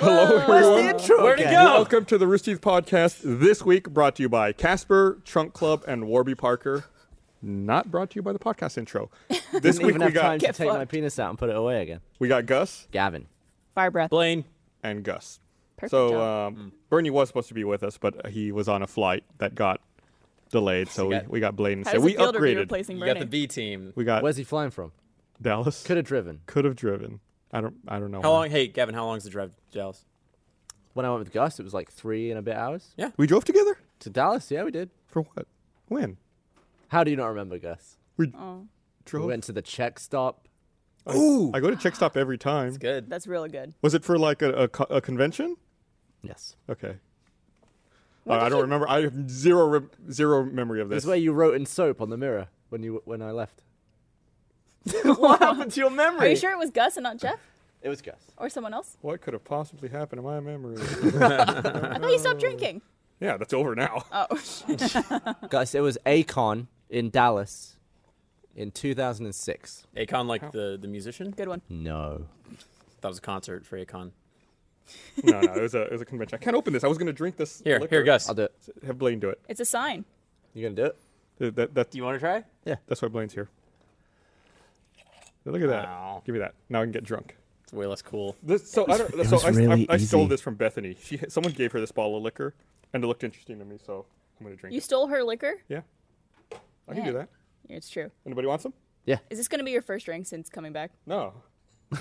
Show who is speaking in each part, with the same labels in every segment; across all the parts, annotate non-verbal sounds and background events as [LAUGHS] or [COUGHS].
Speaker 1: Hello,
Speaker 2: Where's the
Speaker 1: everyone.
Speaker 2: intro?
Speaker 3: Where'd it
Speaker 2: Okay.
Speaker 3: go?
Speaker 1: Welcome to the Rooster Teeth Podcast this week, brought to you by Casper, Trunk Club, and Warby Parker. Not brought to you by the podcast intro. This
Speaker 2: Didn't
Speaker 1: week
Speaker 2: even
Speaker 1: we
Speaker 2: have
Speaker 1: got
Speaker 2: time to
Speaker 3: Get
Speaker 2: take my
Speaker 3: fucked.
Speaker 2: penis out and put it away again.
Speaker 1: we got Gus
Speaker 2: Gavin.
Speaker 4: Fire breath.
Speaker 3: Blaine.
Speaker 1: and Gus.
Speaker 4: Perfect
Speaker 1: so
Speaker 4: job.
Speaker 1: um, Bernie was supposed to be with us, but he was on a flight that got delayed, so we,
Speaker 3: got-
Speaker 1: we got Blaine
Speaker 4: How
Speaker 1: instead.
Speaker 4: does
Speaker 1: We
Speaker 4: it feel to be
Speaker 1: upgraded.
Speaker 4: replacing
Speaker 3: You
Speaker 4: Bernie?
Speaker 3: got the B team.
Speaker 1: We got
Speaker 2: Where's he flying from?
Speaker 1: Dallas.
Speaker 2: Could have driven.
Speaker 1: Could have driven. I don't. I don't know.
Speaker 3: How
Speaker 1: why.
Speaker 3: long? Hey, Gavin, how long's the drive to Dallas?
Speaker 2: When I went with Gus, it was like three and a bit hours.
Speaker 1: We drove together
Speaker 2: To Dallas, yeah, we did.
Speaker 1: for what? When?
Speaker 2: How do you not remember Gus?
Speaker 1: We
Speaker 4: oh,
Speaker 2: We
Speaker 1: drove.
Speaker 2: went to the check stop.
Speaker 3: Ooh.
Speaker 1: I go to check stop every time.
Speaker 3: It's good.
Speaker 4: that's really good. [LAUGHS]
Speaker 1: Was it for like a, a, co- a convention?
Speaker 2: Yes.
Speaker 1: Okay. Uh, I don't remember. I have zero rem zero memory of
Speaker 2: This
Speaker 1: this.
Speaker 2: is where you wrote in soap on the mirror when you when I left. what happened to your memory?
Speaker 4: Are you sure it was Gus and not Jeff
Speaker 2: It was Gus.
Speaker 4: or someone else?
Speaker 1: What could have possibly happened in my [LAUGHS] memory?
Speaker 4: I thought you stopped drinking.
Speaker 1: yeah, that's over now.
Speaker 4: Oh,
Speaker 2: Gus, it was Akon in Dallas in 2006.
Speaker 3: Akon, like the, the musician?
Speaker 4: good one.
Speaker 2: No.
Speaker 3: That was a concert for Akon.
Speaker 1: [LAUGHS] no, no, it was a it was a convention. I can't open this. I was gonna drink this.
Speaker 3: Here,
Speaker 1: liquor.
Speaker 3: here, Gus.
Speaker 2: I'll do it.
Speaker 1: Have Blaine do it.
Speaker 4: It's a sign.
Speaker 2: You gonna do it?
Speaker 1: Th- That, that,
Speaker 3: Do you want to try?
Speaker 1: that's why Blaine's here. Look at that.
Speaker 3: Wow.
Speaker 1: Give me that. Now I can get drunk.
Speaker 3: It's way less cool.
Speaker 1: This, so I don't. So
Speaker 2: was
Speaker 1: I,
Speaker 2: really
Speaker 1: I, I stole
Speaker 2: easy.
Speaker 1: this from Bethany. She someone gave her this bottle of liquor, and it looked interesting to me, so I'm gonna drink
Speaker 4: You
Speaker 1: it.
Speaker 4: stole her liquor.
Speaker 1: Yeah, I can do
Speaker 4: Man.
Speaker 1: that.
Speaker 4: It's true.
Speaker 1: Anybody want some?
Speaker 4: Is this going to be your first drink since coming back?
Speaker 1: No.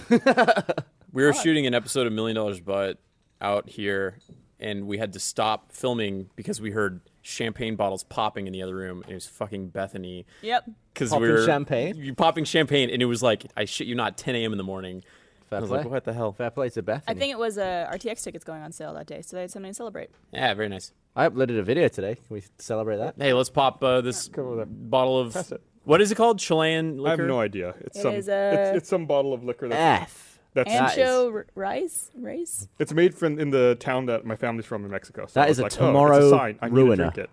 Speaker 3: We were shooting an episode of Million Dollars Butt out here, and we had to stop filming because we heard champagne bottles popping in the other room, and it was fucking Bethany.
Speaker 4: Yep.
Speaker 3: Because
Speaker 2: Popping
Speaker 3: we were
Speaker 2: champagne?
Speaker 3: You popping champagne, and it was like I shit you not, 10 a.m. in the morning.
Speaker 2: Fair
Speaker 3: I was
Speaker 2: play.
Speaker 3: like, what the hell?
Speaker 2: Fair play to
Speaker 4: I
Speaker 2: Bethany.
Speaker 4: think it was uh, RTX tickets going on sale that day, so they had something to celebrate.
Speaker 3: Yeah, very nice.
Speaker 2: I uploaded a video today. Can we celebrate that?
Speaker 3: Hey, let's pop uh, this
Speaker 1: Come over there.
Speaker 3: bottle of
Speaker 1: Pass it.
Speaker 3: what is it called? Chilean liquor.
Speaker 1: I have no idea. It's
Speaker 4: It
Speaker 1: some
Speaker 4: is
Speaker 1: it's,
Speaker 4: a-
Speaker 1: it's some bottle of liquor that's
Speaker 2: F.
Speaker 1: that's
Speaker 2: That is-
Speaker 4: Ancho r- rice, rice.
Speaker 1: it's made from in the town that my family's from in Mexico. So
Speaker 2: That
Speaker 1: I was
Speaker 2: is a
Speaker 1: like, oh, it's
Speaker 2: tomorrow
Speaker 1: a sign. I need to
Speaker 2: ruiner.
Speaker 1: drink it.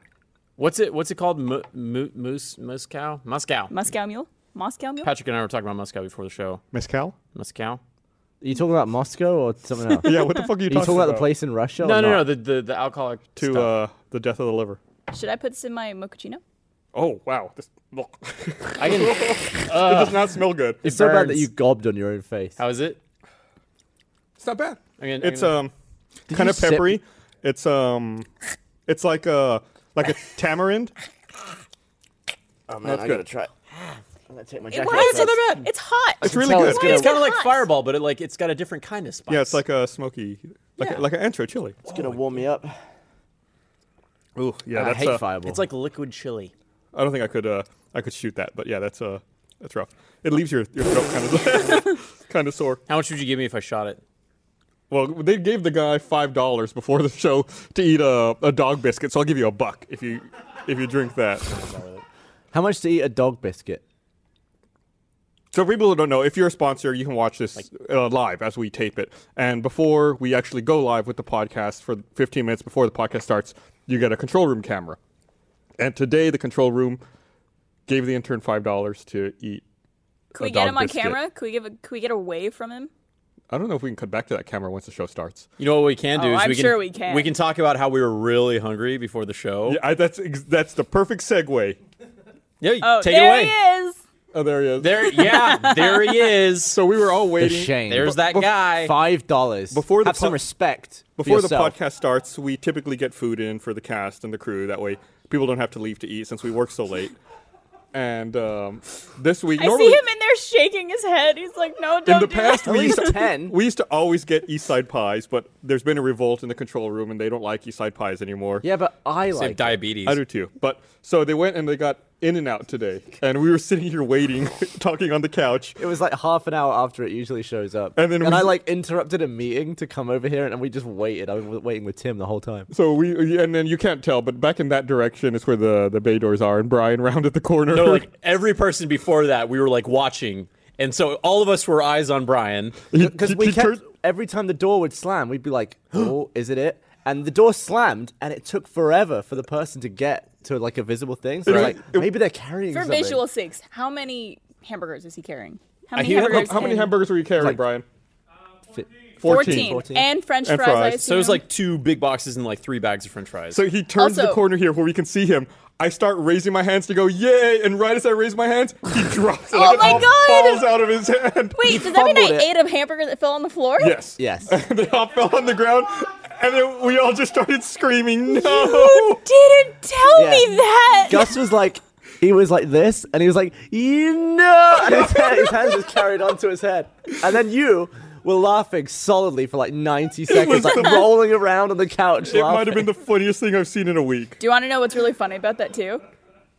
Speaker 3: What's it? What's it called? Mo- mo- moose, Moscow, Moscow.
Speaker 4: Moscow Mule, Moscow Mule.
Speaker 3: Patrick and I were talking about Moscow before the show.
Speaker 1: Mezcal?
Speaker 3: Moscow.
Speaker 2: Are you talking about Moscow or [LAUGHS] something else? Are you
Speaker 1: Yeah, what the fuck are you talking
Speaker 2: talking about the place in Russia?
Speaker 3: No,
Speaker 2: or
Speaker 3: no, no.
Speaker 2: not?
Speaker 3: The the, the alcoholic
Speaker 1: to
Speaker 3: stuff.
Speaker 1: uh, the death of the liver.
Speaker 4: Should I put this in my mochaccino?
Speaker 1: Oh wow, this
Speaker 3: I
Speaker 1: [LAUGHS]
Speaker 3: can,
Speaker 1: it does not smell good.
Speaker 2: It's so bad that
Speaker 3: burns.
Speaker 2: you gobbed on your own face.
Speaker 3: how is it?
Speaker 1: It's not bad.
Speaker 3: I mean,
Speaker 1: It's
Speaker 3: I mean-
Speaker 1: um kind
Speaker 2: you
Speaker 1: of
Speaker 2: sip-
Speaker 1: peppery. It's um it's like a like a tamarind.
Speaker 2: oh,
Speaker 1: that's I gotta good.
Speaker 2: try. I'm gonna take my
Speaker 4: Why is it
Speaker 3: that bad.
Speaker 4: It's hot.
Speaker 1: It's really
Speaker 2: tell
Speaker 1: good.
Speaker 2: it's gonna-
Speaker 3: It's kind of like
Speaker 4: Hot.
Speaker 3: Fireball, but it like it's got a different kind of spice.
Speaker 1: yeah, it's like a smoky like a,
Speaker 3: Yeah.
Speaker 1: like an ancho chili.
Speaker 2: gonna warm me up.
Speaker 1: Ooh, yeah,
Speaker 2: I
Speaker 1: that's
Speaker 2: hate
Speaker 1: uh,
Speaker 2: fireball.
Speaker 3: it's like liquid chili.
Speaker 1: I don't think I could uh I could shoot that, but yeah, that's uh that's rough. It leaves your, your throat kind of [LAUGHS] kind of sore.
Speaker 3: How much would you give me if I shot it?
Speaker 1: Well, they gave the guy five dollars before the show to eat a, a dog biscuit, so I'll give you a buck if you if you drink that.
Speaker 2: how much to eat a dog biscuit?
Speaker 1: So, for people who don't know, if you're a sponsor, you can watch this uh, live as we tape it, and before we actually go live with the podcast for 15 minutes before the podcast starts, you get a control room camera. And today, the control room gave the intern five dollars to eat.
Speaker 4: Can
Speaker 1: a
Speaker 4: we get
Speaker 1: dog
Speaker 4: him on
Speaker 1: biscuit.
Speaker 4: camera? Can we give? A, can we get away from him?
Speaker 1: I don't know if we can cut back to that camera once the show starts.
Speaker 3: You know what we can do
Speaker 4: Oh,
Speaker 3: is
Speaker 4: I'm
Speaker 3: we can,
Speaker 4: sure we can.
Speaker 3: we can talk about how we were really hungry before the show.
Speaker 1: Yeah, I, that's ex- that's the perfect segue.
Speaker 3: Yeah, you-
Speaker 4: Oh,
Speaker 3: take
Speaker 4: there
Speaker 3: it away.
Speaker 4: he is.
Speaker 1: Oh, there he is.
Speaker 3: There, yeah, there
Speaker 4: [LAUGHS]
Speaker 3: he is.
Speaker 1: So we were all
Speaker 2: The
Speaker 1: waiting.
Speaker 2: shame.
Speaker 3: There's that guy.
Speaker 2: Five dollars.
Speaker 1: Before the
Speaker 2: have some
Speaker 1: po-
Speaker 2: respect. for
Speaker 1: Before the
Speaker 2: yourself.
Speaker 1: podcast starts, we typically get food in for the cast and the crew. That way, people don't have to leave to eat since we work so late. And um, this week,
Speaker 4: I
Speaker 1: normally
Speaker 4: see him in there shaking his head. He's like, "No, don't
Speaker 1: in the
Speaker 4: do
Speaker 1: past,
Speaker 4: that."
Speaker 1: we used,
Speaker 2: least
Speaker 1: to,
Speaker 2: 10.
Speaker 1: [LAUGHS] we used to always get East Side pies, but there's been a revolt in the control room, and they don't like East Side pies anymore.
Speaker 2: Yeah, but I
Speaker 3: They have
Speaker 2: like. it.
Speaker 3: diabetes.
Speaker 1: I do too. But so they went and they got In and Out today, and we were sitting here waiting, [LAUGHS] talking on the couch.
Speaker 2: It was like half an hour after it usually shows up,
Speaker 1: And then we-
Speaker 2: I like interrupted a meeting to come over here, and we just waited. I was waiting with Tim the whole time.
Speaker 1: So we and then you can't tell, but back in that direction is where the the bay doors are, and Brian [LAUGHS] rounded the corner.
Speaker 3: No, like every person before that, we were like watching, and so all of us were eyes on Brian.
Speaker 1: [LAUGHS] He-
Speaker 2: Because
Speaker 1: he-
Speaker 2: we
Speaker 1: he
Speaker 2: kept
Speaker 1: turned-
Speaker 2: every time the door would slam, we'd be like, [GASPS] "Oh, is it it?" And the door slammed, and it took forever for the person to get to like a visible thing. So
Speaker 1: It-
Speaker 2: like,
Speaker 1: it-
Speaker 2: maybe they're carrying
Speaker 4: For
Speaker 2: something.
Speaker 4: visual [LAUGHS] sakes, how many hamburgers is he carrying? How many
Speaker 3: he- how-
Speaker 4: hamburgers?
Speaker 1: Uh, How many
Speaker 4: and-
Speaker 1: hamburgers were you carrying,
Speaker 2: Like-
Speaker 1: Brian?
Speaker 2: Fi-
Speaker 1: Fourteen.
Speaker 4: 14.
Speaker 2: 14.
Speaker 4: And French
Speaker 1: And
Speaker 4: fries. I
Speaker 1: fries.
Speaker 3: So it was
Speaker 4: assume.
Speaker 3: like two big boxes and like three bags of French fries.
Speaker 1: So he turns the
Speaker 4: Also-
Speaker 1: corner here where we can see him. I start raising my hands to go, yay! And right as I raise my hands, he drops it.
Speaker 4: Oh
Speaker 1: and it
Speaker 4: my
Speaker 1: all
Speaker 4: God!
Speaker 1: Falls out of his hand.
Speaker 4: Wait, does that mean I
Speaker 2: fumbled it.
Speaker 4: ate a hamburger that fell on the floor?
Speaker 1: [LAUGHS] Yes. [LAUGHS]
Speaker 2: Yes.
Speaker 1: they all fell on the ground, and then we all just started screaming,
Speaker 4: [LAUGHS] You
Speaker 1: no!
Speaker 4: didn't tell
Speaker 2: Yeah.
Speaker 4: me that.
Speaker 2: Gus was like, he was like this, and he was like, you know, and his, hand, his hands just carried onto his head. And then you were laughing solidly for like
Speaker 1: [LAUGHS]
Speaker 2: 90 seconds,
Speaker 1: was
Speaker 2: like
Speaker 1: the-
Speaker 2: rolling around on the couch
Speaker 1: It
Speaker 2: laughing.
Speaker 1: might have been the funniest thing I've seen in a week.
Speaker 4: Do you want to know what's really funny about that too?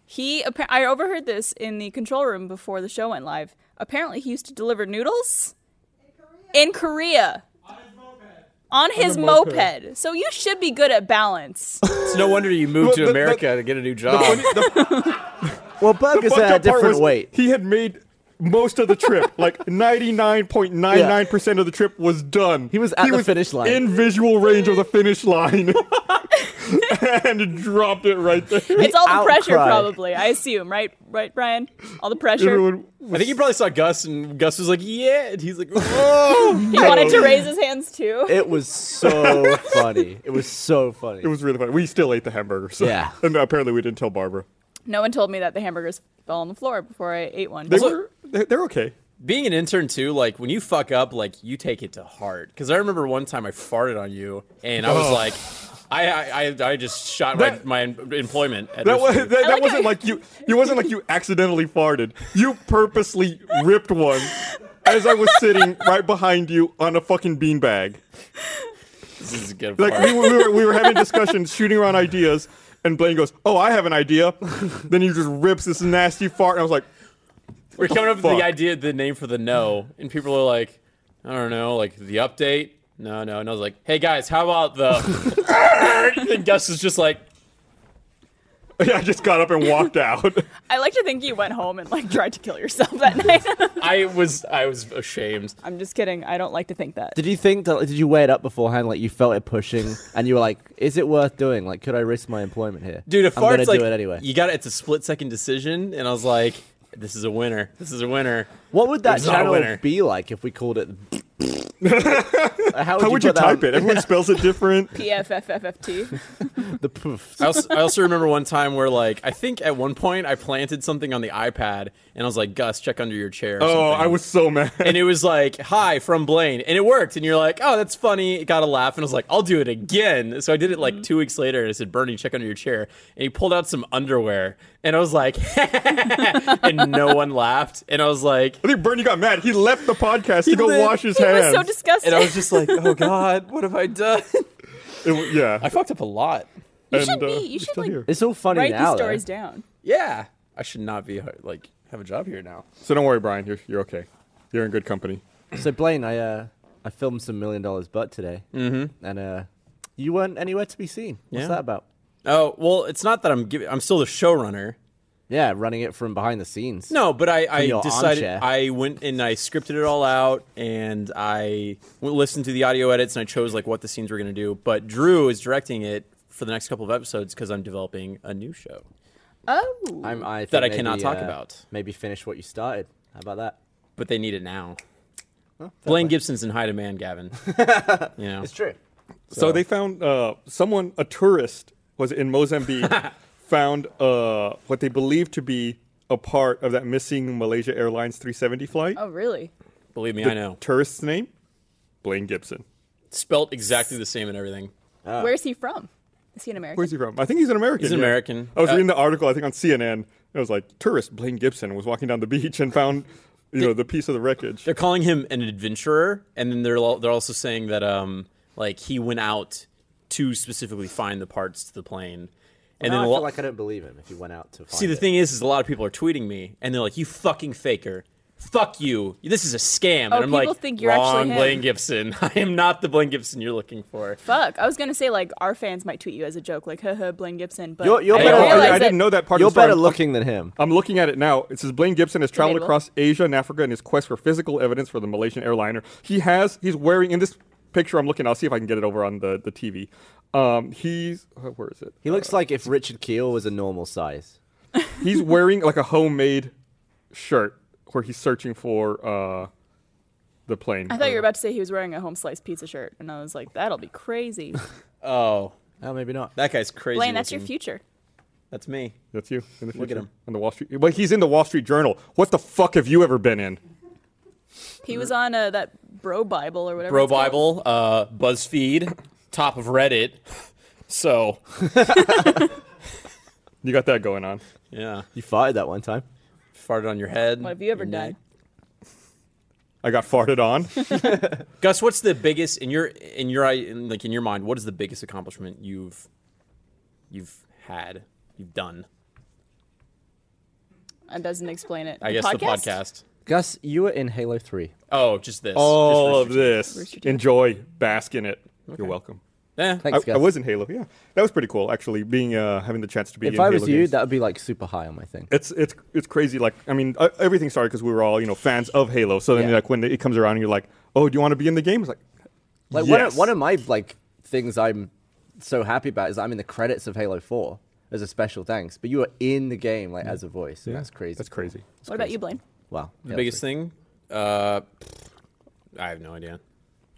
Speaker 4: He, appa- I overheard this in the control room before the show went live. Apparently, he used to deliver noodles in Korea on his
Speaker 1: a
Speaker 4: moped.
Speaker 1: moped.
Speaker 4: So you should be good at balance.
Speaker 3: It's no wonder you moved
Speaker 1: Well,
Speaker 3: to
Speaker 1: the- the-
Speaker 3: America to get a new
Speaker 1: The
Speaker 3: job.
Speaker 1: funny, the,
Speaker 2: well,
Speaker 1: the
Speaker 2: burgers
Speaker 1: fucked
Speaker 2: had a
Speaker 1: up part
Speaker 2: different
Speaker 1: was
Speaker 2: weight.
Speaker 1: he had made most of the
Speaker 2: [LAUGHS]
Speaker 1: trip, like 99.99% of the trip was done.
Speaker 2: He was at the finish line.
Speaker 1: In visual range of the finish line. [LAUGHS] and dropped it right there.
Speaker 4: It's all the pressure,
Speaker 2: outcry.
Speaker 4: probably. I assume, right? Right, Brian? All the pressure.
Speaker 1: Everyone
Speaker 3: I think you probably saw Gus, and Gus was like, "Yeah," and he's like,
Speaker 1: [LAUGHS]
Speaker 3: "Oh."
Speaker 4: He wanted to raise his hands too.
Speaker 2: It was so funny. It was so funny.
Speaker 1: It was really funny. We still ate the hamburger. So.
Speaker 2: Yeah.
Speaker 1: And apparently we didn't tell Barbara.
Speaker 4: No one told me that the hamburgers fell on the floor before I ate one.
Speaker 1: They
Speaker 4: Also,
Speaker 1: were, they're, they're okay.
Speaker 3: Being an intern too, like when you fuck up, like you take it to heart. Because I remember one time I farted on you, and I was
Speaker 1: Oh.
Speaker 3: like, I I, I, I just shot
Speaker 1: That-
Speaker 3: my, my employment. At
Speaker 1: That, was,
Speaker 3: Richfield.
Speaker 1: that, that
Speaker 4: like
Speaker 1: wasn't
Speaker 4: how-
Speaker 1: like you. It wasn't like you accidentally farted. You purposely ripped one as I was sitting right behind you on a fucking beanbag.
Speaker 3: this is a good.
Speaker 1: Like
Speaker 3: fart.
Speaker 1: we, were- we were we were having discussions, shooting around ideas, and Blaine goes, "Oh, I have an idea." [LAUGHS] then he just rips this nasty fart, and I was like, [LAUGHS]
Speaker 3: We're
Speaker 2: Oh,
Speaker 3: coming up with
Speaker 1: fuck?
Speaker 3: the idea, the name for the no, and people are like, I don't know, like the update. No, no, and I was like, Hey guys, how about
Speaker 2: [LAUGHS]
Speaker 3: the? [LAUGHS] and Gus is just like,
Speaker 1: "I just got up and walked
Speaker 4: [LAUGHS]
Speaker 1: out."
Speaker 4: I like to think you went home and like tried to kill yourself that [LAUGHS] night.
Speaker 3: I was, I was ashamed.
Speaker 4: I'm just kidding. I don't like to think that.
Speaker 2: Did you think that? Did you weigh it up beforehand? Like you felt it [LAUGHS] pushing, and you were like, "Is it worth doing? Like, could I risk my employment here?"
Speaker 3: Dude, if
Speaker 2: I'm gonna
Speaker 3: fart's like,
Speaker 2: do it anyway.
Speaker 3: you got it's a split second decision, and I was like, this is a winner. This is a winner.
Speaker 2: what would that
Speaker 3: It's not a
Speaker 2: channel
Speaker 3: winner.
Speaker 2: be like if we called
Speaker 3: [LAUGHS]
Speaker 2: it? How would
Speaker 1: How would you
Speaker 2: put that
Speaker 1: type
Speaker 2: on
Speaker 1: it? Everyone spells it
Speaker 4: [LAUGHS]
Speaker 1: different.
Speaker 4: PFFFFT.
Speaker 2: The poof.
Speaker 3: I also, I also remember one time where like I think at one point I planted something on the iPad, and I was like, Gus, check under your chair. or
Speaker 1: Oh,
Speaker 3: something.
Speaker 1: I was so mad.
Speaker 3: And it was like, "Hi from Blaine," and it worked. And you're like, "Oh, that's funny." It got a laugh, and I was like, "I'll do it again." So I did it like two weeks later, and I said, "Bernie, check under your chair," and he pulled out some underwear, and I was like, [LAUGHS] and no one laughed, and I was like,
Speaker 1: [LAUGHS] I think Bernie got mad. He left the podcast to go
Speaker 3: did.
Speaker 1: wash his
Speaker 4: He was
Speaker 1: hands.
Speaker 4: so disgusted.
Speaker 3: and I was just like, "Oh God, what have I done?"
Speaker 1: It w- yeah.
Speaker 3: I fucked up a lot.
Speaker 4: [LAUGHS] you
Speaker 1: and,
Speaker 4: should
Speaker 1: uh,
Speaker 4: be. You
Speaker 1: it's
Speaker 4: should
Speaker 1: still
Speaker 4: like
Speaker 1: here.
Speaker 2: It's all funny
Speaker 4: write
Speaker 2: now.
Speaker 4: these stories
Speaker 2: though.
Speaker 4: down.
Speaker 3: Yeah, I should not be like have a job here now.
Speaker 1: So don't worry, Brian. You're you're okay. You're in good company.
Speaker 2: So Blaine, I uh, I filmed some million dollars butt today, mm-hmm. and uh, you weren't anywhere to be seen. What's
Speaker 3: Yeah.
Speaker 2: that about?
Speaker 3: Oh well, it's not that I'm giving. I'm still the showrunner.
Speaker 2: Yeah, running it from behind the scenes.
Speaker 3: No, but I,
Speaker 2: your
Speaker 3: I decided
Speaker 2: armchair.
Speaker 3: I went and I scripted it all out, and I went, listened to the audio edits, and I chose like what the scenes were going to do. But Drew is directing it for the next couple of episodes because I'm developing a new show.
Speaker 4: Oh,
Speaker 2: I'm, I think
Speaker 3: That I
Speaker 2: maybe,
Speaker 3: cannot talk
Speaker 2: uh,
Speaker 3: about.
Speaker 2: Maybe finish what you started. How about that?
Speaker 3: But they need it now. Blaine Gibson's in high
Speaker 2: [LAUGHS]
Speaker 3: demand, Gavin. you know,
Speaker 2: It's true.
Speaker 1: So, they found uh, someone, a tourist, was in Mozambique, found uh, what they believed to be a part of that missing Malaysia Airlines 370 flight.
Speaker 4: oh, really?
Speaker 3: believe me, I know.
Speaker 1: Tourist's name, Blaine Gibson.
Speaker 3: Spelt exactly the same and everything.
Speaker 4: Where's he from? Is he an American?
Speaker 1: Where's he from? I think he's an American.
Speaker 3: He's an
Speaker 1: yeah.
Speaker 3: American.
Speaker 1: I was
Speaker 3: Uh,
Speaker 1: reading the article, I think on CNN. It was like tourist Blaine Gibson was walking down the beach and found, you know, the piece of the wreckage.
Speaker 3: They're calling him an adventurer, and then they're al- they're also saying that um like he went out to specifically find the parts to the plane,
Speaker 2: now
Speaker 3: and then
Speaker 2: I
Speaker 3: a
Speaker 2: feel
Speaker 3: lo-
Speaker 2: like I don't believe him if you went out to find
Speaker 3: see the
Speaker 2: it.
Speaker 3: thing is is a lot of people are tweeting me, and they're like, "You fucking faker." Fuck you! This is a scam,
Speaker 4: Oh,
Speaker 3: and I'm
Speaker 4: people
Speaker 3: like,
Speaker 4: think you're actually
Speaker 3: wrong,
Speaker 4: him."
Speaker 3: Blaine Gibson. [LAUGHS] I am not the Blaine Gibson you're looking for.
Speaker 4: Fuck. I was gonna say like our fans might tweet you as a joke, like haha, Blaine Gibson. But
Speaker 2: You're- you're
Speaker 4: I
Speaker 1: Oh,
Speaker 2: better-
Speaker 4: didn't
Speaker 1: I,
Speaker 4: realize
Speaker 1: I
Speaker 4: that-
Speaker 1: didn't know that part
Speaker 2: You're
Speaker 1: of the story.
Speaker 2: better
Speaker 1: I'm-
Speaker 2: looking than him.
Speaker 1: I'm looking at it now. It says Blaine Gibson has traveled
Speaker 4: Label.
Speaker 1: across Asia and Africa and is quest for physical evidence for the Malaysian airliner. He has. He's wearing in this picture. I'm looking. I'll see if I can get it over on the the TV. Um, he's uh, where is it?
Speaker 2: He looks like if Richard Keel was a normal size.
Speaker 1: He's wearing like a homemade shirt where he's searching for uh, the plane.
Speaker 4: I thought you were about to say he was wearing a home sliced pizza shirt, and I was like, that'll
Speaker 1: [LAUGHS]
Speaker 4: be crazy.
Speaker 3: Oh,
Speaker 2: Oh, maybe not.
Speaker 3: that guy's crazy.
Speaker 4: Blaine, that's your
Speaker 3: looking.
Speaker 4: future.
Speaker 3: That's me.
Speaker 1: That's you. In the future.
Speaker 3: Look at him.
Speaker 1: on the Wall Street. But he's in the Wall Street Journal. What the fuck have you ever been in? Mm-hmm.
Speaker 4: He was on uh, that Bro Bible or whatever.
Speaker 3: Bro
Speaker 4: it's called.
Speaker 3: Bible, uh, BuzzFeed, top of Reddit. [LAUGHS] So
Speaker 1: You got that going on.
Speaker 3: yeah,
Speaker 2: You farted that one time.
Speaker 3: farted on your head.
Speaker 4: What have you ever
Speaker 1: Mm-hmm.
Speaker 3: your
Speaker 4: done?
Speaker 3: neck.
Speaker 1: I got farted
Speaker 3: [LAUGHS]
Speaker 1: on.
Speaker 3: Gus, what's the biggest in your in your in, like in your mind? What is the biggest accomplishment you've you've had? You've done?
Speaker 4: That doesn't explain it.
Speaker 3: I guess the podcast.
Speaker 2: Gus, you were in Halo 3.
Speaker 3: Oh, just this.
Speaker 1: All
Speaker 3: just
Speaker 1: of
Speaker 3: Rooster
Speaker 1: this.
Speaker 4: Rooster Teeth.
Speaker 1: Enjoy. Bask in it. You're welcome.
Speaker 3: Teeth. Eh.
Speaker 1: I,
Speaker 2: Thanks, Gus.
Speaker 1: I was in Halo. Yeah, that was pretty cool. Actually, being uh, having the chance to be
Speaker 2: if
Speaker 1: in
Speaker 2: I
Speaker 1: Halo
Speaker 2: was you,
Speaker 1: games.
Speaker 2: that would be like super high on my thing.
Speaker 1: it's it's it's crazy. Like I mean, uh, everything started because we were all you know fans of Halo. So then
Speaker 2: Yeah.
Speaker 1: like when it comes around, and you're like, oh, do you want to be in the game? It's like,
Speaker 2: Like one,
Speaker 1: Yes.
Speaker 2: of, one of my like things I'm so happy about is I'm in the credits of Halo 4 as a special thanks. But you were in the game like as a voice, and that's crazy.
Speaker 1: that's crazy.
Speaker 4: What about you, Blaine?
Speaker 2: Wow.
Speaker 3: The biggest thing? Uh, I have no idea.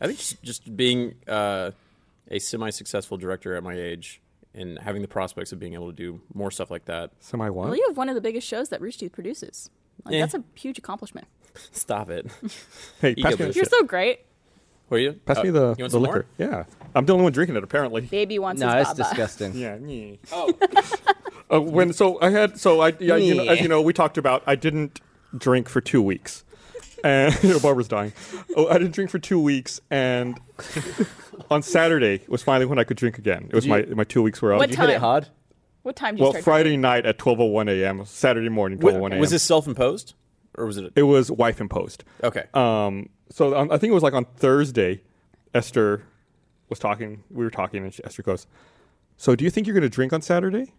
Speaker 3: I think just, just being uh, a semi-successful director at my age and having the prospects of being able to do more stuff like that. [LAUGHS]
Speaker 1: Semi one.
Speaker 4: Well, you have one of the biggest shows that Rooster Teeth produces. Like,
Speaker 1: Eh.
Speaker 3: Yeah.
Speaker 4: That's a huge accomplishment.
Speaker 3: Stop it. [LAUGHS]
Speaker 1: Hey,
Speaker 3: Ego
Speaker 1: pass me,
Speaker 3: boost.
Speaker 1: the
Speaker 4: You're
Speaker 1: shit.
Speaker 4: so great.
Speaker 3: Were you?
Speaker 1: pass
Speaker 3: Uh,
Speaker 1: me the,
Speaker 3: You want
Speaker 1: the
Speaker 3: some
Speaker 1: liquor. Yeah, I'm the only one drinking it apparently.
Speaker 4: Baby wants
Speaker 2: No,
Speaker 4: his
Speaker 2: that's
Speaker 4: baba.
Speaker 2: disgusting.
Speaker 1: [LAUGHS] Yeah. Oh. uh, when so I had so I yeah, you know, as you know we talked about I didn't drink for two weeks. And [LAUGHS] Barbara's dying. Oh, I didn't drink for two weeks, and [LAUGHS] on Saturday was finally when I could drink again. It was my my two weeks were up.
Speaker 4: What
Speaker 2: You
Speaker 4: time?
Speaker 2: hit it hard.
Speaker 4: What time do you
Speaker 1: Well,
Speaker 4: start?
Speaker 1: Friday night at 12:01 a.m. Saturday morning 12:01 a.m.
Speaker 3: more? Was this self-imposed or was it? Uh,
Speaker 1: It was wife imposed.
Speaker 3: Okay.
Speaker 1: Um. So on, I think it was like on Thursday, Esther was talking. We were talking, and she, Esther goes, "So do you think you're going to drink on Saturday?"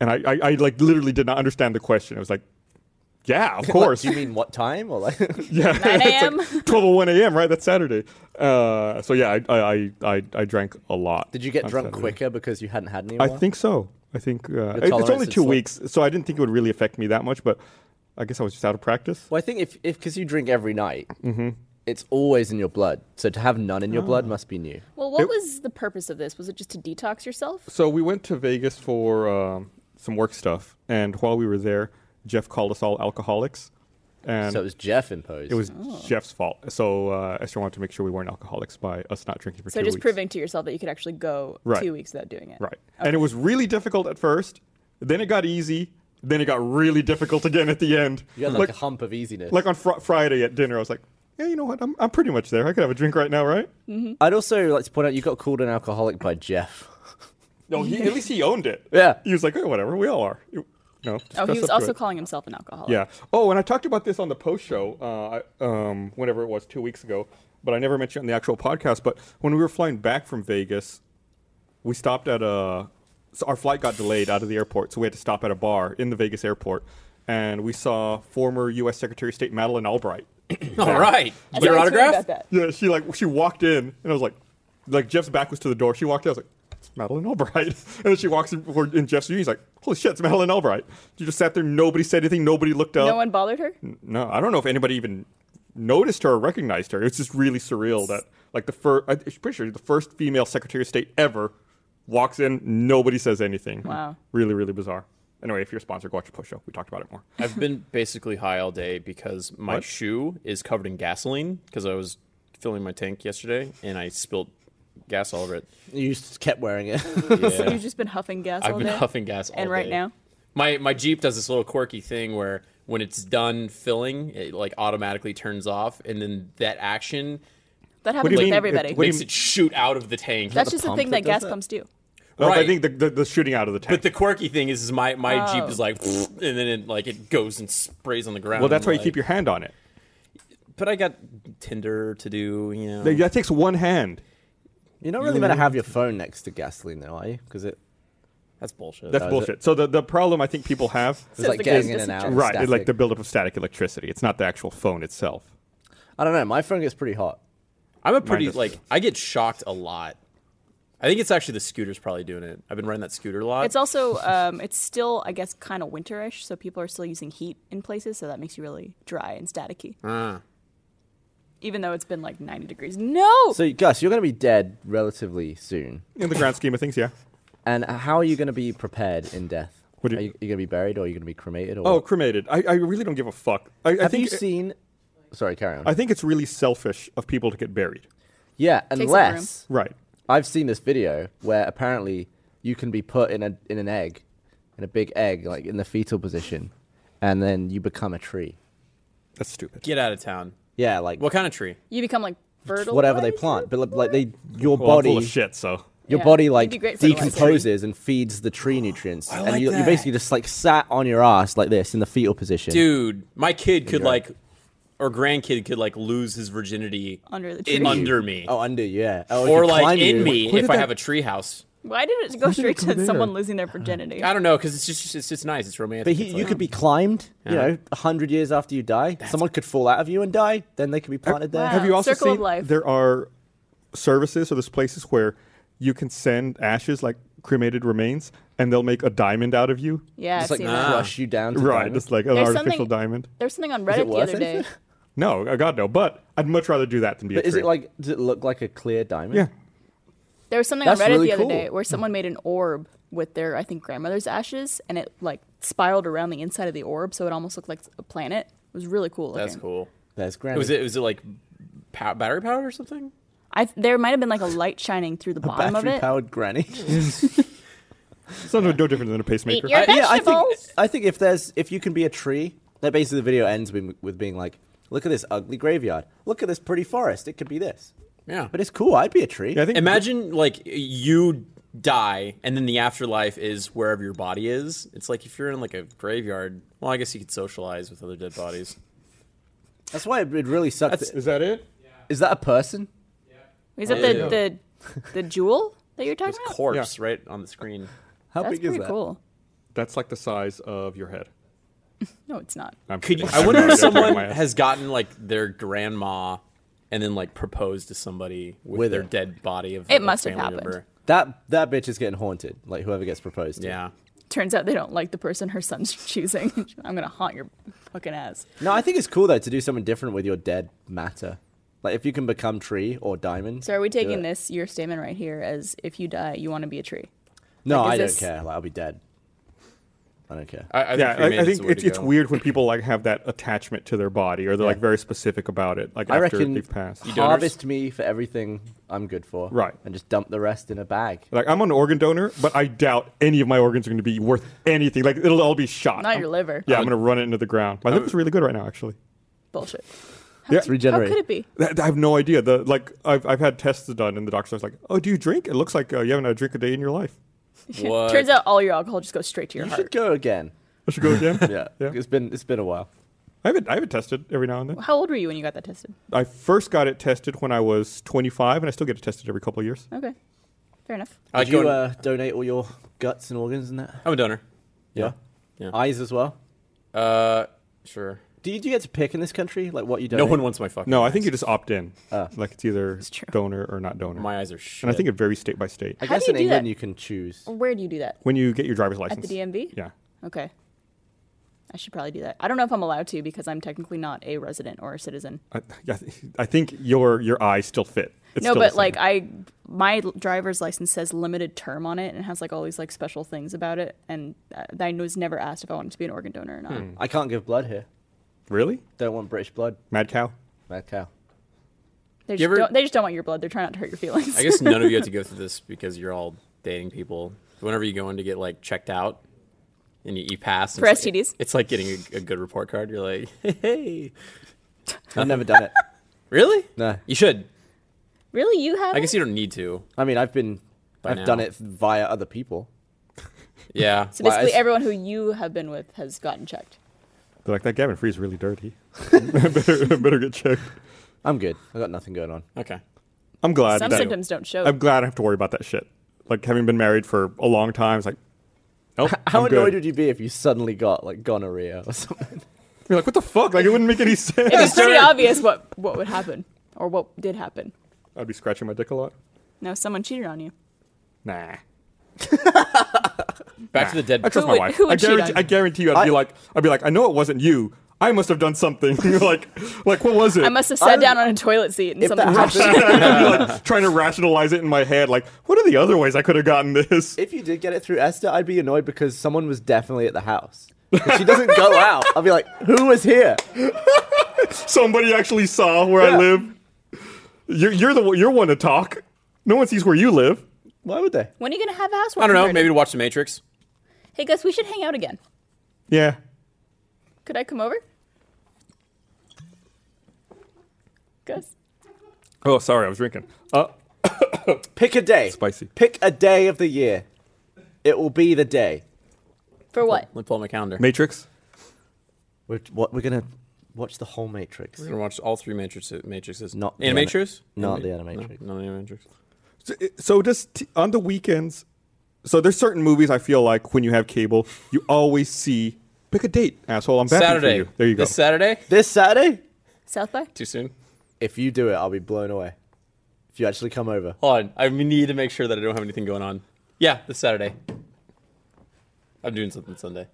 Speaker 1: And I, I, I like literally did not understand the question. I was like, "Yeah,
Speaker 2: [LAUGHS]
Speaker 1: of
Speaker 2: What,
Speaker 1: course." [LAUGHS] oh
Speaker 2: do you mean what time? Or like [LAUGHS]
Speaker 1: yeah,
Speaker 4: 9
Speaker 1: [LAUGHS]
Speaker 4: a.m.?
Speaker 1: it's like 12:01 a.m. Right? That's Saturday. Uh. So yeah, I I I, I, I drank a lot.
Speaker 2: Did you get
Speaker 1: on
Speaker 2: drunk
Speaker 1: Saturday.
Speaker 2: quicker because you hadn't had any? in a
Speaker 1: I
Speaker 2: while?
Speaker 1: think so. I think uh, it- it's
Speaker 2: tolerance
Speaker 1: only
Speaker 2: is
Speaker 1: two
Speaker 2: like-
Speaker 1: weeks, so I didn't think it would really affect me that much. But I guess I was just out of practice.
Speaker 2: Well, I think if if because you drink every night,
Speaker 1: Mm-hmm.
Speaker 2: it's always in your blood. So to have none in your
Speaker 1: Ah.
Speaker 2: blood must be new.
Speaker 4: well, what
Speaker 1: it-
Speaker 4: was the purpose of this? Was it just to detox yourself?
Speaker 1: So we went to Vegas for um, some work stuff, and while we were there, Jeff called us all alcoholics, and
Speaker 2: So it was Jeff imposed.
Speaker 1: it was Jeff's fault. So uh, Esther wanted to make sure we weren't alcoholics by us not drinking for
Speaker 4: So
Speaker 1: two
Speaker 4: just
Speaker 1: weeks.
Speaker 4: proving to yourself that you could actually go
Speaker 1: Right.
Speaker 4: two weeks without doing it.
Speaker 1: right, and it was really difficult at first. Then it got easy. Then it got really difficult again at the end.
Speaker 2: you had like, a hump of easiness.
Speaker 1: like on fr- Friday at dinner, I was like, "Yeah, you know what? I'm, I'm pretty much there. I could have a drink right now, right?"
Speaker 2: I'd also like to point out you got called an alcoholic by Jeff. [LAUGHS]
Speaker 1: No, he, at least he owned it.
Speaker 2: Yeah.
Speaker 1: He was like, oh, whatever, we all are. You- No.
Speaker 4: Oh, he
Speaker 1: fess
Speaker 4: was
Speaker 1: up to
Speaker 4: also
Speaker 1: it.
Speaker 4: calling himself an alcoholic.
Speaker 1: Yeah. Oh, and I talked about this on the post show, uh, I- um, whenever it was, two weeks ago, but I never mentioned it on the actual podcast. But when we were flying back from Vegas, we stopped at a. So our flight got delayed out of the airport, so we had to stop at a bar in the Vegas airport, and we saw former U.S. Secretary of State Madeleine Albright.
Speaker 3: [LAUGHS] All right.
Speaker 4: I saw
Speaker 3: Your
Speaker 4: you tweet
Speaker 3: autograph?
Speaker 4: About
Speaker 3: [LAUGHS]
Speaker 4: that.
Speaker 1: Yeah, she like she walked in, and I was like, like Jeff's back was to the door. She walked in, I was like, it's Madeline Albright, [LAUGHS] and then she walks in, toward- in Jeff's view. He's like, holy shit, it's Madeline Albright. She just sat there. Nobody said anything. Nobody looked up.
Speaker 4: No one bothered her.
Speaker 1: No, I don't know if anybody even noticed her or recognized her. It's just really surreal that like the first, I'm pretty sure the first female Secretary of State ever walks in. Nobody says anything.
Speaker 4: Wow.
Speaker 1: Really, really bizarre. Anyway, if you're a sponsor, go watch the post show. We talked about it more.
Speaker 3: I've been basically high all day because my
Speaker 1: What?
Speaker 3: shoe is covered in gasoline because I was filling my tank yesterday and I spilled gas all over [LAUGHS] it.
Speaker 2: You just kept wearing it. [LAUGHS]
Speaker 3: Yeah.
Speaker 4: So you've just been huffing gas
Speaker 3: I've
Speaker 4: all
Speaker 3: been
Speaker 4: day.
Speaker 3: huffing gas all
Speaker 4: And right
Speaker 3: day.
Speaker 4: now?
Speaker 3: my my Jeep does this little quirky thing where when it's done filling, it like automatically turns off, and then that action
Speaker 4: That
Speaker 1: do
Speaker 4: happens
Speaker 1: you
Speaker 4: with
Speaker 1: mean?
Speaker 4: everybody.
Speaker 1: What do you
Speaker 3: makes
Speaker 1: mean?
Speaker 3: it shoot out of the tank.
Speaker 4: That's just the
Speaker 2: pump
Speaker 4: thing
Speaker 2: that
Speaker 4: that gas
Speaker 2: does that?
Speaker 4: pumps do.
Speaker 1: No, but I
Speaker 3: Right.
Speaker 1: think the, the, the shooting out of the tank.
Speaker 3: but the quirky thing is, is my, my
Speaker 4: Oh.
Speaker 3: Jeep is like, and then it like it goes and sprays on the ground.
Speaker 1: well, that's why
Speaker 3: I'm
Speaker 1: you keep
Speaker 3: like,
Speaker 1: your hand on it.
Speaker 3: But I got Tinder to do, you know.
Speaker 1: That- That takes one hand.
Speaker 2: You're not really meant to have your phone next to gasoline, though, are you? Because it
Speaker 3: that's bullshit.
Speaker 1: That's
Speaker 2: is it?
Speaker 1: bullshit. So the, the problem I think people have,
Speaker 2: it's like
Speaker 4: the
Speaker 2: getting
Speaker 4: gas
Speaker 2: in and
Speaker 4: doesn't
Speaker 2: out.
Speaker 4: charge.
Speaker 2: of
Speaker 1: right, is like
Speaker 2: static.
Speaker 1: the buildup of static electricity. It's not the actual phone itself.
Speaker 2: I don't know. My phone gets pretty hot.
Speaker 3: I'm a pretty
Speaker 1: does
Speaker 3: like
Speaker 1: too.
Speaker 3: I get shocked a lot. I think it's actually the scooter's probably doing it. I've been riding that scooter a lot.
Speaker 4: It's also, um, it's still, I guess, kind of winterish, so people are still using heat in places, so that makes you really dry and staticky.
Speaker 3: Ah.
Speaker 4: even though it's been like 90 degrees. No.
Speaker 2: So, Gus, you're going to be dead relatively soon.
Speaker 1: In the grand scheme of things, yeah.
Speaker 2: And how are you going to be prepared in death?
Speaker 1: What do you-
Speaker 2: are you, you going to be buried or are you going to be cremated? Or
Speaker 1: Oh,
Speaker 2: what?
Speaker 1: cremated. I, I really don't give a fuck. I, I
Speaker 2: have
Speaker 1: think
Speaker 2: you seen? Sorry, carry on.
Speaker 1: I think it's really selfish of people to get buried.
Speaker 2: yeah,
Speaker 4: room.
Speaker 2: unless
Speaker 1: Right.
Speaker 2: I've seen this video where apparently you can be put in a in an egg, in a big egg, like in the fetal position, and then you become a tree.
Speaker 1: That's stupid.
Speaker 3: Get out of town.
Speaker 2: Yeah, like
Speaker 3: What kind of tree?
Speaker 4: You become like fertile.
Speaker 2: whatever they plant, but like- like they your
Speaker 1: Well, I'm
Speaker 2: body.
Speaker 1: full of shit, so.
Speaker 2: Your
Speaker 4: Yeah,
Speaker 2: body
Speaker 4: you'd
Speaker 2: like
Speaker 4: be great for the lights.
Speaker 2: decomposes and feeds the tree nutrients,
Speaker 3: like
Speaker 2: and you, you
Speaker 3: that.
Speaker 2: basically just like sat on your ass like this in the fetal position.
Speaker 3: Dude, my kid could like, or grandkid could like lose his virginity
Speaker 4: Under the
Speaker 3: in-
Speaker 4: tree.
Speaker 3: under me,
Speaker 2: Oh, under you, yeah, oh, it
Speaker 3: or
Speaker 2: could
Speaker 3: like
Speaker 2: climb
Speaker 3: in
Speaker 2: you.
Speaker 3: me
Speaker 1: Where
Speaker 3: if
Speaker 1: did
Speaker 3: I
Speaker 1: that-
Speaker 3: have a treehow.
Speaker 4: Why did it go
Speaker 1: did it
Speaker 4: straight
Speaker 1: go
Speaker 4: to
Speaker 1: there?
Speaker 4: someone losing their virginity?
Speaker 3: I don't know because it's just it's just nice. It's romantic.
Speaker 2: But he,
Speaker 3: It's
Speaker 2: you
Speaker 3: like-
Speaker 2: could be climbed, you know, a hundred years after you die. Someone could fall out of you and die. Then they could be planted there.
Speaker 4: Wow.
Speaker 1: Have you also
Speaker 4: Oh, Circle of
Speaker 1: seen
Speaker 4: life.
Speaker 1: there are services or there's places where you can send ashes like cremated remains and they'll make a diamond out of you?
Speaker 4: Yeah, I've
Speaker 2: Just like
Speaker 4: seen that.
Speaker 2: crush you down. To
Speaker 1: Right,
Speaker 2: diamonds.
Speaker 1: it's like an
Speaker 4: There's
Speaker 1: artificial
Speaker 4: something-
Speaker 1: diamond.
Speaker 4: There's something on Reddit the
Speaker 2: worth
Speaker 4: other
Speaker 2: anything?
Speaker 4: day.
Speaker 1: No, uh, God no. But I'd much rather do that than be a
Speaker 2: But is
Speaker 1: tree.
Speaker 2: it like? Does it look like a clear diamond?
Speaker 1: yeah,
Speaker 4: There was something
Speaker 2: That's
Speaker 4: on Reddit
Speaker 2: really
Speaker 4: the other
Speaker 2: cool.
Speaker 4: day where someone made an orb with their, I think, grandmother's ashes, and it like spiraled around the inside of the orb, so it almost looked like a planet. It was really cool.
Speaker 3: oh, That's
Speaker 4: looking.
Speaker 3: cool.
Speaker 2: That's grand.
Speaker 3: Was it was it like pow- battery powered or something?
Speaker 4: I there might have been like a light shining
Speaker 2: [LAUGHS]
Speaker 4: through the bottom of
Speaker 2: battery
Speaker 4: it.
Speaker 2: powered
Speaker 4: [LAUGHS]
Speaker 2: granny?
Speaker 1: it's not, no different than a pacemaker.
Speaker 4: your-
Speaker 2: yeah, I think
Speaker 4: Vegetables.
Speaker 2: I think if there's if you can be a tree, that basically the video ends with, with being like, look at this ugly graveyard. Look at this pretty forest. It could be this.
Speaker 3: Yeah.
Speaker 2: But it's cool. I'd be a tree.
Speaker 1: Yeah, I think
Speaker 3: Imagine like you die and then the afterlife is wherever your body is. It's like if you're in like a graveyard. Well, I guess you could socialize with other dead bodies.
Speaker 2: That's why it would really suck.
Speaker 3: That's-
Speaker 2: that-
Speaker 1: Is that it?
Speaker 2: Is that a person?
Speaker 4: Is that the,
Speaker 3: Yeah.
Speaker 4: the the jewel that you're talking
Speaker 3: There's
Speaker 4: about?
Speaker 3: corpse right on the screen.
Speaker 2: How
Speaker 4: That's
Speaker 2: big is
Speaker 4: pretty
Speaker 2: that?
Speaker 4: cool.
Speaker 1: That's like the size of your head.
Speaker 4: No, it's not.
Speaker 1: I'm
Speaker 3: Could [LAUGHS] you,
Speaker 1: kidding.
Speaker 3: I wonder
Speaker 1: have no
Speaker 3: if
Speaker 1: idea. I'm talking
Speaker 3: someone
Speaker 1: my ass.
Speaker 3: has gotten like their grandma and then like proposed to somebody with,
Speaker 2: With
Speaker 3: their
Speaker 2: it.
Speaker 3: dead body of
Speaker 4: It
Speaker 3: a
Speaker 4: must have
Speaker 3: family
Speaker 4: happened.
Speaker 3: member.
Speaker 2: That that bitch is getting haunted. Like whoever gets proposed to.
Speaker 3: Yeah.
Speaker 4: Turns out they don't like the person her son's [LAUGHS] choosing. I'm gonna haunt your fucking ass.
Speaker 2: No, I think it's cool though to do something different with your dead matter. Like if you can become tree or diamond.
Speaker 4: So are we
Speaker 2: do
Speaker 4: taking
Speaker 2: it.
Speaker 4: this your statement right here as if you die, you want to be a tree?
Speaker 2: No,
Speaker 4: like, is
Speaker 2: I don't
Speaker 4: this-
Speaker 2: care. Like, I'll be dead. I don't care.
Speaker 3: I, I
Speaker 1: Yeah, I,
Speaker 3: cremated
Speaker 1: I
Speaker 3: is
Speaker 1: think
Speaker 3: the way
Speaker 1: it's,
Speaker 3: to
Speaker 1: it's
Speaker 3: go.
Speaker 1: weird when people like have that attachment to their body, or they're like very specific about it, like
Speaker 2: I
Speaker 1: after
Speaker 2: reckon
Speaker 1: they've passed.
Speaker 3: donors?
Speaker 2: harvest me for everything I'm good for.
Speaker 1: Right.
Speaker 2: And just dump the rest in a bag.
Speaker 1: Like I'm an organ donor, but I doubt any of my organs are going to be worth anything. Like it'll all be shot.
Speaker 4: Not your liver.
Speaker 1: yeah, I'm going to run it into the ground. My liver's really good right now, actually.
Speaker 4: Bullshit.
Speaker 2: It's regenerate.
Speaker 4: How could it be?
Speaker 1: That- I have no idea. The like I've I've had tests done, and the doctor's like, "Oh, do you drink? It looks like uh, you haven't had a drink a day in your life."
Speaker 3: What?
Speaker 4: Turns out all your alcohol just goes straight to your
Speaker 2: You
Speaker 4: heart.
Speaker 2: should go again.
Speaker 1: I should go again.
Speaker 2: [LAUGHS] Yeah.
Speaker 1: yeah.
Speaker 2: It's been it's been a while.
Speaker 1: I haven't I haven't tested every now and then.
Speaker 4: How old were you when you got that tested?
Speaker 1: I first got it tested when I was 25, and I still get it tested every couple of years.
Speaker 4: Okay, fair enough.
Speaker 3: I like
Speaker 2: Did you
Speaker 3: going-
Speaker 2: uh, donate all your guts and organs and that?
Speaker 3: I'm a donor.
Speaker 2: Yeah.
Speaker 3: Yeah.
Speaker 2: Eyes as well.
Speaker 3: Uh, sure.
Speaker 2: Do you, do you get to pick in this country? Like what you donate?
Speaker 3: No one wants my fucking.
Speaker 1: No, I
Speaker 3: eyes.
Speaker 1: think you just opt in. like it's either
Speaker 4: true.
Speaker 1: donor or not donor.
Speaker 3: [LAUGHS] my eyes are shit.
Speaker 1: and I think it varies state by state.
Speaker 2: I
Speaker 4: How do
Speaker 2: guess
Speaker 4: you
Speaker 2: in
Speaker 4: do that?
Speaker 2: England you can choose.
Speaker 4: Where do you do that?
Speaker 1: When you get your driver's
Speaker 4: At
Speaker 1: license.
Speaker 4: the DMV?
Speaker 1: Yeah.
Speaker 4: Okay. I should probably do that. I don't know if I'm allowed to because I'm technically not a resident or a citizen.
Speaker 1: I, yeah, I think your your eyes still fit. It's
Speaker 4: no,
Speaker 1: still the
Speaker 4: but
Speaker 1: same.
Speaker 4: like I, my l- driver's license says limited term on it and has like all these like special things about it, and uh, I was never asked if I wanted to be an organ donor or not.
Speaker 3: Hmm.
Speaker 2: I can't give blood here.
Speaker 1: really
Speaker 2: Don't want British blood.
Speaker 1: mad cow.
Speaker 2: Mad cow.
Speaker 4: They just,
Speaker 3: You ever-
Speaker 4: don't, they just don't want your blood. They're trying not to hurt your feelings.
Speaker 3: I guess none of you have to go through this because you're all dating people. Whenever you go in to get like checked out and you, you pass
Speaker 4: For
Speaker 3: it's like-
Speaker 4: STDs?
Speaker 3: it's like getting a, a good report card. You're like, [LAUGHS] hey,
Speaker 2: I've never done
Speaker 4: [LAUGHS]
Speaker 2: it.
Speaker 3: really?
Speaker 2: No.
Speaker 3: you should.
Speaker 4: [LAUGHS] really, you have?
Speaker 3: I guess you don't need to.
Speaker 2: I mean, I've been,
Speaker 3: By
Speaker 2: I've done
Speaker 3: now.
Speaker 2: it via other people.
Speaker 3: Yeah,
Speaker 4: so basically,
Speaker 2: Well, I-
Speaker 4: everyone who you have been with has gotten checked.
Speaker 1: They're like that Gavin Free's really
Speaker 4: [LAUGHS]
Speaker 1: dirty. better, better get checked.
Speaker 2: I'm good. I got nothing going on.
Speaker 3: okay.
Speaker 1: I'm glad.
Speaker 4: Some
Speaker 1: that,
Speaker 4: symptoms don't show.
Speaker 1: I'm glad I don't have to worry about that shit. Like having been married for a long time, it's like, [LAUGHS] nope.
Speaker 2: How
Speaker 1: I'm
Speaker 2: annoyed
Speaker 1: good.
Speaker 2: would you be if you suddenly got like gonorrhea or [LAUGHS] something?
Speaker 1: You're like, what the fuck? Like it wouldn't make
Speaker 4: [LAUGHS]
Speaker 1: any sense.
Speaker 4: it's pretty obvious what what would happen or what did happen.
Speaker 1: I'd be scratching my dick a lot.
Speaker 4: No, someone cheated on you.
Speaker 1: Nah.
Speaker 3: Back to the dead.
Speaker 1: I trust
Speaker 4: Who
Speaker 1: my
Speaker 4: would-
Speaker 1: wife.
Speaker 4: who would
Speaker 1: I
Speaker 4: cheat
Speaker 1: guarantee.
Speaker 4: on you?
Speaker 1: I guarantee you. I'd be
Speaker 2: I-
Speaker 1: like, I'd be like, I know it wasn't you. I must have done something. [LAUGHS] like, like what was it? [LAUGHS]
Speaker 4: I must have sat
Speaker 2: I'm-
Speaker 4: down on a toilet seat and
Speaker 2: If
Speaker 4: something
Speaker 2: that
Speaker 4: happened.
Speaker 2: happened,
Speaker 1: like, trying to rationalize it in my head. Like, what are the other ways I could have gotten this?
Speaker 2: [LAUGHS] if you did get it through Esther, I'd be annoyed because someone was definitely at the house. If she doesn't [LAUGHS] go out, I'll be like, who was here?
Speaker 1: Somebody actually saw where I
Speaker 2: Yeah.
Speaker 1: live. You're, you're the one- you're one to talk. No one sees where you live.
Speaker 2: Why would they?
Speaker 4: When are you gonna have a housewarming?
Speaker 3: I don't know.
Speaker 4: party?
Speaker 3: Maybe to watch The Matrix.
Speaker 4: Hey Gus, we should hang out again.
Speaker 1: Yeah.
Speaker 4: Could I come over? Gus,
Speaker 1: Oh, sorry, I was drinking. Uh,
Speaker 2: Pick a day.
Speaker 1: Spicy.
Speaker 2: Pick a day of the year. It will be the day.
Speaker 4: for what?
Speaker 3: Let me pull up my calendar.
Speaker 1: Matrix.
Speaker 2: We're, what, we're gonna watch the whole Matrix,
Speaker 3: We're gonna watch all three Matrices. Matrices.
Speaker 2: Not the
Speaker 3: Animatrix.
Speaker 2: not the
Speaker 3: Anima-
Speaker 2: Animatrix.
Speaker 3: No, not Animatrix.
Speaker 1: So, so just t- on the weekends, so there's certain movies I feel like when you have cable, you always see. Pick a date, asshole. I'm back
Speaker 3: Saturday.
Speaker 1: you. There you go.
Speaker 3: This Saturday.
Speaker 2: this Saturday.
Speaker 4: South by?
Speaker 3: Too soon.
Speaker 2: If you do it, I'll be blown away. If you actually come over,
Speaker 3: Hold on. I need to make sure that I don't have anything going on. Yeah, this Saturday. I'm doing something Sunday.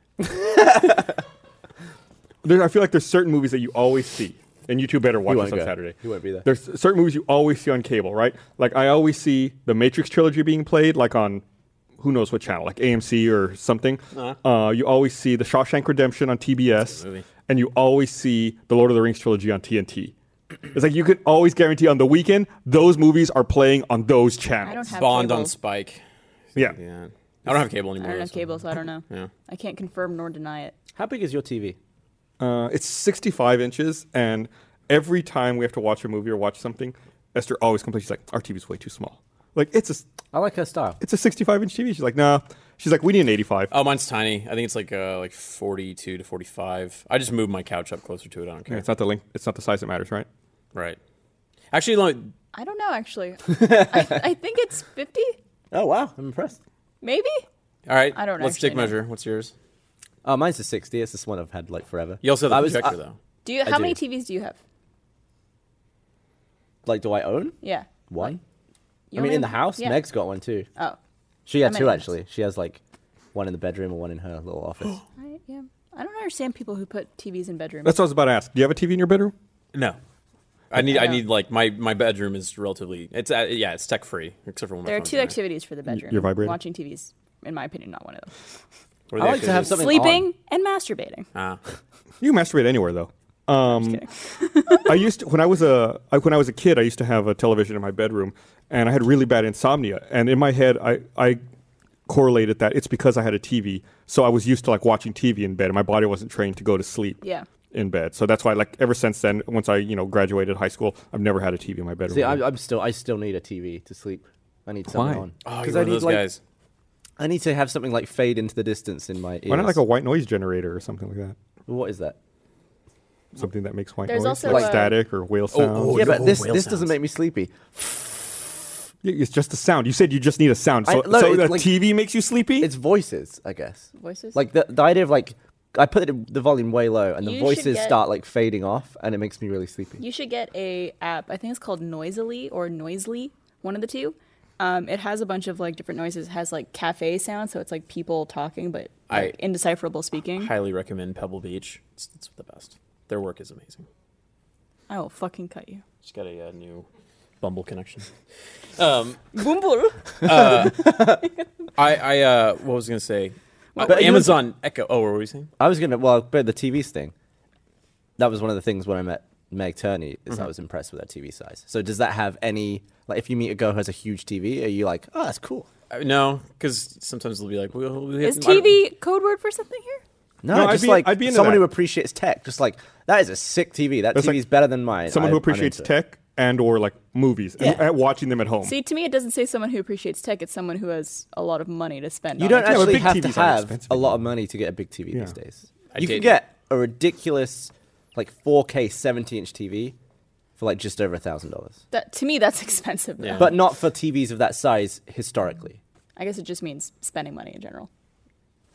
Speaker 1: There, I feel like there's certain movies that you always see, and you two better watch
Speaker 2: You
Speaker 1: this
Speaker 2: won't
Speaker 1: on
Speaker 2: go.
Speaker 1: Saturday.
Speaker 2: You won't be there.
Speaker 1: There's certain movies you always see on cable, right? Like I always see the Matrix trilogy being played, like on who knows what channel, like AMC or something.
Speaker 2: Uh-huh.
Speaker 1: uh you always see the Shawshank Redemption on TBS,
Speaker 3: movie.
Speaker 1: and you always see the Lord of the Rings trilogy on TNT. It's like you can always guarantee on the weekend those movies are playing on those channels.
Speaker 4: I don't have
Speaker 3: Bond
Speaker 4: cable.
Speaker 3: on Spike.
Speaker 1: yeah.
Speaker 3: Yeah. I don't have cable anymore.
Speaker 4: I don't have
Speaker 3: so-
Speaker 4: cable, so I don't know.
Speaker 3: Yeah.
Speaker 4: I can't confirm nor deny it.
Speaker 2: how big is your TV?
Speaker 1: Uh, it's 65 inches, and every time we have to watch a movie or watch something, Esther always complains. She's like, "Our TV's way too small." Like it's a
Speaker 2: I like her style.
Speaker 1: it's a 65 inch TV. She's like, "Nah." She's like, "We need an 85."
Speaker 3: Oh, mine's tiny. I think it's like uh, like 42 to 45. I just moved my couch up closer to it. I don't
Speaker 1: Yeah,
Speaker 3: care.
Speaker 1: it's not the length. It's not the size that matters, right?
Speaker 3: Right. Actually, like,
Speaker 4: I don't
Speaker 2: [LAUGHS]
Speaker 4: know actually. I, I think it's fifty,
Speaker 2: Oh wow, I'm impressed.
Speaker 4: maybe.
Speaker 3: all right.
Speaker 4: I don't
Speaker 3: Let's
Speaker 4: actually
Speaker 3: dick
Speaker 4: know.
Speaker 3: measure. What's yours?
Speaker 2: Oh, mine's a 60. It's this one I've had like forever.
Speaker 3: You also have the
Speaker 2: I was- uh,
Speaker 3: projector
Speaker 2: I-
Speaker 3: though.
Speaker 4: Do you? How
Speaker 2: do.
Speaker 4: many TVs do you have?
Speaker 2: Like, do I own
Speaker 4: Yeah.
Speaker 2: one?
Speaker 4: You
Speaker 2: I mean,
Speaker 4: only
Speaker 2: in the
Speaker 4: have-
Speaker 2: house,
Speaker 4: yeah.
Speaker 2: Meg's got one too.
Speaker 4: Oh,
Speaker 2: She had
Speaker 4: I'm in
Speaker 2: two
Speaker 4: the house.
Speaker 2: actually. She has like one in the bedroom and one in her little
Speaker 3: [GASPS]
Speaker 2: office.
Speaker 4: I, yeah. I don't understand people who put TVs in bedrooms.
Speaker 1: That's what I was about to ask. Do you have a TV in your bedroom?
Speaker 3: No. I need. I
Speaker 4: No.
Speaker 3: need like my my bedroom is relatively. It's uh, yeah. It's tech free except for when my
Speaker 4: there are
Speaker 3: phone's
Speaker 4: two
Speaker 3: in it.
Speaker 4: activities for the bedroom.
Speaker 1: you're vibrating?
Speaker 4: Watching TVs, in my opinion, not one of them.
Speaker 3: What are
Speaker 2: I
Speaker 3: the
Speaker 2: like to have
Speaker 3: activities?
Speaker 2: something
Speaker 4: Sleeping
Speaker 2: on.
Speaker 4: and masturbating.
Speaker 3: Ah.
Speaker 1: You can masturbate anywhere though. Um,
Speaker 4: kidding.
Speaker 1: [LAUGHS] I used to, when I was a I, when I was a kid, I used to have a television in my bedroom, and I had really bad insomnia. And in my head, I I correlated that it's because I had a TV, so I was used to like watching TV in bed, and my body wasn't trained to go to sleep.
Speaker 4: Yeah.
Speaker 1: In bed, so that's why like ever since then, once I you know graduated high school, I've never had a TV in my bedroom.
Speaker 2: See, I'm, I'm still. I still need a TV to sleep. I need something
Speaker 1: Why?
Speaker 2: on.
Speaker 3: Oh,
Speaker 2: 'Cause
Speaker 3: you're one
Speaker 2: I
Speaker 3: of
Speaker 2: need
Speaker 3: those
Speaker 2: like
Speaker 3: guys.
Speaker 2: I need to have something like fade into the distance in my ears.
Speaker 1: Why not like a white noise generator or something like that?
Speaker 2: what is that?
Speaker 1: Something that makes white
Speaker 4: There's
Speaker 1: noise,
Speaker 4: also
Speaker 1: like
Speaker 4: a-
Speaker 1: static or whale sounds.
Speaker 3: oh,
Speaker 2: yeah, but
Speaker 3: no,
Speaker 2: this
Speaker 3: whale
Speaker 2: this doesn't
Speaker 3: sounds.
Speaker 2: make me sleepy.
Speaker 1: Y- It's just a sound. You said you just need a sound. So,
Speaker 2: I- no,
Speaker 1: so
Speaker 2: it's
Speaker 1: the
Speaker 2: like-
Speaker 1: TV makes you sleepy.
Speaker 2: It's voices, I guess.
Speaker 4: Voices?
Speaker 2: Like the the idea of like I put it, the volume way low and the
Speaker 4: You should
Speaker 2: voices
Speaker 4: get-
Speaker 2: start like fading off and it makes me really sleepy.
Speaker 4: You should get a app. I think it's called Noisily or Noisely, one of the two. Um, it has a bunch of like different noises. It has like cafe sounds, so it's like people talking but
Speaker 3: I-
Speaker 4: like, indecipherable speaking.
Speaker 3: Highly recommend Pebble Beach. It's, it's the best. Their work is amazing.
Speaker 4: I will fucking cut you.
Speaker 3: Just got a uh, new Bumble connection. Um,
Speaker 4: Bumble.
Speaker 3: I, I uh, what was I gonna say? Uh,
Speaker 2: But you-
Speaker 3: Amazon Echo. Oh, what were we saying?
Speaker 2: I was gonna well, but the TV's thing. That was one of the things when I met Meg Turney is
Speaker 1: Mm-hmm.
Speaker 2: I was impressed with her TV size. So does that have any like if you meet a girl who has a huge TV, are you like, oh, that's cool?
Speaker 3: Uh, no, because sometimes they'll be like, well, we [LAUGHS] have-
Speaker 4: Is TV code word for something here?
Speaker 2: No,
Speaker 1: No, I'd
Speaker 2: just
Speaker 1: be-
Speaker 2: like
Speaker 1: I'd be into
Speaker 2: someone
Speaker 1: that.
Speaker 2: who appreciates tech. Just like that is a sick TV. That
Speaker 1: That's
Speaker 2: TV's
Speaker 1: like
Speaker 2: better than mine.
Speaker 1: Someone
Speaker 2: I-
Speaker 1: who
Speaker 2: I'm
Speaker 1: appreciates
Speaker 2: into it.
Speaker 1: tech and or like movies and,
Speaker 2: Yeah.
Speaker 1: and watching them at home.
Speaker 4: See, to me, it doesn't say someone who appreciates tech. It's someone who has a lot of money to spend.
Speaker 2: You
Speaker 4: on
Speaker 2: don't
Speaker 4: it.
Speaker 1: Yeah, but
Speaker 2: actually
Speaker 1: big
Speaker 2: have to
Speaker 1: TVs aren't
Speaker 2: have
Speaker 1: expensive
Speaker 2: a lot of money to get a big TV these days.
Speaker 3: I
Speaker 2: you can
Speaker 3: did.
Speaker 2: get a ridiculous like 4K 70 inch TV for like just over a thousand dollars,
Speaker 4: That, to me, that's [LAUGHS] expensive. though.
Speaker 3: Yeah.
Speaker 2: but not for TVs of that size historically.
Speaker 4: I guess it just means spending money in general.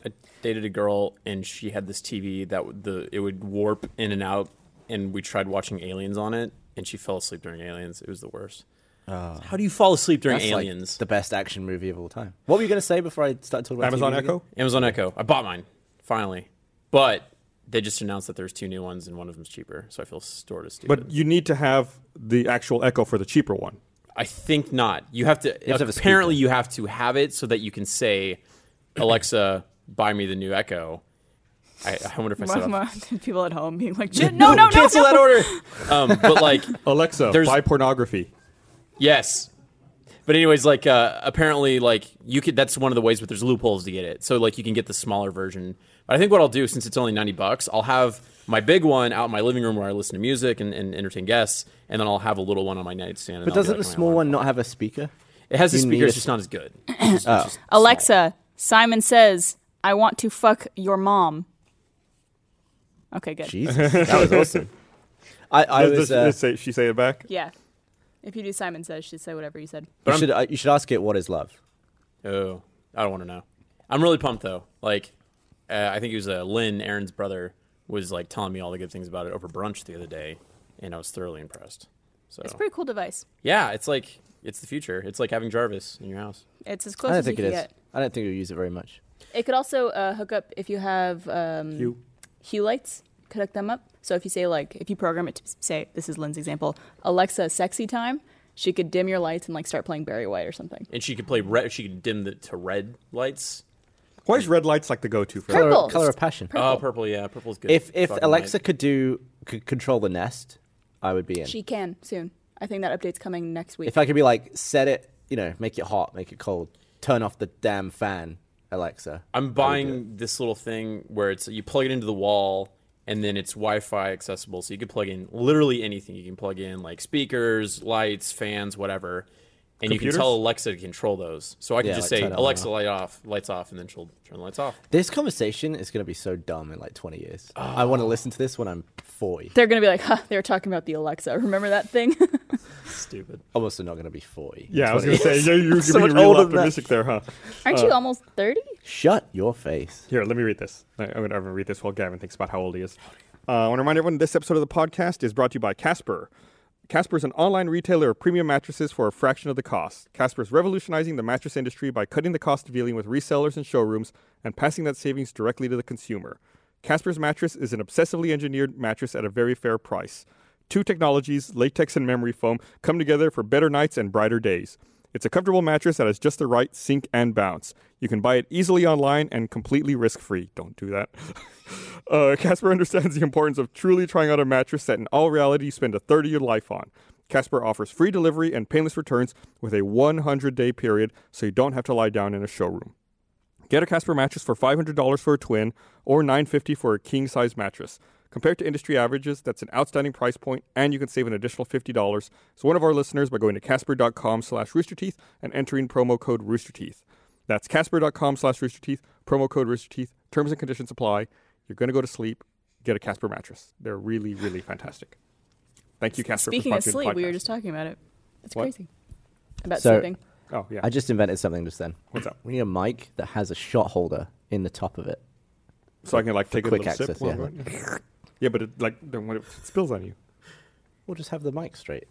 Speaker 3: I dated a girl and she had this TV that would- the it would warp in and out, and we tried watching Aliens on it, and she fell asleep during Aliens. It was the worst. How do you fall asleep during
Speaker 2: Ah. That's, like,
Speaker 3: Aliens?
Speaker 2: the best action movie of all time. What were you going to say before I started talking about
Speaker 1: Amazon
Speaker 2: TV again?
Speaker 1: Echo.
Speaker 3: Amazon Echo. I bought mine finally, but They just announced that there's two new ones and one of them's cheaper, so I feel sort of stupid.
Speaker 1: But you need to have the actual Echo for the cheaper one.
Speaker 3: I think not. You have to.
Speaker 2: have to have a
Speaker 3: apparently, you have to have it so that you can say, "Alexa, buy me the new Echo." I, I wonder if I said
Speaker 4: [LAUGHS]
Speaker 3: that. [LAUGHS]
Speaker 4: People at home being
Speaker 2: [LAUGHS]
Speaker 4: like, "J- no, no, no,
Speaker 3: cancel
Speaker 4: no.
Speaker 3: that order. Um, but like,
Speaker 1: Alexa,
Speaker 3: There's-
Speaker 1: buy pornography.
Speaker 3: yes. But anyways, like uh, apparently, like you could. That's one of the ways, but there's loopholes to get it. So like, you can get the smaller version. But I think what I'll do, since it's only ninety bucks, I'll have my big one out in my living room where I listen to music and, and entertain guests, and then I'll have a little one on my nightstand. and
Speaker 2: But
Speaker 3: I'll be
Speaker 2: doesn't
Speaker 3: like,
Speaker 2: the
Speaker 3: "Oh, I
Speaker 2: small
Speaker 3: want
Speaker 2: one not have a speaker?
Speaker 3: It has the
Speaker 2: you need
Speaker 3: speaker. It's
Speaker 2: a-
Speaker 3: just not as good.
Speaker 2: [CLEARS THROAT]
Speaker 4: Oh. Alexa, Simon says, I want to fuck your mom. Okay, good.
Speaker 2: [LAUGHS] Jesus, that was awesome. I, I
Speaker 1: Does,
Speaker 2: was.
Speaker 1: does-
Speaker 2: Uh,
Speaker 1: does say- she say it back?
Speaker 4: Yeah. If you do Simon says, she'd say whatever you said.
Speaker 2: you should uh, you should ask it what is love.
Speaker 3: Oh, I don't want to know. I'm really pumped though. Like, uh, I think it was uh, Lynn, Aaron's brother, was like telling me all the good things about it over brunch the other day, and I was thoroughly impressed. So
Speaker 2: Oh.
Speaker 4: It's a pretty cool device.
Speaker 3: yeah, it's like it's the future. It's like having Jarvis in your house.
Speaker 4: It's as
Speaker 2: I
Speaker 4: close
Speaker 2: don't
Speaker 4: as you
Speaker 2: think it
Speaker 4: can
Speaker 2: is.
Speaker 4: get.
Speaker 2: I don't think you use it very much.
Speaker 4: It could also uh, hook up if you have um,
Speaker 1: Hue.
Speaker 4: Hue lights, could hook them up. So if you say, like, if you program it to say, this is Lynn's example, Alexa, sexy time, she could dim your lights and, like, start playing Barry White or something.
Speaker 3: And she could play red. She could dim the to red lights.
Speaker 1: Why is red lights like the go-to for?
Speaker 4: Purple.
Speaker 1: that?
Speaker 2: Color, color of passion.
Speaker 3: Oh, purple. Yeah, purple's good.
Speaker 2: If if
Speaker 3: Fucking
Speaker 2: Alexa
Speaker 3: light.
Speaker 2: could do could control the Nest, I would be in.
Speaker 4: She can soon. I think that update's coming next week.
Speaker 2: if I could be like, set it, you know, make it hot, make it cold, turn off the damn fan, Alexa.
Speaker 3: I'm buying this little thing where it's you plug it into the wall and then it's Wi-Fi accessible, so you can plug in literally anything. You can plug in like speakers, lights, fans, whatever, and you
Speaker 1: Computers?
Speaker 3: can tell Alexa to control those. So I can
Speaker 2: Yeah,
Speaker 3: just
Speaker 2: like
Speaker 3: say
Speaker 2: turn it on
Speaker 3: Alexa,
Speaker 2: and
Speaker 3: light off, lights off, and then she'll turn the lights off.
Speaker 2: This conversation is gonna be so dumb in like 20 years. I want to listen to this when I'm 40.
Speaker 4: They're going to be like, huh, they were talking about the Alexa. Remember that thing? [LAUGHS]
Speaker 3: Stupid.
Speaker 2: I'm also not gonna be 40.
Speaker 1: Yeah, I was
Speaker 2: 20.
Speaker 1: gonna say you're, you're
Speaker 2: [LAUGHS] So
Speaker 1: being
Speaker 2: much
Speaker 1: real
Speaker 2: older than that.
Speaker 1: optimistic there, huh?
Speaker 4: Aren't
Speaker 1: Uh,
Speaker 4: you almost 30?
Speaker 2: Shut your face.
Speaker 1: Here, let me read this. I- I'm gonna, I'm gonna read this while Gavin thinks about how old he is. Uh, I want to remind everyone this episode of the podcast is brought to you by Casper. Casper is an online retailer of premium mattresses for a fraction of the cost. Casper is revolutionizing the mattress industry by cutting the cost of dealing with resellers and showrooms and passing that savings directly to the consumer. Casper's mattress is an obsessively engineered mattress at a very fair price. Two technologies, latex and memory foam, come together for better nights and brighter days. It's a comfortable mattress that has just the right sink and bounce. You can buy it easily online and completely risk free. Don't do that. [LAUGHS] uh, Casper understands the importance of truly trying out a mattress that, in all reality, you spend a third of your life on. Casper offers free delivery and painless returns with a 100 day period, so you don't have to lie down in a showroom. Get a Casper mattress for $500 for a twin or $950 for a king size mattress. Compared to industry averages, that's an outstanding price point, and you can save an additional $50. So one of our listeners by going to casper.com slash roosterteeth and entering promo code roosterteeth. That's casper.com slash roosterteeth, promo code roosterteeth, terms and conditions apply. You're going to go to sleep, get a Casper mattress. They're really, really fantastic. Thank you, Casper.
Speaker 4: Speaking
Speaker 1: for
Speaker 4: of
Speaker 1: sponsoring the
Speaker 4: sleep, we were
Speaker 1: podcast.
Speaker 4: just talking about it. It's
Speaker 1: What?
Speaker 4: crazy. About
Speaker 2: So-
Speaker 4: sleeping.
Speaker 1: Oh, yeah.
Speaker 2: I just invented something just then.
Speaker 1: What's up?
Speaker 2: We need a mic that has a shot holder in the top of it.
Speaker 1: so I can like take a
Speaker 2: quick
Speaker 1: little
Speaker 2: access,
Speaker 1: sip. while I'm- Yeah. but it, like then when it spills on you.
Speaker 2: We'll just have the mic straight.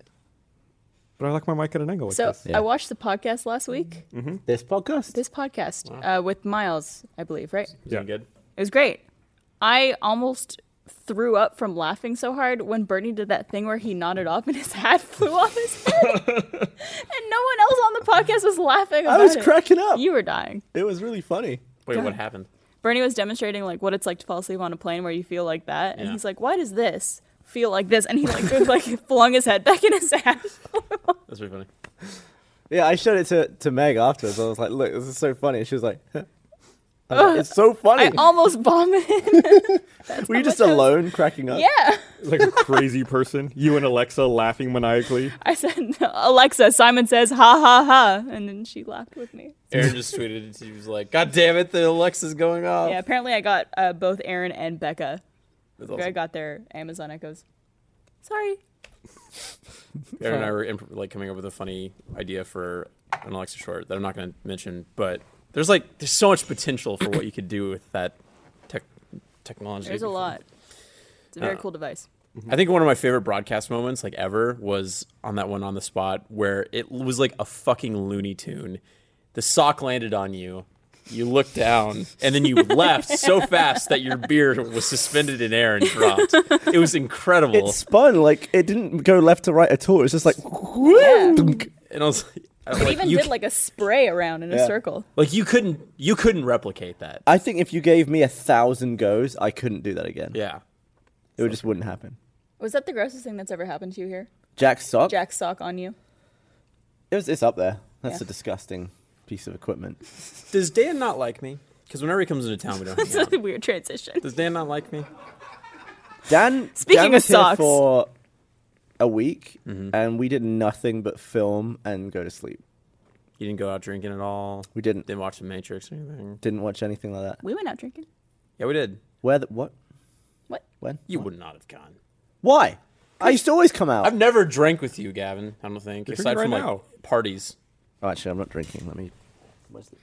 Speaker 1: But I like my mic at an angle like
Speaker 4: So
Speaker 1: this. Mm.
Speaker 2: Yeah.
Speaker 4: I watched the podcast last week,
Speaker 2: This podcast.
Speaker 4: this podcast uh, with Miles, I believe, right?
Speaker 1: [LAUGHS]
Speaker 3: Yeah.
Speaker 1: Yeah.
Speaker 3: Good.
Speaker 4: It was great. I almost threw up from laughing so hard when Bernie did that thing where he nodded off and his hat [LAUGHS] flew off his head.
Speaker 1: [LAUGHS]
Speaker 4: and no one else on the podcast was laughing.
Speaker 2: I was
Speaker 4: about it.
Speaker 2: cracking up.
Speaker 4: You were dying.
Speaker 2: It was really funny.
Speaker 3: Wait,
Speaker 4: God.
Speaker 3: what happened?
Speaker 4: Bernie was demonstrating like what it's like to fall asleep on a plane where you feel like that, and
Speaker 3: Yeah.
Speaker 4: he's like, "Why does this feel like this?" And he like goes, like [LAUGHS] flung his head back in his ass.
Speaker 3: That's really funny.
Speaker 2: Yeah, I showed it to, to Meg afterwards. I was like, look, this is so funny. And she was like, I was like, it's so
Speaker 4: [LAUGHS] I
Speaker 2: funny.
Speaker 4: almost vomited.
Speaker 3: [LAUGHS]
Speaker 2: Were you just
Speaker 4: much I was-
Speaker 2: alone cracking up?
Speaker 4: yeah,
Speaker 1: like a crazy person. You and Alexa laughing maniacally.
Speaker 4: I said, "Alexa, Simon says ha ha ha," and then she laughed with me.
Speaker 3: Aaron just tweeted it. She was like, "God damn it, the Alexa's going off."
Speaker 4: Yeah, apparently I got uh, both Aaron and Becca.
Speaker 3: Oh. That's
Speaker 4: I
Speaker 3: awesome.
Speaker 4: got their Amazon Echoes. Sorry.
Speaker 3: Aaron and I were imp- like coming up with a funny idea for an Alexa short that I'm not going to mention, but there's like there's so much potential for what you could do with that tech technology.
Speaker 4: There's a lot. It's a very
Speaker 3: Uh,
Speaker 4: cool device.
Speaker 3: I think one of my favorite broadcast moments like ever was on that one on the spot where it was like a fucking Looney Tune. The sock landed on you, You looked down, and then you left so fast that your beer was suspended in air and dropped. It was incredible.
Speaker 2: It spun like it didn't go left to right at all. It was just like dunk.
Speaker 3: and I was, like- I was
Speaker 4: It
Speaker 3: like,
Speaker 4: even
Speaker 3: you,
Speaker 4: did like a spray around in a
Speaker 2: Yeah.
Speaker 4: circle.
Speaker 3: like you couldn't you couldn't replicate that.
Speaker 2: I think if you gave me a thousand goes, I couldn't do that again.
Speaker 3: Yeah.
Speaker 2: It would just wouldn't happen.
Speaker 4: Was that the grossest thing that's ever happened to you here?
Speaker 2: Jack's sock.
Speaker 4: Jack's sock on you. [LAUGHS]
Speaker 2: It was, it's up there. That's
Speaker 4: Yeah.
Speaker 2: a disgusting piece of equipment.
Speaker 3: Does Dan not like me? Because whenever he comes into town, we don't.
Speaker 4: That's [LAUGHS]
Speaker 3: Hang out.
Speaker 4: a weird transition.
Speaker 3: Does Dan not like me?
Speaker 2: Dan.
Speaker 4: Speaking
Speaker 2: Dan
Speaker 4: of
Speaker 2: was here
Speaker 4: socks.
Speaker 2: for a week,
Speaker 1: Mm-hmm.
Speaker 2: and we did nothing but film and go to sleep.
Speaker 3: You didn't go out drinking at all.
Speaker 2: We didn't
Speaker 3: Didn't watch The Matrix or anything.
Speaker 2: didn't watch anything like that.
Speaker 4: We went out drinking.
Speaker 3: Yeah, we did.
Speaker 2: Where the, what
Speaker 4: What?
Speaker 2: when
Speaker 3: You would not have gone.
Speaker 2: why? I used to always come out.
Speaker 3: I've never drank with you, Gavin. I don't think.
Speaker 1: You're
Speaker 3: Aside
Speaker 1: drinking
Speaker 3: from
Speaker 1: right
Speaker 3: like
Speaker 1: now.
Speaker 3: parties.
Speaker 2: Oh, actually, I'm not drinking. Let me. Where's the,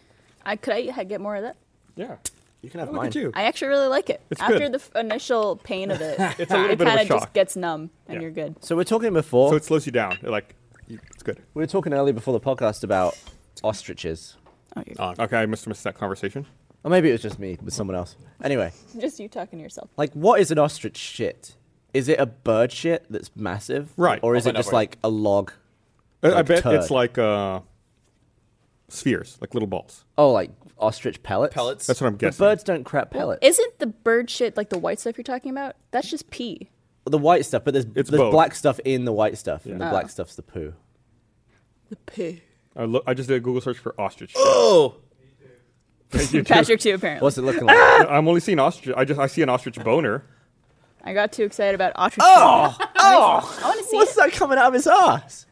Speaker 4: I could I ha- get more of that?
Speaker 1: Yeah.
Speaker 2: you can have
Speaker 1: Look
Speaker 2: mine.
Speaker 1: at you.
Speaker 4: I actually really like it.
Speaker 1: It's
Speaker 4: After
Speaker 1: good.
Speaker 4: the f- initial pain of it,
Speaker 1: It's a little
Speaker 4: it
Speaker 1: bit of a
Speaker 4: kind of just
Speaker 1: shock.
Speaker 4: gets numb and
Speaker 1: Yeah.
Speaker 4: you're good.
Speaker 2: So we're talking before.
Speaker 1: So it slows you down. It, like, you- it's good.
Speaker 2: we were talking earlier before the podcast about ostriches,
Speaker 4: Oh, you're
Speaker 1: Okay, I must have missed that conversation.
Speaker 2: or maybe it was just me with someone else. Anyway,
Speaker 4: good. Just you talking to yourself.
Speaker 2: like, what is an ostrich shit? Is it a bird shit that's massive,
Speaker 1: Right.
Speaker 2: Or is
Speaker 1: I'll
Speaker 2: it
Speaker 1: find out
Speaker 2: just
Speaker 1: for you.
Speaker 2: like a log?
Speaker 1: I, I
Speaker 2: Like
Speaker 1: bet
Speaker 2: turd.
Speaker 1: it's like uh, spheres, like little balls.
Speaker 2: Oh, like ostrich pellets.
Speaker 3: Pellets.
Speaker 1: That's what I'm
Speaker 2: But
Speaker 1: guessing.
Speaker 2: birds don't crap pellets.
Speaker 4: Isn't the bird shit like the white stuff you're talking about? That's just pee.
Speaker 2: the white stuff, but there's
Speaker 1: It's
Speaker 2: there's
Speaker 1: both.
Speaker 2: black stuff in the white stuff, and the
Speaker 4: Oh.
Speaker 2: black stuff's the poo.
Speaker 4: The poo.
Speaker 1: I, lo- I just did a Google search for
Speaker 2: [GASPS]
Speaker 1: ostrich.
Speaker 3: Oh,
Speaker 4: [LAUGHS]
Speaker 1: You too.
Speaker 4: Patrick too, apparently.
Speaker 2: What's it looking like?
Speaker 1: I'm only seeing ostrich. I just I see an ostrich boner.
Speaker 4: I got too excited about ostrich. Oh, oh! I want to see
Speaker 2: What's
Speaker 4: it.
Speaker 2: that coming out of his ass?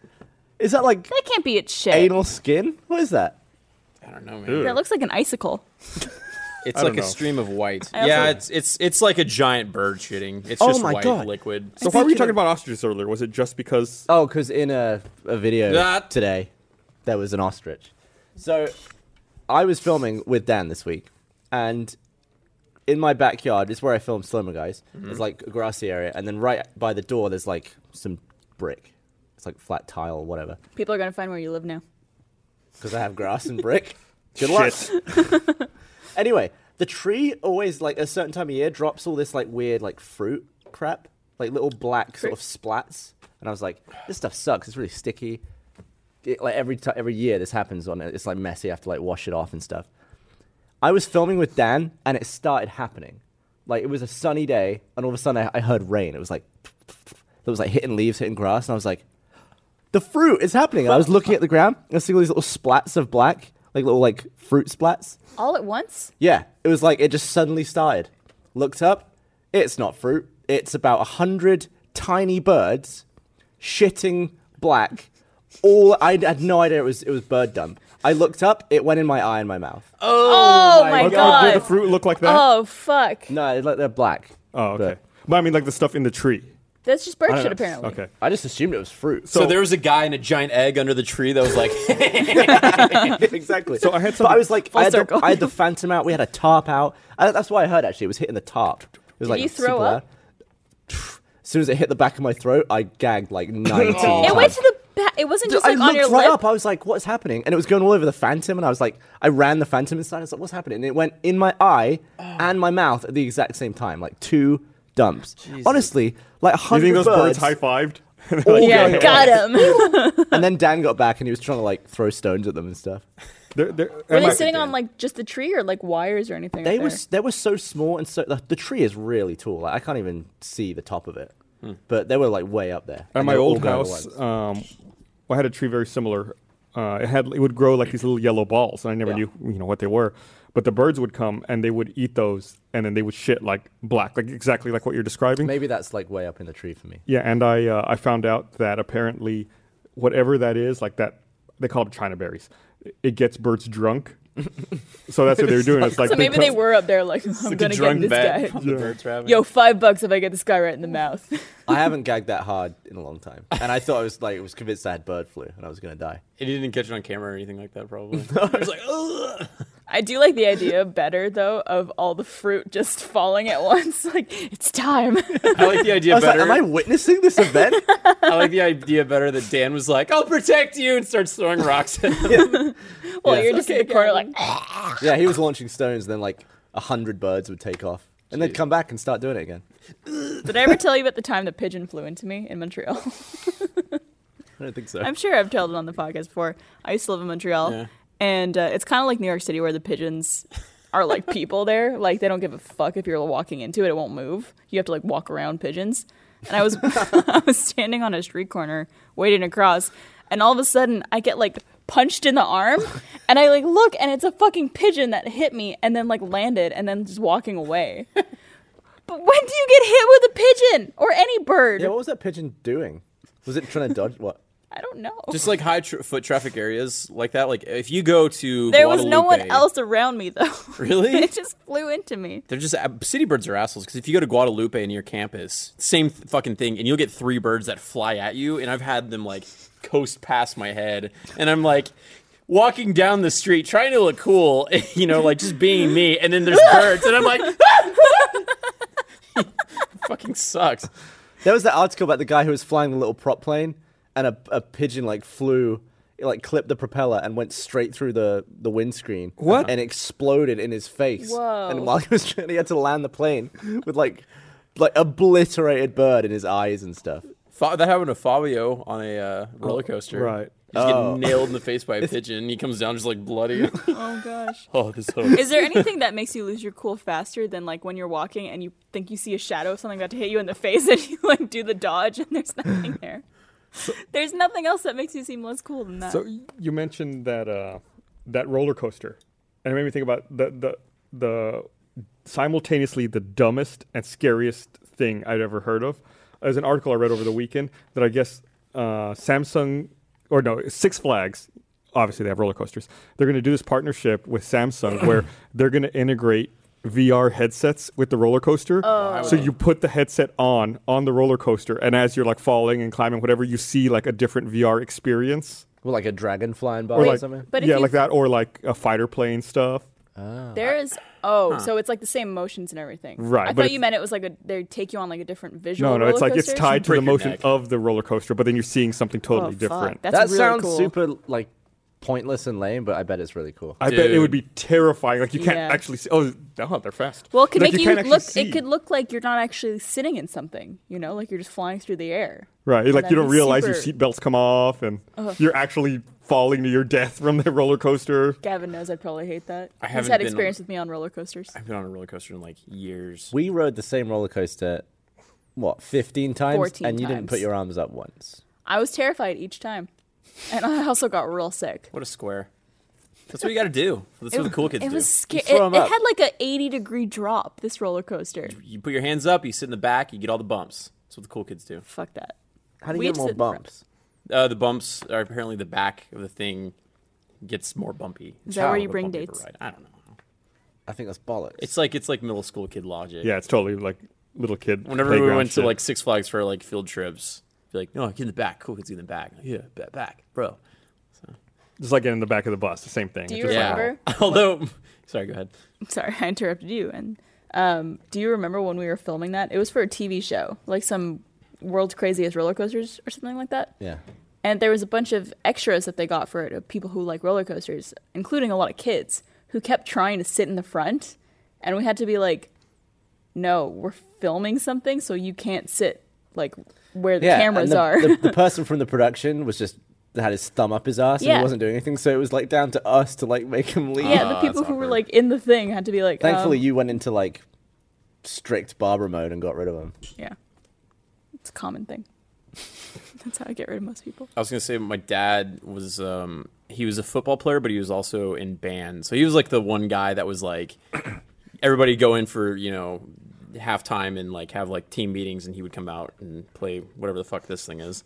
Speaker 2: Is that like
Speaker 4: That can't be its shit.
Speaker 2: anal skin? What is that?
Speaker 3: I don't know, man.
Speaker 1: Ew.
Speaker 4: That looks like an icicle.
Speaker 3: It's
Speaker 1: I don't
Speaker 3: like a
Speaker 1: know.
Speaker 3: stream of white.
Speaker 4: I
Speaker 3: yeah,
Speaker 4: also-
Speaker 3: it's it's it's like a giant bird shitting. It's
Speaker 2: Oh
Speaker 3: just
Speaker 2: my
Speaker 3: white
Speaker 2: God.
Speaker 3: liquid.
Speaker 1: So why were you talking about ostriches earlier? Was it just because?
Speaker 2: Oh, because in a, a video
Speaker 3: That-
Speaker 2: today, there was an ostrich. So I was filming with Dan this week, and in my backyard, it's where I film Slimmer Guys. There's like a grassy area, and then right by the door, there's like some brick. It's like flat tile or whatever,
Speaker 4: People are gonna find where you live now.
Speaker 2: because I have grass and brick. Good luck.
Speaker 1: Shit. [LAUGHS]
Speaker 2: Anyway, the tree always like at a certain time of year drops all this like weird like fruit crap, like little black sort of splats. And I was like, this stuff sucks. It's really sticky. It- like every ti every year this happens on it. It's like messy. I have to like wash it off and stuff. I was filming with Dan, and it started happening. Like it was a sunny day, and all of a sudden I, I heard rain. It was like it was like hitting leaves, hitting grass, and I was like, the fruit is happening. And I was looking at the ground, and I see all these little splats of black, like little like fruit splats.
Speaker 4: All at once?
Speaker 2: Yeah, it was like it just suddenly started. Looked up, it's not fruit. It's about a hundred tiny birds shitting black. All I had no idea it was it was bird dump. I looked up, it went in my eye and my mouth. Oh
Speaker 4: Oh, my
Speaker 1: Oh,
Speaker 4: god!
Speaker 1: Did the fruit look like that?
Speaker 4: oh fuck!
Speaker 2: no, it's like they're black.
Speaker 1: oh, okay.
Speaker 2: But
Speaker 1: But I mean, like the stuff in the tree.
Speaker 4: That's just bird
Speaker 2: I don't
Speaker 4: shit,
Speaker 2: know.
Speaker 4: apparently.
Speaker 1: Okay.
Speaker 2: I just assumed it was fruit.
Speaker 3: So, there was a guy in a giant egg under the tree that was like,
Speaker 2: [LAUGHS]
Speaker 3: [LAUGHS]
Speaker 2: exactly. So
Speaker 1: I had
Speaker 2: But I
Speaker 1: something-
Speaker 2: was like, I had, the,
Speaker 4: circle.
Speaker 2: I had the phantom out. We had a tarp out. I, that's why I heard actually. It was hitting the tarp. It was like
Speaker 4: you throw
Speaker 2: super
Speaker 4: up?
Speaker 2: loud. As soon as it hit the back of my throat, I gagged like 19 times.
Speaker 4: It went to the. Ba- it wasn't just
Speaker 2: I
Speaker 4: like on your
Speaker 2: looked right
Speaker 4: lip.
Speaker 2: up. I was like, "What's happening?" And it was going all over the phantom, and I was like, I ran the phantom inside. I was like, "What's happening?" And it went in my eye
Speaker 4: Oh.
Speaker 2: and my mouth at the exact same time, like two dumps. Honestly, like a
Speaker 1: You
Speaker 2: hundred
Speaker 1: think those birds,
Speaker 2: birds.
Speaker 1: high [LAUGHS] fived?
Speaker 2: all going
Speaker 4: yeah,
Speaker 2: at
Speaker 4: got
Speaker 2: once. [LAUGHS]
Speaker 4: him. Were
Speaker 2: And then Dan got back, and he was trying to like throw stones at them and stuff.
Speaker 1: They're, they're,
Speaker 4: they sitting on like just the tree or like wires or anything?
Speaker 2: They
Speaker 4: up
Speaker 2: were
Speaker 4: there?
Speaker 2: they were so small, and so the, the tree is really tall. Like I can't even see the top of it, but they were like way up there.
Speaker 1: Hmm. At
Speaker 2: and
Speaker 1: my
Speaker 2: they were all
Speaker 1: old
Speaker 2: going at
Speaker 1: house,
Speaker 2: once.
Speaker 1: um, I had a tree very similar. Uh, it had it would grow like these little yellow balls, and I never
Speaker 2: Yeah.
Speaker 1: knew you know what they were. But the birds would come and they would eat those, and then they would shit like black, like exactly like what you're describing.
Speaker 2: Maybe that's like way up in the tree for me.
Speaker 1: Yeah, and I uh, I found out that apparently, whatever that is, like that they call them China berries. It gets birds drunk. so that's what they were doing. It's like
Speaker 4: So maybe they
Speaker 1: come-
Speaker 4: were up there like [LAUGHS] I'm
Speaker 3: a
Speaker 4: gonna get
Speaker 3: drunk
Speaker 4: this
Speaker 3: bet
Speaker 4: guy. [LAUGHS]
Speaker 3: on the birds were having.
Speaker 4: Yo, five bucks if I get this guy right in the mouth. [LAUGHS]
Speaker 2: I haven't gagged that hard in a long time, and I thought I was like I was convinced I had bird flu and I was gonna die.
Speaker 3: And you didn't catch it on camera or anything like that, probably. It was like, "Ugh."
Speaker 4: I do like the idea better though of all the fruit just falling at once. [LAUGHS] Like it's time. [LAUGHS]
Speaker 3: I like the idea
Speaker 2: I was like,
Speaker 3: better.
Speaker 2: am I witnessing this event?
Speaker 3: I like the idea better that Dan was like, "I'll protect you," and starts throwing rocks at him.
Speaker 4: Well,
Speaker 2: Yeah.
Speaker 4: you're just in the corner like,
Speaker 2: [LAUGHS]
Speaker 4: eh.
Speaker 2: Yeah, he was launching stones, then like a hundred birds would take off, and then come back and start doing it again.
Speaker 4: did I ever tell you about the time the pigeon flew into me in Montreal?
Speaker 2: I don't think so.
Speaker 4: I'm sure I've told it on the podcast before. I used to live in Montreal,
Speaker 3: Yeah.
Speaker 4: and uh, it's kind of like New York City, where the pigeons are like people there. Like they don't give a fuck if you're walking into it; it won't move. You have to like walk around pigeons. And I was [LAUGHS] I was standing on a street corner waiting to cross, and all of a sudden I get like punched in the arm, and I like look, and it's a fucking pigeon that hit me, and then like landed, and then just walking away. But when do you get hit with a pigeon or any bird?
Speaker 2: Yeah, what was that pigeon doing? Was it trying to dodge? What?
Speaker 4: I don't know.
Speaker 3: Just like high tr foot traffic areas like that. Like if you go to
Speaker 4: There was no one
Speaker 3: Guadalupe-
Speaker 4: else around me though. [LAUGHS]
Speaker 3: Really?
Speaker 4: it just flew
Speaker 2: [LAUGHS]
Speaker 4: into me.
Speaker 3: They're just uh, city birds are assholes because if you go to Guadalupe near campus, same th- fucking thing, and you'll get three birds that fly at you, and I've had them like coast past my head, and I'm like walking down the street trying to look cool, [LAUGHS] you know, like just being me, and then there's birds, and I'm like, [LAUGHS] fucking sucks.
Speaker 2: There was that article about the guy who was flying the little prop plane, and a, a pigeon like flew, it, like clipped the propeller and went straight through the, the windscreen.
Speaker 1: What?
Speaker 2: And exploded in his face.
Speaker 4: Whoa.
Speaker 2: And while he was trying, he had to land the plane with like like obliterated bird in his eyes and stuff.
Speaker 3: Fa- that happened to Fabio on a uh, roller coaster.
Speaker 1: right.
Speaker 3: He's getting nailed in the face by a pigeon. He comes down just like bloody.
Speaker 4: Oh gosh.
Speaker 3: oh, this hurts.
Speaker 4: Is there anything that makes you lose your cool faster than like when you're walking and you think you see a shadow of something about to hit you in the face [LAUGHS] and you like do the dodge and there's
Speaker 1: [LAUGHS]
Speaker 4: nothing there? There's nothing else that makes you seem less cool than that.
Speaker 1: So you mentioned that uh, that roller coaster, and it made me think about the the the simultaneously the dumbest and scariest thing I'd ever heard of. There's an article I read over the weekend that I guess uh, Samsung or no Six Flags, obviously they have roller coasters. They're going to do this partnership with Samsung where they're going to integrate. VR headsets with the roller coaster. So you put the headset on on the roller coaster, and as you're like falling and climbing, whatever, you see like a different VR experience
Speaker 2: Well, like a dragon flying by
Speaker 1: or
Speaker 2: or,
Speaker 1: like
Speaker 2: something.
Speaker 4: but if
Speaker 1: yeah,
Speaker 4: you-
Speaker 1: like that, or like a fighter plane stuff.
Speaker 4: there is oh, so it's like the same motions and everything.
Speaker 1: Right,
Speaker 4: I
Speaker 1: but
Speaker 4: thought
Speaker 1: it's-
Speaker 4: you meant it was like a they take you on like a different visual.
Speaker 1: No, no, it's
Speaker 4: roller
Speaker 1: like it's
Speaker 4: coaster?
Speaker 1: tied to the
Speaker 3: Break your
Speaker 1: motion
Speaker 3: neck.
Speaker 1: of the roller coaster, but then you're seeing something
Speaker 4: Oh,
Speaker 1: totally
Speaker 4: fuck.
Speaker 1: different.
Speaker 4: That's
Speaker 2: that
Speaker 4: really
Speaker 2: sounds
Speaker 4: cool.
Speaker 2: super like pointless and lame, but I bet it's really cool.
Speaker 1: I bet it would be
Speaker 3: Dude.
Speaker 1: terrifying. Like you can't
Speaker 4: Yeah.
Speaker 1: actually see. Oh, oh, they're fast.
Speaker 4: Well, it could
Speaker 1: Like,
Speaker 4: make you,
Speaker 1: can't actually
Speaker 4: look.
Speaker 1: see.
Speaker 4: It could look like you're not actually sitting in something. You know, like you're just flying through the air.
Speaker 1: right.
Speaker 4: And
Speaker 1: Like you
Speaker 4: that'd
Speaker 1: don't
Speaker 4: be
Speaker 1: realize your
Speaker 4: super-
Speaker 1: seatbelts come off, and you're actually falling to your death from the [LAUGHS] roller coaster.
Speaker 4: Gavin knows I'd probably hate that.
Speaker 3: I
Speaker 4: He's
Speaker 3: haven't
Speaker 4: had
Speaker 3: been
Speaker 4: experience
Speaker 3: on-
Speaker 4: with me on roller coasters.
Speaker 3: I've been on a roller coaster in like years.
Speaker 2: We rode the same roller coaster, what, 15 times?
Speaker 4: 14
Speaker 2: and you didn't put
Speaker 4: times.
Speaker 2: your arms up once.
Speaker 4: I was terrified each time, and I also got real sick.
Speaker 3: What a square. That's what you got to do. That's what the cool kids
Speaker 4: It
Speaker 3: do.
Speaker 4: was scary. It,
Speaker 2: throw 'em
Speaker 4: it
Speaker 2: up.
Speaker 4: had like a 80 degree drop. This roller coaster.
Speaker 3: you put your hands up, you sit in the back, you get all the bumps. That's what the cool kids do.
Speaker 4: Fuck that.
Speaker 2: How do you
Speaker 4: We
Speaker 2: get
Speaker 4: just
Speaker 2: more
Speaker 4: sit in front.
Speaker 2: bumps?
Speaker 3: Uh, the bumps are apparently the back of the thing gets more bumpy.
Speaker 4: Is that where
Speaker 3: Child
Speaker 4: you
Speaker 3: of a
Speaker 4: bring
Speaker 3: bumpy of a
Speaker 4: dates?
Speaker 3: ride. I don't know.
Speaker 2: I think that's bollocks.
Speaker 3: It's like it's like middle school kid logic.
Speaker 1: Yeah, it's totally like little kid.
Speaker 3: Whenever we
Speaker 1: playground
Speaker 3: went
Speaker 1: shit.
Speaker 3: to like Six Flags for like field trips, be like, no, get in the back. Cool kids get in the back. Like, yeah, back, back, bro.
Speaker 1: just like getting in the back of the bus, the same thing.
Speaker 4: Do
Speaker 1: It's
Speaker 4: you
Speaker 1: just like,
Speaker 3: Yeah. [LAUGHS]
Speaker 4: Remember? [LAUGHS]
Speaker 3: Although, sorry, go ahead.
Speaker 4: Sorry, I interrupted you. And um, do you remember when we were filming that? It was for a TV show, like some world's craziest roller coasters or something like that.
Speaker 2: yeah.
Speaker 4: And there was a bunch of extras that they got for it of people who like roller coasters, including a lot of kids who kept trying to sit in the front. And we had to be like, no, we're filming something, so you can't sit like where the
Speaker 2: yeah,
Speaker 4: cameras
Speaker 2: and the,
Speaker 4: are.
Speaker 2: the, the person from the production was just had his thumb up his ass and
Speaker 4: Yeah.
Speaker 2: he wasn't doing anything, so it was like down to us to like make him leave.
Speaker 4: [LAUGHS] yeah, the
Speaker 3: Ah,
Speaker 4: people
Speaker 3: that's
Speaker 4: who were
Speaker 3: awkward.
Speaker 4: like in the thing had to be like,
Speaker 2: Thankfully,
Speaker 4: um,
Speaker 2: you went into like strict Barbara mode and got rid of him.
Speaker 4: yeah, it's a common thing. [LAUGHS] That's how I get rid of most people.
Speaker 3: I was gonna say my dad was um he was a football player, but he was also in band. So he was like the one guy that was like [CLEARS THROAT] everybody go in for, you know, halftime and like have like team meetings and he would come out and play whatever the fuck this thing is.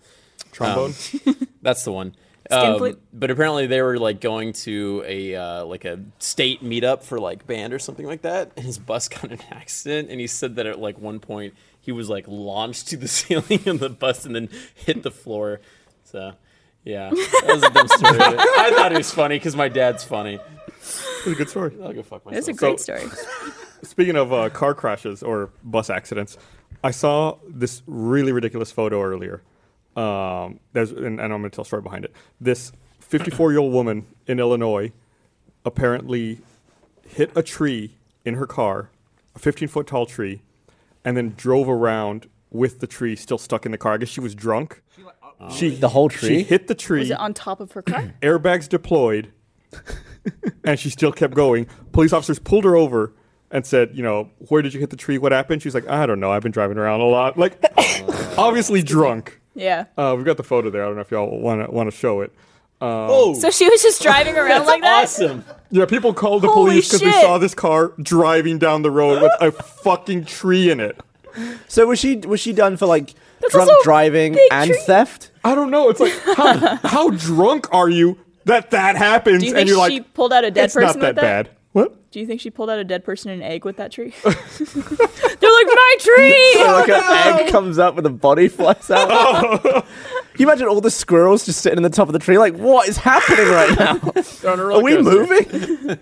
Speaker 1: trombone.
Speaker 3: [LAUGHS] Um, That's the one. Um,
Speaker 4: Skin flute?
Speaker 3: but apparently they were like going to a uh, like a state meetup for like band or something like that, and his bus [LAUGHS] got in an accident, and he said that at like one point he was like launched to the [LAUGHS] ceiling of the bus and then hit the floor. So yeah, that was a
Speaker 4: [LAUGHS]
Speaker 3: dumb story. I thought it was funny because my dad's funny.
Speaker 1: It was a good story.
Speaker 3: I'll go fuck myself.
Speaker 4: That's a
Speaker 1: So-
Speaker 4: great story.
Speaker 1: [LAUGHS] Speaking of uh, car crashes or bus accidents, I saw this really ridiculous photo earlier. Um, there's, and, and I'm going to tell a story behind it. This 54 year old woman in Illinois apparently hit a tree in her car, a 15 foot tall tree, and then drove around with the tree still stuck in the car. I guess she was drunk. She
Speaker 2: uh, The whole
Speaker 1: She
Speaker 2: tree?
Speaker 1: hit the tree
Speaker 4: Was it on top of
Speaker 1: [CLEARS THROAT]
Speaker 4: her car?
Speaker 1: airbags deployed, and she still kept going. Police officers pulled her over and said, "You know, where did you hit the tree? What happened?" She's like, "I don't know. I've been driving around a lot. Like, obviously drunk."
Speaker 4: yeah.
Speaker 1: Uh, we've got the photo there. I don't know if y'all want to want to show it.
Speaker 3: Oh,
Speaker 4: So she was just driving around
Speaker 3: that's
Speaker 4: like that?
Speaker 3: awesome.
Speaker 1: Yeah, people called the
Speaker 4: Holy
Speaker 1: police because they
Speaker 4: shit.
Speaker 1: saw this car driving down the road with a fucking tree in it.
Speaker 2: So was she was she done for like drunk
Speaker 4: also a
Speaker 2: driving
Speaker 4: big
Speaker 2: and
Speaker 4: tree.
Speaker 2: theft?
Speaker 1: I don't know. It's like
Speaker 4: [LAUGHS]
Speaker 1: how how drunk are you that that happens?
Speaker 4: Do you
Speaker 1: and
Speaker 4: think
Speaker 1: you're like,
Speaker 4: she pulled out a dead
Speaker 1: it's
Speaker 4: person
Speaker 1: not that,
Speaker 4: with that?
Speaker 1: bad. What?
Speaker 4: Do you think she pulled out a dead person and an egg with
Speaker 1: [LAUGHS]
Speaker 4: that tree? They're like, my tree!
Speaker 2: like
Speaker 4: [LAUGHS]
Speaker 2: an egg comes up and the body flies out. Can you imagine all the squirrels just sitting in the top of the tree? Like, what is happening right now? Are we moving?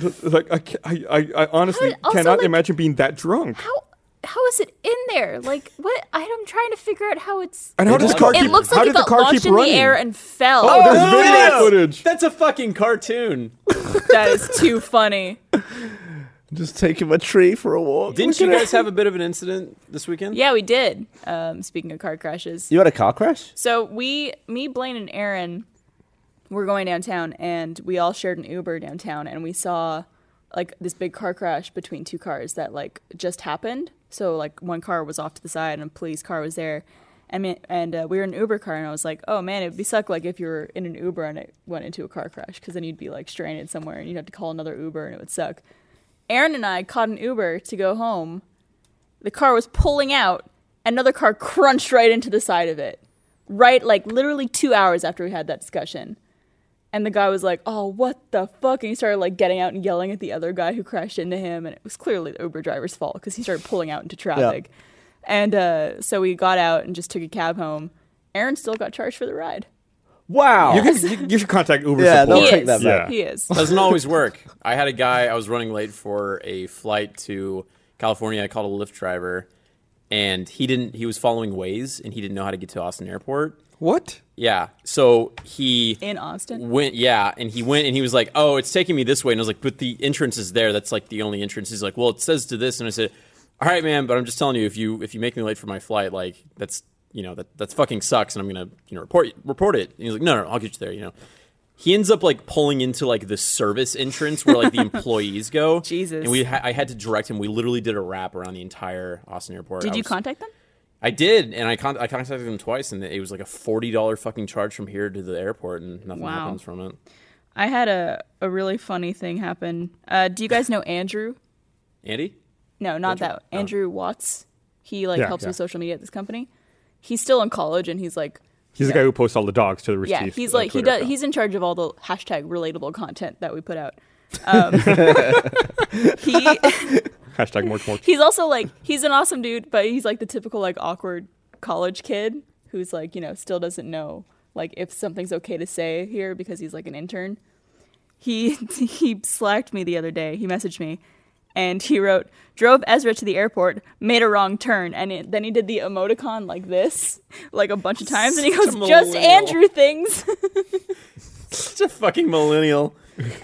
Speaker 2: [LAUGHS]
Speaker 1: Like I, ca- I, I, I honestly
Speaker 4: How- also,
Speaker 1: cannot
Speaker 4: like-
Speaker 1: imagine being that drunk.
Speaker 4: How, how is it in there? Like, what? I, I'm trying to figure out how it's.
Speaker 1: And how does
Speaker 2: just-
Speaker 1: the car
Speaker 4: it
Speaker 1: keep?
Speaker 4: looks
Speaker 1: how
Speaker 4: like
Speaker 1: did
Speaker 4: it got
Speaker 1: the car
Speaker 4: launched
Speaker 1: keep
Speaker 4: in
Speaker 1: running?
Speaker 4: the air and fell.
Speaker 1: oh, there's video
Speaker 3: yes!
Speaker 1: footage.
Speaker 3: That's a fucking cartoon.
Speaker 4: that is too funny.
Speaker 2: just taking my tree for a walk.
Speaker 3: Didn't you guys have a bit of an incident this weekend?
Speaker 4: Yeah, we did. Um, speaking of car crashes.
Speaker 2: You had a car crash?
Speaker 4: So we, me, Blaine, and Aaron, were going downtown, and we all shared an Uber downtown, and we saw like this big car crash between two cars that like just happened. So like one car was off to the side, and a police car was there. And me, and uh, we were in an Uber car, and I was like, "Oh man, it'd be suck like if you were in an Uber and it went into a car crash, because then you'd be like stranded somewhere, and you'd have to call another Uber, and it would suck." Aaron and I caught an Uber to go home. The car was pulling out. Another car crunched right into the side of it. Right, like literally two hours after we had that discussion. And the guy was like, oh, what the fuck? And he started like getting out and yelling at the other guy who crashed into him. And it was clearly the Uber driver's fault because he started pulling out into traffic. And uh, so we got out and just took a cab home. Aaron still got charged for the ride.
Speaker 2: Wow.
Speaker 1: You, can, you, you should contact Uber
Speaker 2: Yeah,
Speaker 1: support.
Speaker 2: they'll
Speaker 4: he,
Speaker 2: take
Speaker 4: is.
Speaker 2: that back. [LAUGHS]
Speaker 4: he is.
Speaker 3: Doesn't always work. I had a guy, I was running late for a flight to California. I called a Lyft driver and he didn't, he was following Waze and he didn't know how to get to Austin Airport.
Speaker 1: What?
Speaker 3: Yeah. So he
Speaker 4: In Austin?
Speaker 3: went, yeah. And he went and he was like, oh, it's taking me this way. And I was like, but the entrance is there. That's like the only entrance. He's like, well, it says to this. And I said, all right, man, but I'm just telling you, if you, if you make me late for my flight, like that's, you know, that, that's fucking sucks. And I'm going to, you know, report, report it. And he's like, no, no, no, I'll get you there, you know. He ends up like pulling into like the service entrance where
Speaker 4: [LAUGHS]
Speaker 3: like the employees go.
Speaker 4: Jesus.
Speaker 3: And we, ha- I had to direct him. We literally did a wrap around the entire Austin airport.
Speaker 4: Did
Speaker 3: I
Speaker 4: you
Speaker 3: was-
Speaker 4: contact them?
Speaker 3: I did, and I, con- I contacted them twice, and it was like a forty dollar fucking charge from here to the airport, and nothing
Speaker 4: Wow.
Speaker 3: happens from it.
Speaker 4: I had a, a really funny thing happen. Uh, do you guys know Andrew?
Speaker 3: Andy,
Speaker 4: No, not that. Andrew Watts. He like
Speaker 1: Oh. Yeah,
Speaker 4: helps
Speaker 1: yeah.
Speaker 4: with social media at this company. He's still in college and he's like
Speaker 1: He's the guy who posts all the dogs to the
Speaker 4: yeah,
Speaker 1: Rooster Teeth,
Speaker 4: he's
Speaker 1: uh,
Speaker 4: like he
Speaker 1: Twitter
Speaker 4: does
Speaker 1: account.
Speaker 4: he's in charge of all the hashtag relatable content that we
Speaker 1: [LAUGHS]
Speaker 4: put out. Um, [LAUGHS] he
Speaker 1: Hashtag more,
Speaker 4: [LAUGHS]
Speaker 1: more.
Speaker 4: he's also like he's an awesome dude, but he's like the typical like awkward college kid who's like, you know, still doesn't know like if something's okay to say here because he's like an intern. He [LAUGHS] he slacked me the other day. He messaged me and he wrote, "Drove Ezra to the airport, made a wrong turn." And it, then he did the emoticon like this like a bunch of times and he
Speaker 3: Such a
Speaker 4: goes, "Just
Speaker 3: millennial."
Speaker 4: Andrew things." [LAUGHS]
Speaker 3: such a fucking millennial.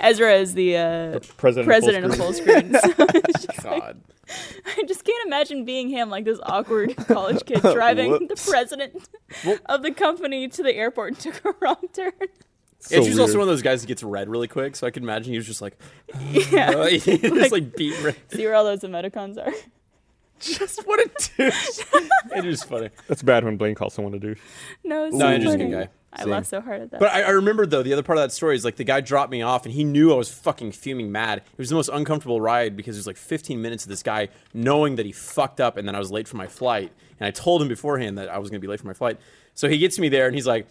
Speaker 4: Ezra is the uh,
Speaker 1: President,
Speaker 4: president of full screen.
Speaker 3: [LAUGHS] God,
Speaker 4: [LAUGHS] I just can't imagine being him, like this awkward college
Speaker 3: [LAUGHS]
Speaker 4: kid driving the
Speaker 2: Whoops.
Speaker 4: president of the company to the airport and took a [LAUGHS] wrong
Speaker 3: [LAUGHS]
Speaker 4: turn.
Speaker 1: So
Speaker 3: Andrew's also
Speaker 1: weird.
Speaker 3: one of those guys that gets red really quick, so I can imagine he was just like, [LAUGHS]
Speaker 4: Yeah.
Speaker 3: uh,
Speaker 4: [LAUGHS]
Speaker 3: he's
Speaker 4: Like-
Speaker 3: just like beat red.
Speaker 4: See where all those emoticons are. [LAUGHS]
Speaker 3: Just what a douche. Andrew's funny,
Speaker 1: That's bad when Blaine calls someone a douche.
Speaker 4: No, it's
Speaker 3: No,
Speaker 4: so
Speaker 3: Andrew's a good
Speaker 4: funny.
Speaker 3: guy.
Speaker 4: I
Speaker 2: Same.
Speaker 4: laughed so hard at that.
Speaker 3: but I, I remember though the other part of that story is like the guy dropped me off, and he knew I was fucking fuming mad. It was the most uncomfortable ride because it was like 15 minutes of this guy knowing that he fucked up, and then I was late for my flight, and I told him beforehand that I was gonna be late for my flight. So he gets me there, and he's like.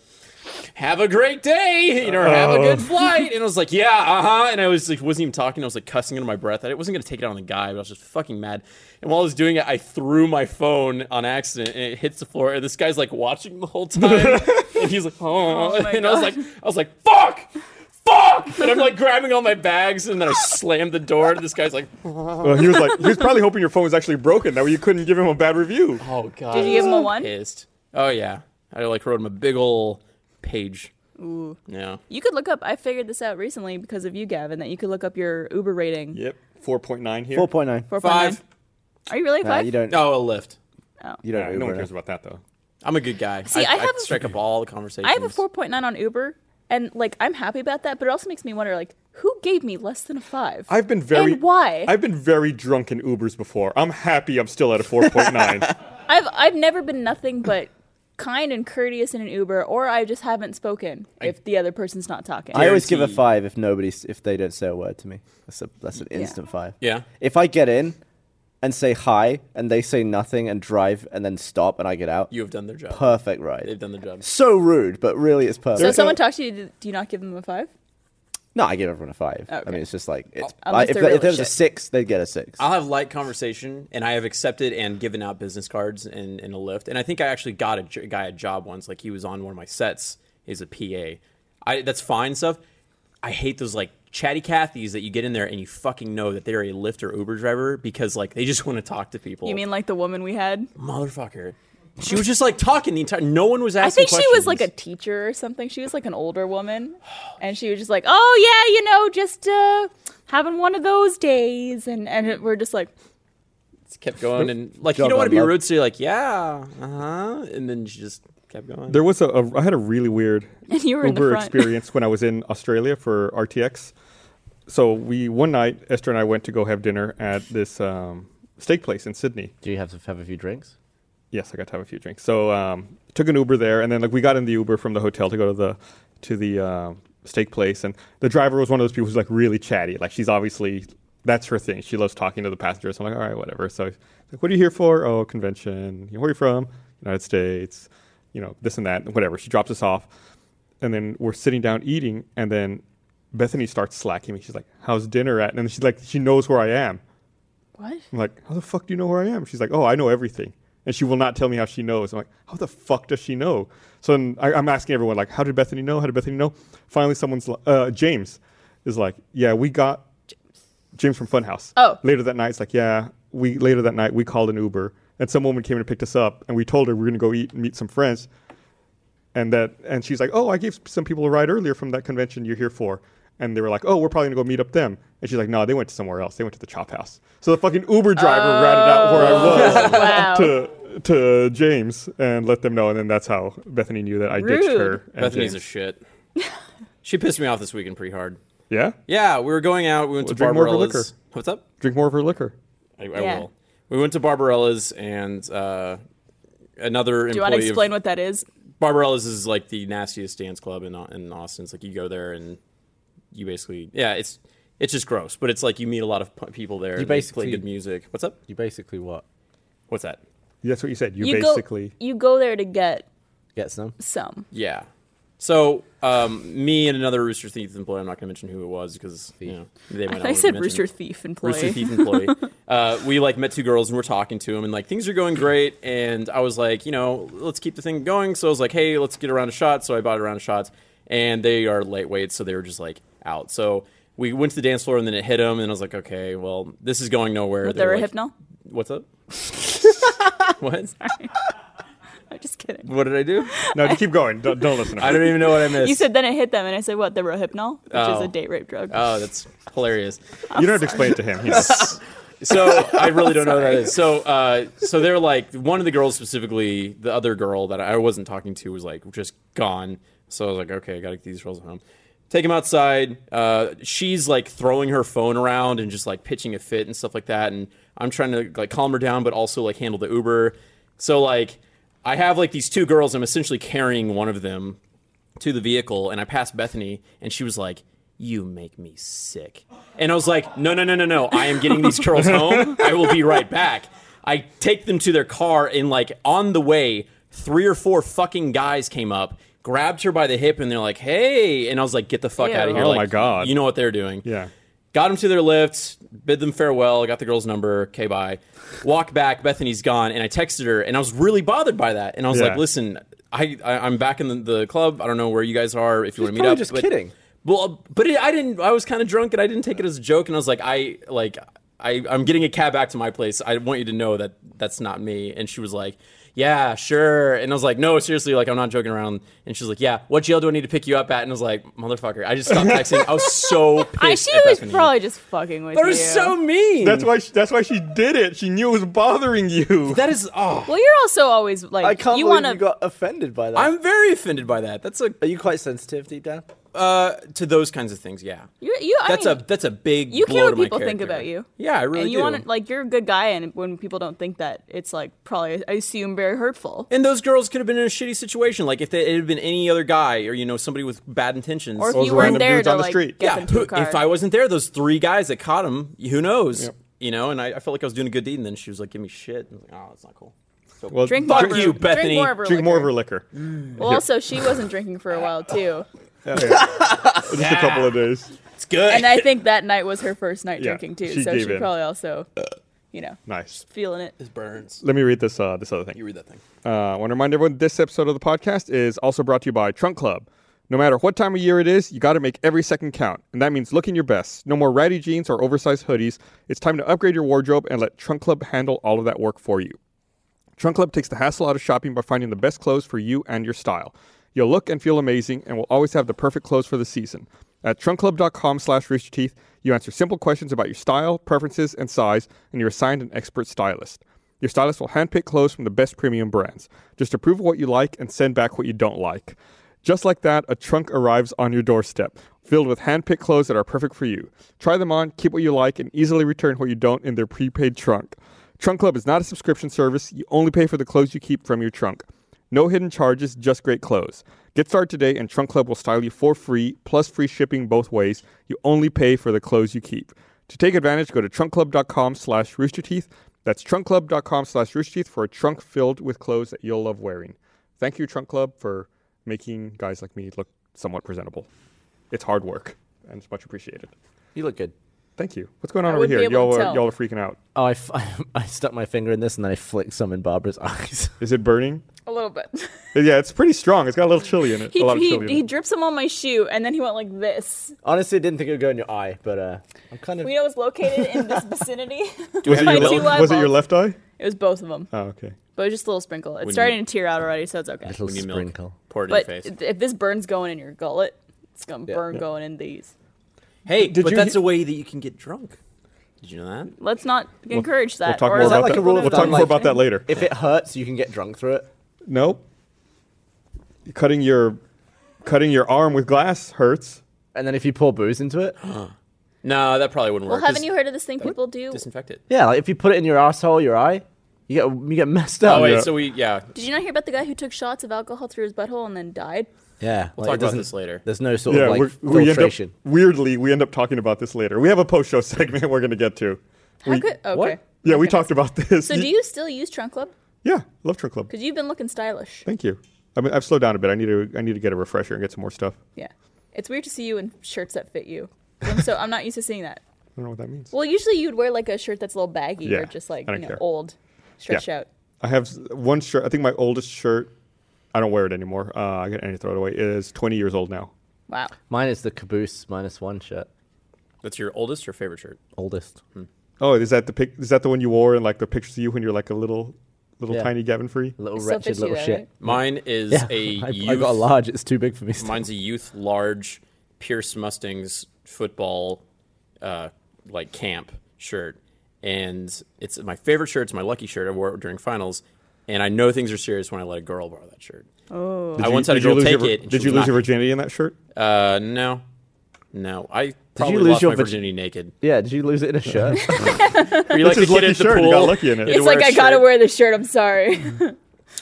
Speaker 3: have a great day, you know, or have a good flight. And I was like, yeah, uh huh. And I was like, wasn't even talking. I was like cussing under my breath. I wasn't going to take it out on the guy, but I was just fucking mad. And while I was doing it, I threw my phone on accident and it hits the floor. And this guy's like watching the whole time. and he's like, oh.
Speaker 4: Oh my
Speaker 3: [LAUGHS] and I was
Speaker 4: God.
Speaker 3: like, I was like, fuck, fuck. And I'm like grabbing all my bags. And then I slammed the door. And this guy's like,
Speaker 1: Well, he was like, he was probably hoping your phone was actually broken. That way you couldn't give him a bad review.
Speaker 3: oh, God.
Speaker 4: Did you give him a one?
Speaker 3: Pissed. Oh, yeah. I like wrote him a big ol' page. Yeah.
Speaker 4: You could look up. I figured this out recently because of you, Gavin. That you could look up your Uber rating.
Speaker 1: Yep. 4.9 here.
Speaker 2: Four point nine.
Speaker 4: 4.9.
Speaker 3: Five.
Speaker 4: Are you really
Speaker 2: Nah,
Speaker 4: five?
Speaker 2: you don't.
Speaker 3: No, a lift.
Speaker 2: You
Speaker 1: Yeah,
Speaker 2: don't.
Speaker 1: no one
Speaker 2: Uber.
Speaker 1: cares about that though.
Speaker 3: I'm a good guy.
Speaker 4: See, I have a-
Speaker 3: strike up all the conversations.
Speaker 4: I have a 4.9 on Uber, and like I'm happy about that. But it also makes me wonder, like, who gave me less than a five?
Speaker 1: I've been very
Speaker 4: And why?
Speaker 1: I've been very drunk in Ubers before. I'm happy I'm still at a 4.9.
Speaker 4: I've I've never been nothing but kind and courteous in an Uber, or I just haven't spoken if the other person's not talking.
Speaker 2: I always give a
Speaker 3: guarantee-
Speaker 2: five if nobody's if they don't say a word to me. That's a that's an instant five.
Speaker 3: Yeah.
Speaker 2: If I get in and say hi and they say nothing and drive and then stop and I get out,
Speaker 3: You have done their job.
Speaker 2: perfect
Speaker 3: They've
Speaker 2: ride.
Speaker 3: done their job.
Speaker 2: So rude, but really it's perfect.
Speaker 4: so if
Speaker 1: a-
Speaker 4: someone talks to you, do- do you not give them a five?
Speaker 2: no, I give everyone a five. I
Speaker 4: Okay.
Speaker 2: mean, it's just like it's, I,
Speaker 4: Unless
Speaker 2: if,
Speaker 4: they're
Speaker 2: there-
Speaker 4: really
Speaker 2: if there was a
Speaker 4: shit.
Speaker 2: six, they'd get a six.
Speaker 3: I'll have light conversation, and I have accepted and given out business cards in, in a lift. And I think I actually got a j- guy a job once. Like he was on one of my sets. He's a PA. I, that's fine stuff. I hate those like chatty Cathys that you get in there and you fucking know that they're a Lyft or Uber driver because like they just want to talk to people.
Speaker 4: You mean like the woman we had?
Speaker 3: motherfucker? She was just like talking the entire. No one was asking.
Speaker 4: I think she was like a
Speaker 3: questions.
Speaker 4: teacher or something. She was like an older woman, and she was just like, "Oh yeah, you know, just uh, having one of those days," and and it- we're just like,
Speaker 3: kept going and like you
Speaker 2: Job
Speaker 3: don't want to
Speaker 2: done,
Speaker 3: be
Speaker 2: love.
Speaker 3: rude, so you're like yeah, uh huh, and then she just kept going.
Speaker 1: There was a, a I had a really weird
Speaker 4: [LAUGHS] And you were in the
Speaker 1: Uber
Speaker 4: front.
Speaker 1: experience when I was in Australia for RTX. So we one night Esther and I went to go have dinner at this um, steak place in Sydney.
Speaker 2: Do you have to have a few drinks?
Speaker 1: Yes, I got to have a few drinks. So um, took an Uber there, and then like we got in the Uber from the hotel to go to the to the um steak place, and the driver was one of those people who's like really chatty. Like she's obviously that's her thing. She loves talking to the passengers. I'm like, all right, whatever. So he's like, what are you here for? Oh, convention. Where are you from? United States. You know this and that, whatever. She drops us off, and then we're sitting down eating, and then Bethany starts slacking me. She's like, how's dinner at? And then she's like, she knows where I am.
Speaker 4: "What?
Speaker 1: I'm like, how the fuck do you know where I am? She's like, oh, I know everything. And she will not tell me how she knows. I'm like, how the fuck does she know? So then I, I'm asking everyone, like, how did Bethany know? How did Bethany know? Finally, someone's, li- uh, James is like, yeah, we got James from Funhouse.
Speaker 4: Oh.
Speaker 1: Later that night, it's like, yeah, we, later that night, we called an Uber and some woman came and picked us up and we told her we are going to go eat and meet some friends. And that, and she's like, oh, I gave some people a ride earlier from that convention you're here for. And they were like, oh, we're probably gonna go meet up them. And she's like, no, they went to somewhere else. They went to the chop house. So the fucking Uber driver
Speaker 4: Oh.
Speaker 1: routed out where I was
Speaker 4: Wow.
Speaker 1: to to James and let them know. And then that's how Bethany knew that I ditched
Speaker 4: Rude.
Speaker 1: her. And
Speaker 3: Bethany's a
Speaker 1: James.
Speaker 3: shit. [LAUGHS] she pissed me off this weekend pretty hard.
Speaker 1: yeah.
Speaker 3: Yeah, we were going out. We went
Speaker 1: Well,
Speaker 3: to
Speaker 1: drink more of her
Speaker 3: Barbarella's.
Speaker 1: liquor.
Speaker 3: What's up?
Speaker 1: Drink more of her liquor.
Speaker 3: I, I
Speaker 4: Yeah.
Speaker 3: will. We went to Barbarella's and uh, another
Speaker 4: Do you
Speaker 3: employee.
Speaker 4: want to explain
Speaker 3: of,
Speaker 4: what that is?
Speaker 3: Barbarella's is like the nastiest dance club in Au- in Austin. It's like you go there and you basically yeah, it's it's just gross, but it's like you meet a lot of p- people there. You
Speaker 2: basically-
Speaker 3: play good music. What's up?
Speaker 2: You basically what?
Speaker 3: What's that?
Speaker 1: That's what you said. You,
Speaker 4: You
Speaker 1: basically
Speaker 4: go, you go there to get
Speaker 2: Get some.
Speaker 4: some.
Speaker 3: Yeah. So um, me and another Rooster Teeth employee. I'm not going to mention who it was because you know, they might not
Speaker 4: [LAUGHS] I
Speaker 3: want to
Speaker 4: said
Speaker 3: mention.
Speaker 4: Rooster Thief employee. [LAUGHS]
Speaker 3: Rooster Teeth employee. uh, we like met two girls and we're talking to them and like things are going great. And I was like, you know, let's keep the thing going. So I was like, hey, let's get a round of shots. So I bought a round of shots, and they are lightweight, so they were just like out. So we went to the dance floor and then it hit them, and I was like, okay, well, this is going nowhere.
Speaker 4: But
Speaker 3: They
Speaker 4: they were
Speaker 3: like,
Speaker 4: hypno.
Speaker 3: What's up? [LAUGHS] what?
Speaker 4: [LAUGHS] I'm just kidding.
Speaker 3: What did I do?
Speaker 1: no. Keep going. Don't, don't listen. To her.
Speaker 3: [LAUGHS] I don't even know what I missed.
Speaker 4: You said then it hit them, and I said what? They were hypno, which is
Speaker 3: Oh.
Speaker 4: a date rape drug.
Speaker 3: oh, that's hilarious.
Speaker 1: you don't have to explain it to him. He knows.
Speaker 4: [LAUGHS]
Speaker 3: So I really don't know what that is. So uh, so they're like one of the girls specifically, the other girl that I wasn't talking to was like just gone. So I was like, okay, I gotta get these girls home. Take them outside. Uh, she's like throwing her phone around and just like pitching a fit and stuff like that. And I'm trying to like calm her down, but also like handle the Uber. So like I have like these two girls. I'm essentially carrying one of them to the vehicle and I passed Bethany and she was like, You make me sick. And I was like, No, no, no, no, no. I am getting
Speaker 1: [LAUGHS]
Speaker 3: these girls home. I will be right back. I take them to their car and like on the way, three or four fucking guys came up, grabbed her by the hip and they're like, Hey and I was like, Get the fuck
Speaker 4: Ew.
Speaker 3: out of here.
Speaker 1: Oh
Speaker 3: Like,
Speaker 1: my God.
Speaker 3: You know what they're doing.
Speaker 1: Yeah.
Speaker 3: Got them to their lift, bid them farewell, got the girl's number, okay, bye. Walk back, Bethany's gone, and I texted her, and I was really bothered by that. And I was
Speaker 1: Yeah.
Speaker 3: like, listen, I, I, I'm back in the, the club. I don't know where you guys are, if you want to meet
Speaker 2: probably
Speaker 3: up.
Speaker 2: just
Speaker 3: but-
Speaker 2: kidding.
Speaker 3: Well, but it, I didn't, I was kind of drunk, and I didn't take it as a joke, and I was like, I, like, I, I'm getting a cab back to my place. I want you to know that that's not me. And she was like, yeah, sure. And I was like, no, seriously, like, I'm not joking around. And she's like, yeah, what jail do I need to pick you up at? And I was like, motherfucker, I
Speaker 4: [LAUGHS]
Speaker 3: just stopped texting. I was so pissed.
Speaker 4: I, she
Speaker 3: at
Speaker 4: was
Speaker 3: Bethany.
Speaker 4: probably just fucking with
Speaker 3: That
Speaker 4: you.
Speaker 3: was so mean.
Speaker 1: That's why. She, that's why she did it. She knew it was bothering you.
Speaker 3: That is, oh,
Speaker 4: well, you're also always like
Speaker 2: I can't
Speaker 4: you
Speaker 2: believe
Speaker 4: want to.
Speaker 2: you got offended by that.
Speaker 3: I'm very offended by that. That's a,
Speaker 2: Are you quite sensitive deep down?
Speaker 3: uh, to those kinds of things, yeah.
Speaker 4: you, you, I
Speaker 3: That's
Speaker 4: mean,
Speaker 3: a that's a big
Speaker 4: you
Speaker 3: blow
Speaker 4: care
Speaker 3: to
Speaker 4: what
Speaker 3: my
Speaker 4: people think
Speaker 3: character.
Speaker 4: about you.
Speaker 3: Yeah, I really
Speaker 4: and you
Speaker 3: do.
Speaker 4: want to like you're a good guy, and when people don't think that, it's like probably I assume very hurtful.
Speaker 3: and those girls could have been in a shitty situation. Like if they, it had been any other guy or you know somebody with bad intentions.
Speaker 4: Or if
Speaker 1: Those
Speaker 4: you weren't
Speaker 1: random
Speaker 4: there
Speaker 1: dudes
Speaker 4: to
Speaker 1: on the
Speaker 4: like
Speaker 1: street.
Speaker 4: get
Speaker 3: yeah,
Speaker 4: them to
Speaker 3: who-
Speaker 4: a car.
Speaker 3: [LAUGHS] if I wasn't there, those three guys that caught him, who knows? You know, and I, I felt like I was doing a good deed, and then she was like, "Give me shit." And I was like, oh, that's not cool.
Speaker 1: well,
Speaker 4: drink
Speaker 3: Fuck
Speaker 4: more of
Speaker 3: you,
Speaker 4: her- drink
Speaker 3: Bethany.
Speaker 4: more of her
Speaker 1: drink more of
Speaker 4: liquor.
Speaker 1: her liquor.
Speaker 4: Well, also she wasn't drinking
Speaker 3: [LAUGHS]
Speaker 4: for a while too,
Speaker 1: Yeah, yeah. Just a couple of days.
Speaker 3: It's good.
Speaker 4: and I think that night was her first night
Speaker 1: Yeah,
Speaker 4: drinking too.
Speaker 1: she
Speaker 4: so
Speaker 1: gave
Speaker 4: she
Speaker 1: in.
Speaker 4: probably also, you know,
Speaker 1: Nice.
Speaker 4: feeling it.
Speaker 3: it burns.
Speaker 1: Let me read this. Uh, this other thing.
Speaker 3: You read that thing.
Speaker 1: Uh, I want to remind everyone this episode of the podcast is also brought to you by Trunk Club. No matter what time of year it is, you got to make every second count, and that means looking your best. No more ratty jeans or oversized hoodies. It's time to upgrade your wardrobe and let Trunk Club handle all of that work for you. Trunk Club takes the hassle out of shopping by finding the best clothes for you and your style. You'll look and feel amazing and will always have the perfect clothes for the season. At trunkclub.com slash roosterteeth, you answer simple questions about your style, preferences, and size, and you're assigned an expert stylist. Your stylist will handpick clothes from the best premium brands. Just approve what you like and send back what you don't like. Just like that, a trunk arrives on your doorstep, filled with hand-picked clothes that are perfect for you. Try them on, keep what you like, and easily return what you don't in their prepaid trunk. Trunk Club is not a subscription service. You only pay for the clothes you keep from your trunk. No hidden charges, just great clothes. Get started today, and Trunk Club will style you for free, plus free shipping both ways. You only pay for the clothes you keep. To take advantage, go to trunkclub.com slash roosterteeth. That's trunkclub.com slash roosterteeth for a trunk filled with clothes that you'll love wearing. Thank you, Trunk Club, for making guys like me look somewhat presentable. It's hard work, and it's much appreciated.
Speaker 2: You look good.
Speaker 1: Thank you. What's going on over
Speaker 4: wouldn't
Speaker 1: here?
Speaker 4: be able
Speaker 1: Y'all
Speaker 4: to
Speaker 1: are,
Speaker 4: tell.
Speaker 1: y'all are freaking out.
Speaker 2: Oh, I, f- [LAUGHS] I stuck my finger in this and then I flicked some in Barbara's [LAUGHS] eyes.
Speaker 1: Is it burning?
Speaker 4: A little bit. [LAUGHS]
Speaker 1: Yeah, it's pretty strong. It's got a little chili in it.
Speaker 4: he
Speaker 1: a lot of
Speaker 4: he,
Speaker 1: chili
Speaker 4: he
Speaker 1: in it.
Speaker 4: drips them on my shoe, and then he went like this.
Speaker 2: Honestly, I didn't think it would go in your eye, but uh, I'm kind of.
Speaker 4: We know it's located
Speaker 1: [LAUGHS]
Speaker 4: in this vicinity. it [LAUGHS]
Speaker 1: Was it,
Speaker 4: my
Speaker 1: your
Speaker 4: two
Speaker 1: left, was it your
Speaker 4: eyeballs.
Speaker 1: left eye?
Speaker 4: was both of them,
Speaker 1: Oh, okay.
Speaker 4: but it was just a little sprinkle. It's starting to tear out already, so it's okay.
Speaker 2: little
Speaker 3: When you milk,
Speaker 2: sprinkle.
Speaker 3: pour it
Speaker 4: But
Speaker 3: in your face.
Speaker 4: if if this burn's going in your gullet, it's gonna
Speaker 2: Yeah.
Speaker 4: burn going in these.
Speaker 3: Hey,
Speaker 1: did
Speaker 3: but
Speaker 1: you
Speaker 3: that's
Speaker 1: he-
Speaker 3: a way that you can get drunk. Did you know that?
Speaker 4: Let's not encourage that.
Speaker 1: We'll talk
Speaker 4: or
Speaker 1: more
Speaker 4: is that
Speaker 1: about
Speaker 2: like
Speaker 1: that.
Speaker 2: a rule of
Speaker 1: we'll talk
Speaker 2: thumb,
Speaker 1: more
Speaker 2: like-
Speaker 1: about
Speaker 4: eh?
Speaker 1: that later.
Speaker 2: If it hurts, you can get drunk through it.
Speaker 1: nope. Cutting your cutting your arm with glass hurts.
Speaker 2: And then if you pour booze into it, [GASPS]
Speaker 3: No, that probably wouldn't
Speaker 4: Well,
Speaker 3: work.
Speaker 4: haven't
Speaker 3: Dis-
Speaker 4: you heard of this thing people do?
Speaker 3: disinfect it?
Speaker 2: yeah, like if you put it in your asshole, your eye, you get you get messed up.
Speaker 3: Oh wait,
Speaker 1: yeah.
Speaker 3: so we yeah.
Speaker 4: Did you not hear about the guy who took shots of alcohol through his butthole and then died?
Speaker 2: yeah. We'll
Speaker 3: talk about this later.
Speaker 2: There's no sort
Speaker 1: Yeah,
Speaker 2: of like
Speaker 1: we're, we end up,
Speaker 2: filtration.
Speaker 1: weirdly we end up talking about this later. We have a post show [LAUGHS] segment we're going to get to.
Speaker 4: How could oh, okay.
Speaker 2: what?
Speaker 1: Yeah, we talked about this.
Speaker 4: So do you still use Trunk Club?
Speaker 1: Yeah, love Trunk Club.
Speaker 4: Because you've been looking stylish.
Speaker 1: Thank you. I mean, I've slowed down a bit. I need to I need to get a refresher and get some more stuff.
Speaker 4: Yeah. It's weird to see you in shirts that fit you. I'm so I'm not used to seeing that.
Speaker 1: I don't know what that means.
Speaker 4: Well, usually you'd wear like a shirt that's a little baggy
Speaker 1: Yeah,
Speaker 4: or just like
Speaker 1: I
Speaker 4: you
Speaker 1: don't
Speaker 4: know
Speaker 1: care.
Speaker 4: old, stretched out.
Speaker 1: I have s- one shirt. I think my oldest shirt. I don't wear it anymore. Uh, I get any throw it away. Is 20 years old now.
Speaker 4: Wow.
Speaker 2: Mine is the caboose minus one shirt,
Speaker 3: That's your oldest or favorite shirt?
Speaker 2: oldest.
Speaker 1: Oh, is that the pic? Is that the one you wore in like the pictures of you when you're like a little, little
Speaker 2: Yeah.
Speaker 1: tiny Gavin Free?
Speaker 2: Little
Speaker 4: It still
Speaker 2: wretched
Speaker 4: fits you
Speaker 2: little
Speaker 4: though,
Speaker 2: shit.
Speaker 4: right?
Speaker 3: Mine is
Speaker 2: Yeah,
Speaker 3: a [LAUGHS]
Speaker 2: [LAUGHS] I,
Speaker 3: youth.
Speaker 2: I got a large. It's too big for me. Still.
Speaker 3: Mine's a youth large Pierce Mustangs football uh, like camp shirt, and it's my favorite shirt. It's my lucky shirt. I wore it during finals, and I know things are serious when I let a girl borrow that shirt. Oh, I once had a
Speaker 1: Did you
Speaker 3: girl
Speaker 1: lose
Speaker 3: take
Speaker 1: your,
Speaker 3: it. and
Speaker 1: Did
Speaker 3: she
Speaker 1: you
Speaker 3: was
Speaker 1: lose your
Speaker 3: not-
Speaker 1: virginity in that shirt?
Speaker 3: Uh, no, no. I probably
Speaker 2: lose
Speaker 3: lost
Speaker 2: your
Speaker 3: my
Speaker 2: virgi-
Speaker 1: [LAUGHS]
Speaker 3: virginity naked.
Speaker 2: Yeah, did you lose it in a [LAUGHS] shirt?
Speaker 3: Were you like the
Speaker 1: his
Speaker 3: kid
Speaker 1: lucky
Speaker 3: at the
Speaker 1: shirt, he
Speaker 3: pool?
Speaker 1: got lucky in it.
Speaker 3: You had
Speaker 4: It's
Speaker 3: to
Speaker 4: like
Speaker 3: a
Speaker 4: I gotta
Speaker 3: shirt.
Speaker 4: wear this shirt. I'm sorry. [LAUGHS]
Speaker 2: Do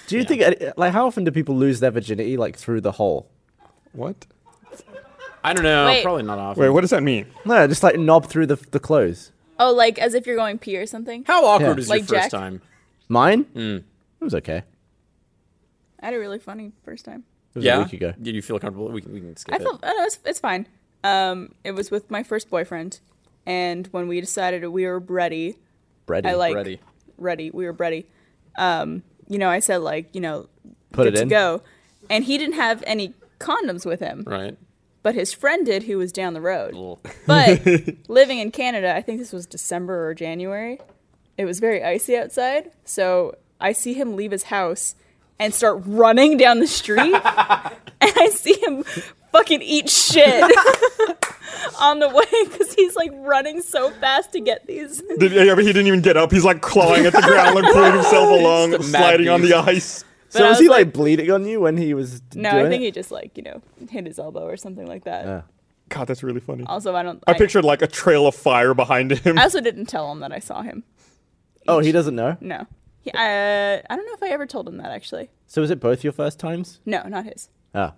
Speaker 2: you think think like how often do people lose their virginity like through the hole?
Speaker 1: What?
Speaker 3: I don't know.
Speaker 4: Wait.
Speaker 3: Probably not often.
Speaker 1: Wait, what does that mean?
Speaker 2: No, just like knob through the the clothes.
Speaker 4: oh, like as if you're going pee or something.
Speaker 3: How awkward
Speaker 2: Yeah.
Speaker 3: is
Speaker 4: Like
Speaker 3: your
Speaker 4: Jack?
Speaker 3: first time?
Speaker 2: Mine? It was okay. It
Speaker 4: I had a really funny first time.
Speaker 2: was
Speaker 3: yeah.
Speaker 2: a week ago.
Speaker 3: Did you feel comfortable? We can, we can skip
Speaker 4: I
Speaker 3: it.
Speaker 4: felt I don't know, it's, it's fine. Um, it was with my first boyfriend, and when we decided we were ready,
Speaker 2: Ready.
Speaker 4: I like
Speaker 3: Ready.
Speaker 4: ready. We were ready. Um, you know, I said like you know,
Speaker 2: Put
Speaker 4: good
Speaker 2: it
Speaker 4: to
Speaker 2: in.
Speaker 4: go, and he didn't have any condoms with him,
Speaker 3: right.
Speaker 4: but his friend did, who was down the road.
Speaker 3: Well,
Speaker 4: But
Speaker 2: [LAUGHS]
Speaker 4: living in Canada, I think this was December or January. It was very icy outside, so I see him leave his house and start running down
Speaker 2: [LAUGHS]
Speaker 4: the street, and I see him fucking
Speaker 2: [LAUGHS]
Speaker 4: eat shit on the way because he's like running so fast to get these.
Speaker 1: Did, yeah, but he didn't even get up. He's like clawing at the ground, like pulling
Speaker 3: [LAUGHS]
Speaker 1: himself along,
Speaker 3: Just a mad
Speaker 1: sliding on
Speaker 3: beast.
Speaker 1: the ice.
Speaker 4: But
Speaker 2: So
Speaker 4: I
Speaker 2: was
Speaker 4: was
Speaker 2: he like, bleeding on you when he was?
Speaker 4: No,
Speaker 2: doing
Speaker 4: I think
Speaker 2: it?
Speaker 4: he just like you know hit his elbow or something like that.
Speaker 2: Yeah.
Speaker 1: God, that's really funny.
Speaker 4: Also, I don't.
Speaker 1: I pictured like a trail of fire behind him.
Speaker 4: I also didn't tell him that I saw him.
Speaker 2: Oh, he doesn't know.
Speaker 4: No. He, uh, I don't know if I ever told him that actually.
Speaker 2: So was it both your first times?
Speaker 4: No, not his.
Speaker 2: Ah.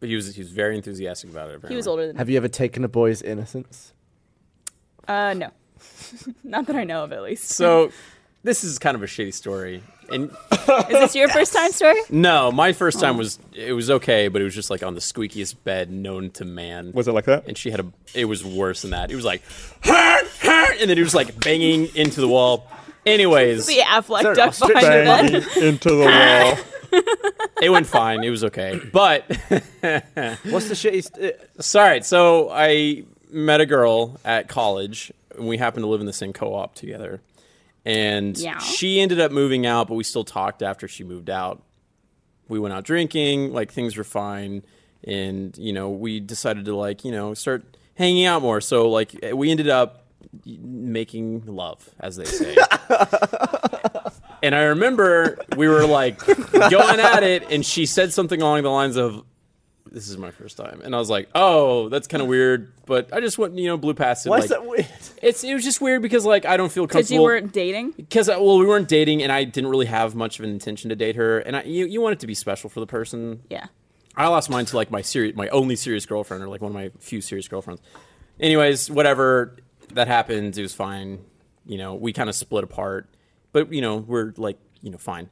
Speaker 3: But he was he was very enthusiastic about it. Apparently.
Speaker 4: He was older than me.
Speaker 2: Have you ever taken a boy's innocence?
Speaker 4: Uh, no. [LAUGHS] not that I know of, at least.
Speaker 3: So this is kind of a shitty story. And
Speaker 4: Is this your first time story?
Speaker 3: no, my first time was it was okay, but it was just like on the squeakiest bed known to man.
Speaker 1: Was it like that?
Speaker 3: And she had a. It was worse than that. It was like, "Hurt, hurt," and then it was like banging into the wall.
Speaker 4: [LAUGHS]
Speaker 3: Anyways,
Speaker 4: The Affleck
Speaker 2: an
Speaker 4: duck
Speaker 2: ostrich
Speaker 4: behind your
Speaker 1: Bang
Speaker 3: [LAUGHS]
Speaker 4: bed.
Speaker 1: into the wall.
Speaker 4: [LAUGHS]
Speaker 3: it went fine. It was okay. But
Speaker 2: What's the uh, shitty? St-
Speaker 3: sorry. So I met a girl at college. And we happened to live in the same co-op together, and
Speaker 4: Yeah.
Speaker 3: she ended up moving out, but we still talked after she moved out. we went out drinking, like things were fine, and you know we decided to like you know start hanging out more. So like we ended up making love, as they say. and I remember we were like going at it, and she said something along the lines of. This is my first time, and I was like, "Oh, that's kind of weird," but I just went, you know, blew past it.
Speaker 2: Why
Speaker 3: like,
Speaker 2: is that weird?
Speaker 3: It's it was just weird because like I don't feel
Speaker 4: Because
Speaker 3: comfortable
Speaker 4: you weren't dating?
Speaker 3: because well we weren't dating and i didn't really have much of an intention to date her and I, you, you want it to be special for the person
Speaker 4: Yeah.
Speaker 3: i lost mine to like my serious my only serious girlfriend or like one of my few serious girlfriends anyways whatever that happened it was fine you know we kind of split apart but you know we're like you know fine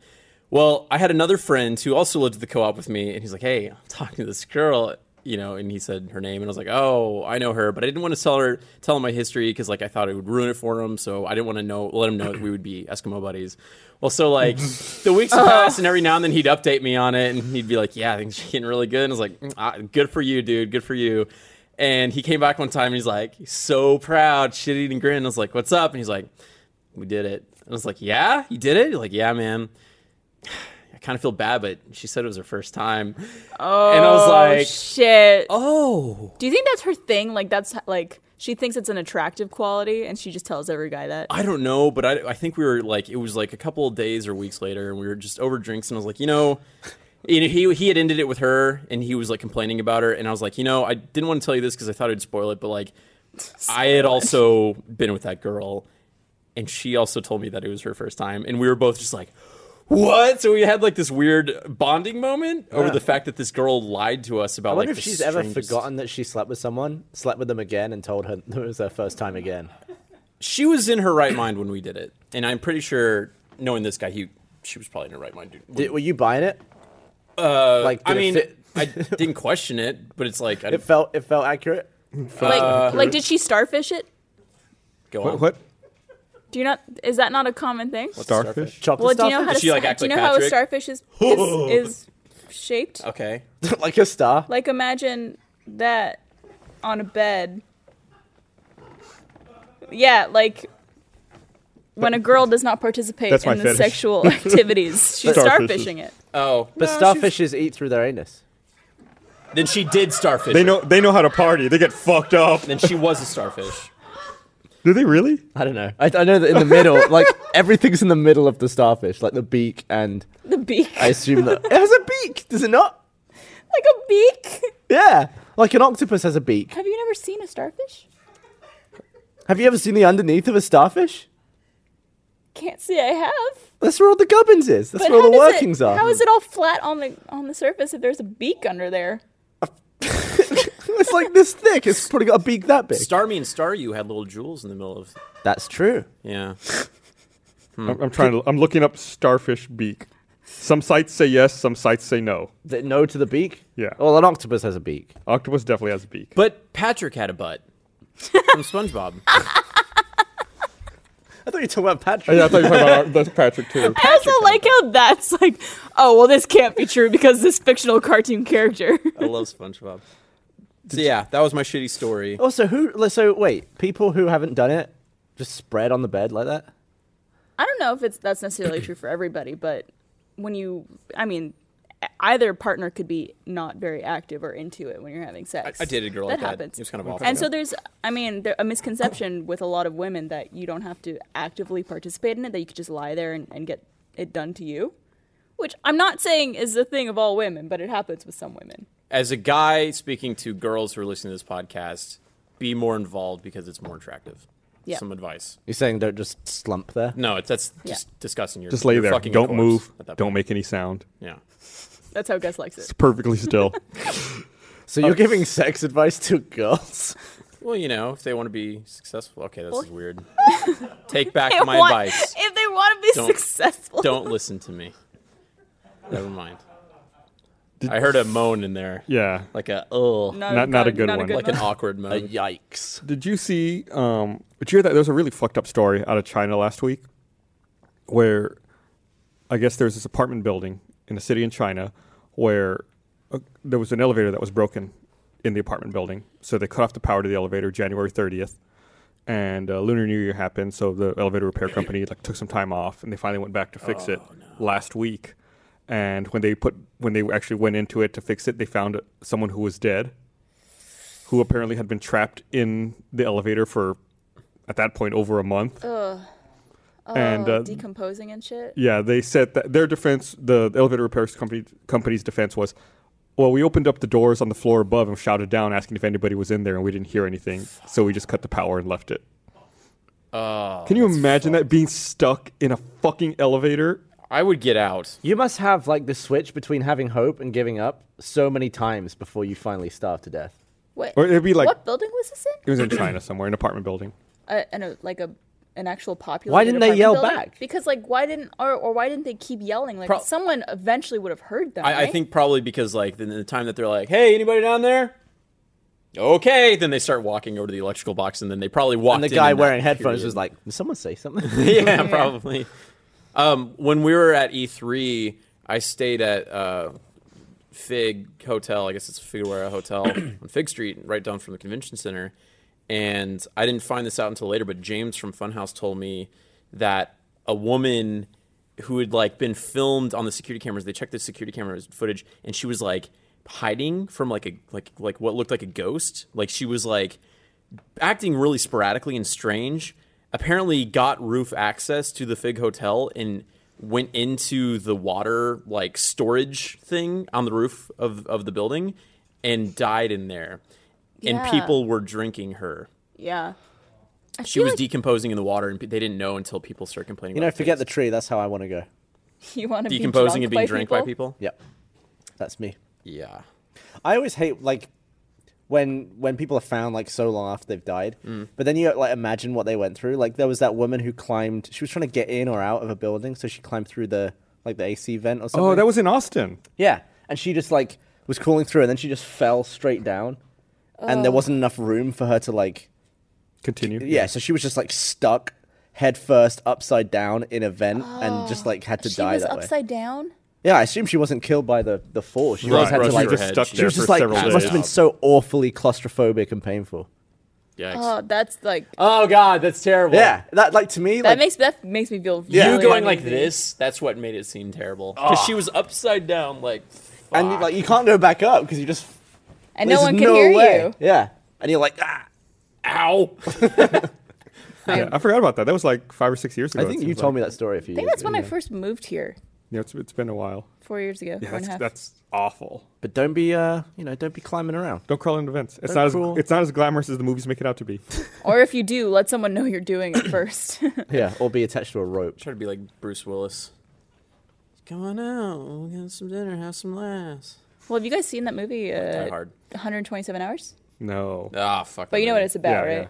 Speaker 3: well i had another friend who also lived at the co-op with me and he's like hey i'm talking to this girl you know and he said her name and i was like oh i know her but i didn't want to tell her tell him my history because like i thought it would ruin it for him so i didn't want to know let him know that we would be eskimo buddies well so like the weeks would pass and every now and then he'd update me on it and he'd be like yeah things are getting really good and i was like "Mm, ah, good for you dude good for you and he came back one time and he's like so proud shit eating grin i was like what's up and he's like we did it and i was like yeah you did it He's like yeah man [SIGHS] i kind of feel bad but she said it was her first time oh and i was
Speaker 4: oh,
Speaker 3: like
Speaker 4: shit.
Speaker 3: oh
Speaker 4: Do you think that's her thing? Like, that's like, she thinks it's an attractive quality and she just tells every guy that.
Speaker 3: I don't know, but I, I think we were like, it was like a couple of days or weeks later, and we were just over drinks, and I was like, you know, you know, he he had ended it with her, and he was like complaining about her, and I was like, you know, I didn't want to tell you this because I thought it'd spoil it, but like, I had also been with that girl, and she also told me that it was her first time, and we were both just like. What? So we had like this weird bonding moment over the fact that this girl lied to us about.
Speaker 2: I wonder
Speaker 3: like,
Speaker 2: if
Speaker 3: the
Speaker 2: she's ever
Speaker 3: strangest-
Speaker 2: forgotten that she slept with someone, slept with them again, and told her [LAUGHS] that it was her first time again.
Speaker 3: she was in her right mind when we did it, and I'm pretty sure knowing this guy, he she was probably in her right mind. Dude,
Speaker 2: Did, were you buying it? Uh, like
Speaker 3: I
Speaker 2: did it
Speaker 3: mean,
Speaker 2: fit-
Speaker 3: I didn't question it, but it's like I
Speaker 2: it
Speaker 3: didn't
Speaker 2: felt it felt accurate.
Speaker 4: like, like, did she starfish it?
Speaker 3: go on.
Speaker 1: What? what?
Speaker 4: Do you not, is that not a common thing?
Speaker 1: Starfish?
Speaker 2: Chopped
Speaker 4: Well,
Speaker 2: and
Speaker 4: do you know
Speaker 2: stuffed?
Speaker 4: how to,
Speaker 3: Did she, like,
Speaker 4: sta-
Speaker 3: act
Speaker 4: do you
Speaker 3: like
Speaker 4: know how a
Speaker 3: Patrick?
Speaker 4: starfish
Speaker 3: [LAUGHS]
Speaker 4: is, is, is shaped?
Speaker 3: Okay,
Speaker 2: [LAUGHS] like a star?
Speaker 4: Like, imagine that on a bed. Yeah, like when a girl does not participate
Speaker 1: That's my
Speaker 4: in the
Speaker 1: fetish.
Speaker 2: [LAUGHS]
Speaker 4: sexual [LAUGHS] activities, she's
Speaker 1: Starfishes.
Speaker 4: starfishing it.
Speaker 3: oh,
Speaker 2: But starfishes eat through their anus.
Speaker 3: Then she did starfish.
Speaker 1: They
Speaker 3: it.
Speaker 1: know they know how to party. They get fucked up.
Speaker 3: Then she was a starfish.
Speaker 1: Do they really?
Speaker 2: I don't know. I, I know that in the middle, [LAUGHS] like everything's in the middle of the starfish, like the beak, and
Speaker 4: The beak,
Speaker 2: I assume that [LAUGHS] it has a beak. Does it not?
Speaker 4: like a beak.
Speaker 2: Yeah, like an octopus has a beak.
Speaker 4: Have you never seen a starfish?
Speaker 2: Have you ever seen the underneath of a starfish?
Speaker 4: Can't say I have.
Speaker 2: That's where all the gubbins is. That's
Speaker 4: But
Speaker 2: where all
Speaker 4: how
Speaker 2: the
Speaker 4: does
Speaker 2: workings
Speaker 4: it,
Speaker 2: are.
Speaker 4: How is it all flat on the on the surface if there's a beak under there?
Speaker 2: [LAUGHS] it's like this thick. It's probably got a beak that big.
Speaker 3: Star me and star you had little jewels in the middle of.
Speaker 2: That's true.
Speaker 3: Yeah, Hmm.
Speaker 1: I'm, I'm trying to. I'm looking up starfish beak. Some sites say yes. Some sites say no.
Speaker 2: The, no to the beak.
Speaker 1: Yeah.
Speaker 2: Well, an octopus has a beak.
Speaker 1: Octopus definitely has a beak.
Speaker 3: but Patrick had a butt from SpongeBob.
Speaker 2: I thought you were talking about Patrick.
Speaker 1: yeah, I thought you were talking about that's Patrick
Speaker 3: [LAUGHS]
Speaker 1: too.
Speaker 4: I also like how that's like, oh well, this can't be true because this fictional cartoon character. [LAUGHS]
Speaker 3: I love SpongeBob. So yeah, that was my shitty story.
Speaker 2: Also, who? like, So wait, people who haven't done it just spread on the bed like that.
Speaker 4: I don't know if it's that's necessarily true for everybody, but when you, I mean, e- either partner could be not very active or into it when you're having sex.
Speaker 3: I dated a girl
Speaker 4: that
Speaker 3: like
Speaker 4: happens.
Speaker 3: that. It was kind of awful.
Speaker 4: And so there's, I mean, there, a misconception with a lot of women that you don't have to actively participate in it; that you could just lie there and, and get it done to you. Which I'm not saying is the thing of all women, but it happens with some women.
Speaker 3: as a guy speaking to girls who are listening to this podcast, be more involved because it's more attractive.
Speaker 4: Yeah.
Speaker 3: Some advice.
Speaker 2: You're saying don't just slump there.
Speaker 3: No, it's, that's
Speaker 4: Yeah.
Speaker 3: just disgusting. You're
Speaker 1: Just lay
Speaker 3: you're
Speaker 1: there.
Speaker 3: Fucking a
Speaker 1: Don't
Speaker 3: corpse
Speaker 1: move.
Speaker 3: at that
Speaker 1: Don't
Speaker 3: point.
Speaker 1: make any sound.
Speaker 3: Yeah.
Speaker 4: That's how Gus likes it.
Speaker 1: It's perfectly
Speaker 3: [LAUGHS]
Speaker 1: still.
Speaker 2: So you're giving sex advice to girls?
Speaker 3: Well, you know, if they want to be successful. Okay, this
Speaker 4: [LAUGHS]
Speaker 3: is weird. Take back
Speaker 4: They
Speaker 3: my
Speaker 4: want- [LAUGHS]
Speaker 3: advice.
Speaker 4: If they want to be
Speaker 3: Don't-
Speaker 4: successful,
Speaker 3: Don't listen to me. Never mind. I heard a moan in there.
Speaker 1: yeah.
Speaker 3: Like a oh,
Speaker 1: Not- not a good one.
Speaker 3: like an awkward moan.
Speaker 2: Yikes!
Speaker 1: Did you see? Um, did you hear that? There was a really fucked up story out of China last week, where I guess there's this apartment building in a city in China where uh, there was an elevator that was broken in the apartment building, so they cut off the power to the elevator January 30th, and uh, Lunar New Year happened, so the elevator repair company like took some time off, and they finally went back to fix it last week. And when they put when they actually went into it to fix it, they found someone who was dead who apparently had been trapped in the elevator for at that point over a month. and
Speaker 4: Oh,
Speaker 1: uh,
Speaker 4: decomposing and shit.
Speaker 1: yeah, they said that their defense, the elevator repairs company company's defense was, well, we opened up the doors on the floor above and shouted down asking if anybody was in there, and we didn't hear anything, so we just cut the power and left it.
Speaker 3: Oh,
Speaker 1: Can you imagine that being stuck in a fucking elevator?
Speaker 3: I would get out.
Speaker 2: You must have like the switch between having hope and giving up so many times before you finally starve to death.
Speaker 4: What,
Speaker 1: Or it'd be like-
Speaker 4: what building was this
Speaker 1: It
Speaker 4: in?
Speaker 1: was in China somewhere, an apartment building.
Speaker 4: Uh, and a, like a an actual popular.
Speaker 2: Why didn't they yell back?
Speaker 4: Because like why didn't or, or why didn't they keep yelling? Like
Speaker 3: Pro-
Speaker 4: someone eventually would have heard them.
Speaker 3: I, I
Speaker 4: right?
Speaker 3: think probably because like in the time that they're like, "Hey, anybody down there?" Okay, then they start walking over to the electrical box, and then they probably walked.
Speaker 2: And the
Speaker 3: in
Speaker 2: guy
Speaker 3: in that
Speaker 2: wearing headphones
Speaker 3: period.
Speaker 2: was like, "Did someone say something?"
Speaker 3: [LAUGHS]
Speaker 2: [LAUGHS]
Speaker 3: yeah, probably. Um, when we were at E3, I stayed at uh, Fig Hotel. I guess it's Figueroa Hotel on Fig Street, right down from the convention center. And I didn't find this out until later, but James from Funhouse told me that a woman who had like been filmed on the security cameras. They checked the security cameras footage, and she was like hiding from like a like like what looked like a ghost. Like she was like acting really sporadically and strange. Apparently, got roof access to the Fig Hotel and went into the water like storage thing on the roof of of the building and died in there.
Speaker 4: Yeah.
Speaker 3: And people were drinking her.
Speaker 4: yeah. [LAUGHS] I
Speaker 3: She
Speaker 4: feel
Speaker 3: was
Speaker 4: like
Speaker 3: decomposing in the water, and pe- they didn't know until people started complaining.
Speaker 2: you know,
Speaker 3: about
Speaker 2: forget the
Speaker 3: things.
Speaker 2: tree. That's how I want to go.
Speaker 4: you want to
Speaker 3: decomposing
Speaker 4: be
Speaker 3: and being drank by people.
Speaker 2: Yep, that's me.
Speaker 3: Yeah.
Speaker 2: I always hate like when when people are found like so long after they've died.
Speaker 1: Mm.
Speaker 2: But then you like imagine what they went through. Like there was that woman who climbed. She was trying to get in or out of a building, so she climbed through the like the AC vent or something.
Speaker 1: Oh, that was in Austin.
Speaker 2: yeah. And she just like was crawling through, and then she just fell straight down, and
Speaker 4: Oh.
Speaker 2: there wasn't enough room for her to like.
Speaker 1: Continue.
Speaker 2: Yeah, so she was just like stuck head first upside down in a vent and just like had to
Speaker 4: she
Speaker 2: die
Speaker 4: was
Speaker 2: that way.
Speaker 4: upside down.
Speaker 2: Yeah, I assume she wasn't killed by the the fall. She
Speaker 1: Right,
Speaker 2: just had
Speaker 1: right,
Speaker 2: to
Speaker 1: she
Speaker 2: like
Speaker 1: was
Speaker 3: head.
Speaker 1: stuck
Speaker 3: She
Speaker 2: she
Speaker 1: there
Speaker 2: was
Speaker 1: for
Speaker 2: just like
Speaker 1: several
Speaker 2: it
Speaker 1: days.
Speaker 2: must have been so awfully claustrophobic and painful.
Speaker 3: Yikes.
Speaker 4: Oh, that's like
Speaker 3: oh God, that's terrible.
Speaker 2: Yeah, that like to me,
Speaker 4: that
Speaker 2: like,
Speaker 4: makes that makes me feel.
Speaker 2: Yeah.
Speaker 4: really
Speaker 3: You going like
Speaker 4: uneasy.
Speaker 3: this, that's what made it seem terrible. Because she was upside down, like,
Speaker 2: and you,
Speaker 3: fuck.
Speaker 2: like you can't go back up because you just
Speaker 4: and no
Speaker 2: there's
Speaker 4: one can hear
Speaker 2: [LAUGHS]
Speaker 4: you.
Speaker 2: Yeah, and you're like, ah.
Speaker 3: ow.
Speaker 1: Yeah, I forgot about that. That was like five or six years ago.
Speaker 2: I think you told me that story a few.
Speaker 4: I think that's when I first moved here,
Speaker 1: Yeah, it's, it's been a while.
Speaker 4: four years ago,
Speaker 1: Yeah,
Speaker 4: four and
Speaker 1: that's,
Speaker 4: a half.
Speaker 1: that's awful.
Speaker 2: But don't be, uh, you know, don't be climbing around.
Speaker 1: Don't crawl into vents. It's
Speaker 2: They're
Speaker 1: not as
Speaker 2: cruel.
Speaker 1: it's not as glamorous as the movies make it out to be.
Speaker 4: Or if you do, let someone know you're doing it first. [LAUGHS]
Speaker 2: Yeah, or be attached to a rope.
Speaker 3: Try to be like Bruce Willis. Come on out, we'll get some dinner, have some laughs.
Speaker 4: well, have you guys seen that movie? Uh,
Speaker 3: Die Hard.
Speaker 4: 127 hours.
Speaker 1: No,
Speaker 3: Ah, fuck.
Speaker 4: But you know what it's about,
Speaker 1: Yeah,
Speaker 4: right?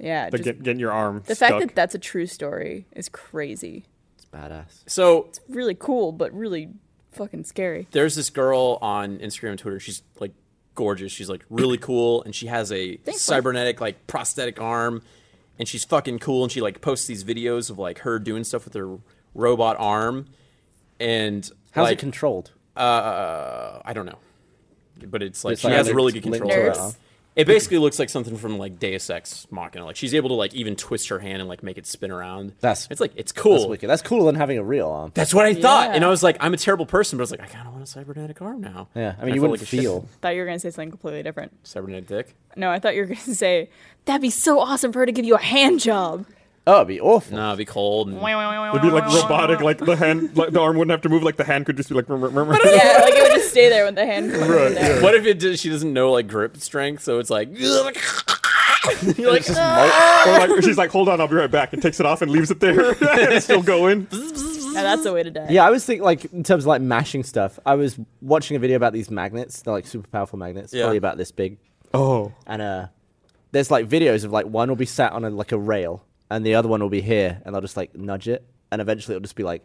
Speaker 4: Yeah.
Speaker 1: the
Speaker 4: just
Speaker 1: get, getting your arm
Speaker 4: the
Speaker 1: stuck.
Speaker 4: fact that that's a true story is crazy.
Speaker 2: It's badass.
Speaker 3: So
Speaker 4: Really cool, but really fucking scary.
Speaker 3: there's this girl on Instagram and Twitter. She's like gorgeous. She's like really cool, and she has a
Speaker 4: Thanks, Mike.
Speaker 3: cybernetic like prosthetic arm, and she's fucking cool. And she like posts these videos of like her doing stuff with her robot arm, and
Speaker 2: How's it
Speaker 3: like
Speaker 2: controlled?
Speaker 3: uh, I don't know, but it's like
Speaker 2: It's
Speaker 3: she
Speaker 2: like
Speaker 3: has
Speaker 2: linked-
Speaker 3: really good
Speaker 2: linked
Speaker 3: control.
Speaker 2: to
Speaker 3: over
Speaker 4: her
Speaker 3: it.
Speaker 4: arm.
Speaker 3: It basically looks like something from like Deus Ex Machina. Like she's able to like even twist her hand and like make it spin around.
Speaker 2: That's-
Speaker 3: it's like it's cool.
Speaker 2: That's
Speaker 3: That's,
Speaker 2: wicked. That's cooler than having a real arm.
Speaker 3: what I thought. And
Speaker 4: Yeah.
Speaker 3: I was like, I'm a terrible person, but I was like, I kind of want a cybernetic arm now.
Speaker 2: Yeah, I
Speaker 3: And
Speaker 2: mean, you
Speaker 3: felt
Speaker 2: wouldn't
Speaker 3: a shit-
Speaker 2: feel.
Speaker 4: Thought you were gonna say something completely different.
Speaker 3: cybernetic dick.
Speaker 4: No, I thought you were gonna [LAUGHS] say that'd be so awesome for her to give you a hand job.
Speaker 2: Oh, it'd be awful.
Speaker 3: No, it'd be cold. And...
Speaker 1: It'd be like robotic, like the hand, like the arm wouldn't have to move, like the hand could just be like. "Rrr, rrr, rrr."
Speaker 4: yeah, [LAUGHS] like it would just stay there with the hand.
Speaker 1: Right, yeah.
Speaker 3: What if it does, she doesn't know like grip strength, so it's like [LAUGHS] you're like
Speaker 2: Just mul-
Speaker 1: Or like she's like, hold on, I'll be right back, and takes it off and leaves it there, [LAUGHS] and it's still going.
Speaker 4: [LAUGHS] Now that's the way to die.
Speaker 2: yeah, I was thinking like in terms of like mashing stuff. I was watching a video about these magnets. They're like super powerful magnets,
Speaker 3: Yeah.
Speaker 2: probably about this big.
Speaker 1: Oh,
Speaker 2: And uh, there's like videos of like one will be sat on a, like a rail, and the other one will be here, and they'll just like nudge it, and eventually it'll just be like,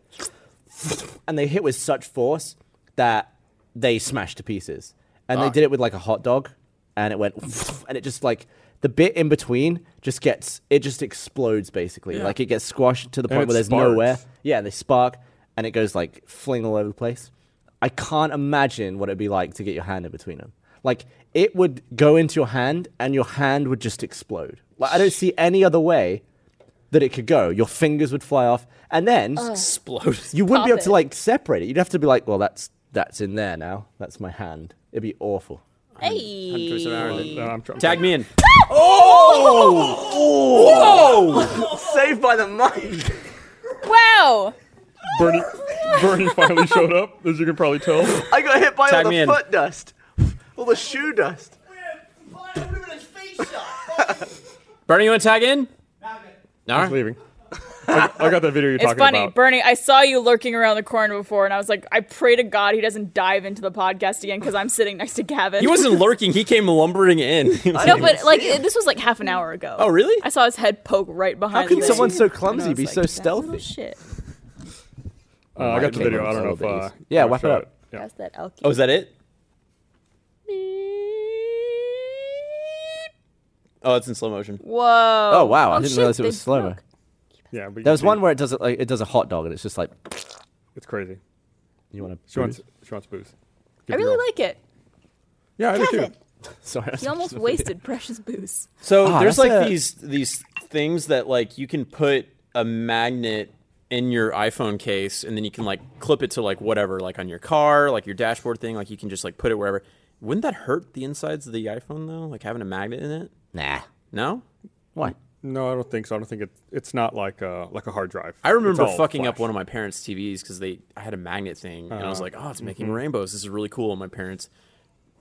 Speaker 2: and they hit with such force that they smash to pieces. And
Speaker 1: Ah.
Speaker 2: they
Speaker 3: Fuck.
Speaker 2: did it with like a hot dog, and it went, [LAUGHS] and it just like the bit in between just gets it just explodes basically,
Speaker 3: Yeah.
Speaker 2: like it gets squashed to the
Speaker 1: And
Speaker 2: point
Speaker 1: it
Speaker 2: where there's
Speaker 1: sparks.
Speaker 2: nowhere. Yeah, and they spark, and it goes like fling all over the place. I can't imagine what it'd be like to get your hand in between them. Like it would go into your hand, and your hand would just explode. Like I don't see any other way that it could go. Your fingers would fly off, and then
Speaker 3: explode.
Speaker 2: you wouldn't be
Speaker 4: Pop
Speaker 2: able to
Speaker 4: it.
Speaker 2: like separate it. You'd have to be like, well, that's that's in there now. That's my hand. It'd be awful.
Speaker 1: [LAUGHS]
Speaker 4: Hey.
Speaker 1: no, I'm trying.
Speaker 3: Tag me in.
Speaker 2: Oh! [LAUGHS] Saved by the mic. [LAUGHS]
Speaker 4: Wow.
Speaker 1: Bernie, Bernie finally showed up, as you can probably tell.
Speaker 2: I got hit by
Speaker 3: Tag the me in. foot
Speaker 2: dust, all the shoe dust.
Speaker 3: Bernie, you want to tag in? All right.
Speaker 1: Leaving. I, I got that video you're
Speaker 4: It's
Speaker 1: talking
Speaker 4: funny,
Speaker 1: about.
Speaker 4: Bernie. I saw you lurking around the corner before, and I was like, I pray to God he doesn't dive into the podcast again because I'm sitting next to Gavin.
Speaker 3: He wasn't lurking. He came lumbering
Speaker 2: [LAUGHS]
Speaker 3: in.
Speaker 4: No, but like it- this was like half an hour ago.
Speaker 3: Oh, really?
Speaker 4: I saw his head poke right behind.
Speaker 2: How can
Speaker 4: the thing.
Speaker 2: someone so
Speaker 4: And I
Speaker 2: clumsy
Speaker 4: was
Speaker 2: be so
Speaker 4: "That little
Speaker 2: stealthy?"
Speaker 4: Shit.
Speaker 1: Uh, I got the
Speaker 2: Okay,
Speaker 1: video. I
Speaker 2: let's
Speaker 1: don't know if.
Speaker 2: settle
Speaker 1: Uh,
Speaker 2: these. Yeah,
Speaker 1: I'll
Speaker 2: wrap it
Speaker 1: show
Speaker 2: up.
Speaker 1: Yeah.
Speaker 4: That's that alky.
Speaker 3: oh, is that it? Oh, it's in slow motion.
Speaker 4: Whoa.
Speaker 2: Oh wow! I didn't
Speaker 4: shit,
Speaker 2: realize it
Speaker 4: they
Speaker 2: was slower.
Speaker 4: broke.
Speaker 1: Yeah, but you
Speaker 2: There was
Speaker 1: can
Speaker 2: one
Speaker 1: see-
Speaker 2: where it does it like it does a hot dog, and it's just like
Speaker 1: It's crazy.
Speaker 2: you want to.
Speaker 1: She wants. She wants booze.
Speaker 4: I really like it.
Speaker 1: Yeah, I do too.
Speaker 4: Kevin.
Speaker 2: Sorry. [LAUGHS]
Speaker 4: You almost wasted precious booze.
Speaker 3: So
Speaker 2: Ah,
Speaker 3: there's
Speaker 2: that's
Speaker 3: like
Speaker 2: a-
Speaker 3: these these things that like you can put a magnet in your iPhone case and then you can like clip it to like whatever, like on your car, like your dashboard thing, like you can just like put it wherever. Wouldn't that hurt the insides of the iPhone though? Like having a magnet in it?
Speaker 2: Nah.
Speaker 3: No?
Speaker 2: What?
Speaker 1: No, I don't think so. I don't think it, it's not like a like a hard drive.
Speaker 3: I remember fucking up one of my parents' TVs because they I had a magnet thing and I
Speaker 2: Uh-huh.
Speaker 3: was like, oh, it's
Speaker 2: Mm-hmm.
Speaker 3: making rainbows. This is really cool. And my parents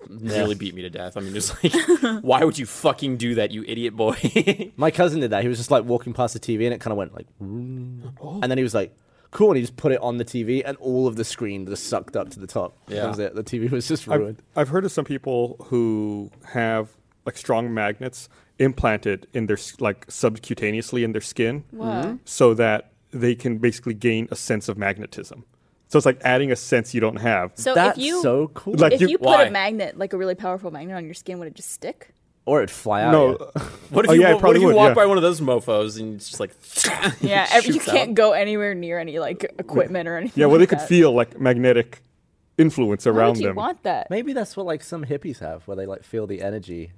Speaker 3: nearly beat me to death. I mean, just like, [LAUGHS] why would you fucking do that, you idiot boy? [LAUGHS]
Speaker 2: My cousin did that. He was just like walking past the TV, and it kind of went
Speaker 3: [GASPS]
Speaker 2: like, and then he was like, "Cool," and he just put it on the TV, and all of the screen just sucked up to the top.
Speaker 3: Yeah.
Speaker 2: That was it. The TV was just
Speaker 1: I've,
Speaker 2: ruined.
Speaker 1: I've heard of some people who have like strong magnets implanted in their s- like subcutaneously in their skin,
Speaker 2: Mm-hmm.
Speaker 1: so that they can basically gain a sense of magnetism. So it's like adding a sense you don't have.
Speaker 4: So
Speaker 2: That's
Speaker 4: if you
Speaker 2: so cool.
Speaker 1: Like-
Speaker 4: if
Speaker 1: you-
Speaker 4: you, put
Speaker 3: Why?
Speaker 4: a magnet, like a really powerful magnet, on your skin, would it just
Speaker 2: [LAUGHS]
Speaker 4: stick?
Speaker 2: or it'd fly out.
Speaker 1: no,
Speaker 2: yeah.
Speaker 3: What if
Speaker 1: Oh,
Speaker 3: you,
Speaker 1: yeah, it
Speaker 3: wa- what
Speaker 1: probably
Speaker 3: if you
Speaker 1: would,
Speaker 3: walk
Speaker 1: yeah.
Speaker 3: by one of those mofos and it's just like, [LAUGHS]
Speaker 4: Yeah, ev- you
Speaker 3: shoots
Speaker 4: can't
Speaker 3: out?
Speaker 4: go anywhere near any like equipment or anything.
Speaker 1: yeah, well, they
Speaker 4: like [LAUGHS]
Speaker 1: could
Speaker 4: that.
Speaker 1: feel like magnetic influence
Speaker 4: Why
Speaker 1: around
Speaker 4: would you
Speaker 1: them.
Speaker 4: want that?
Speaker 2: Maybe that's what like some hippies have, where they like feel the energy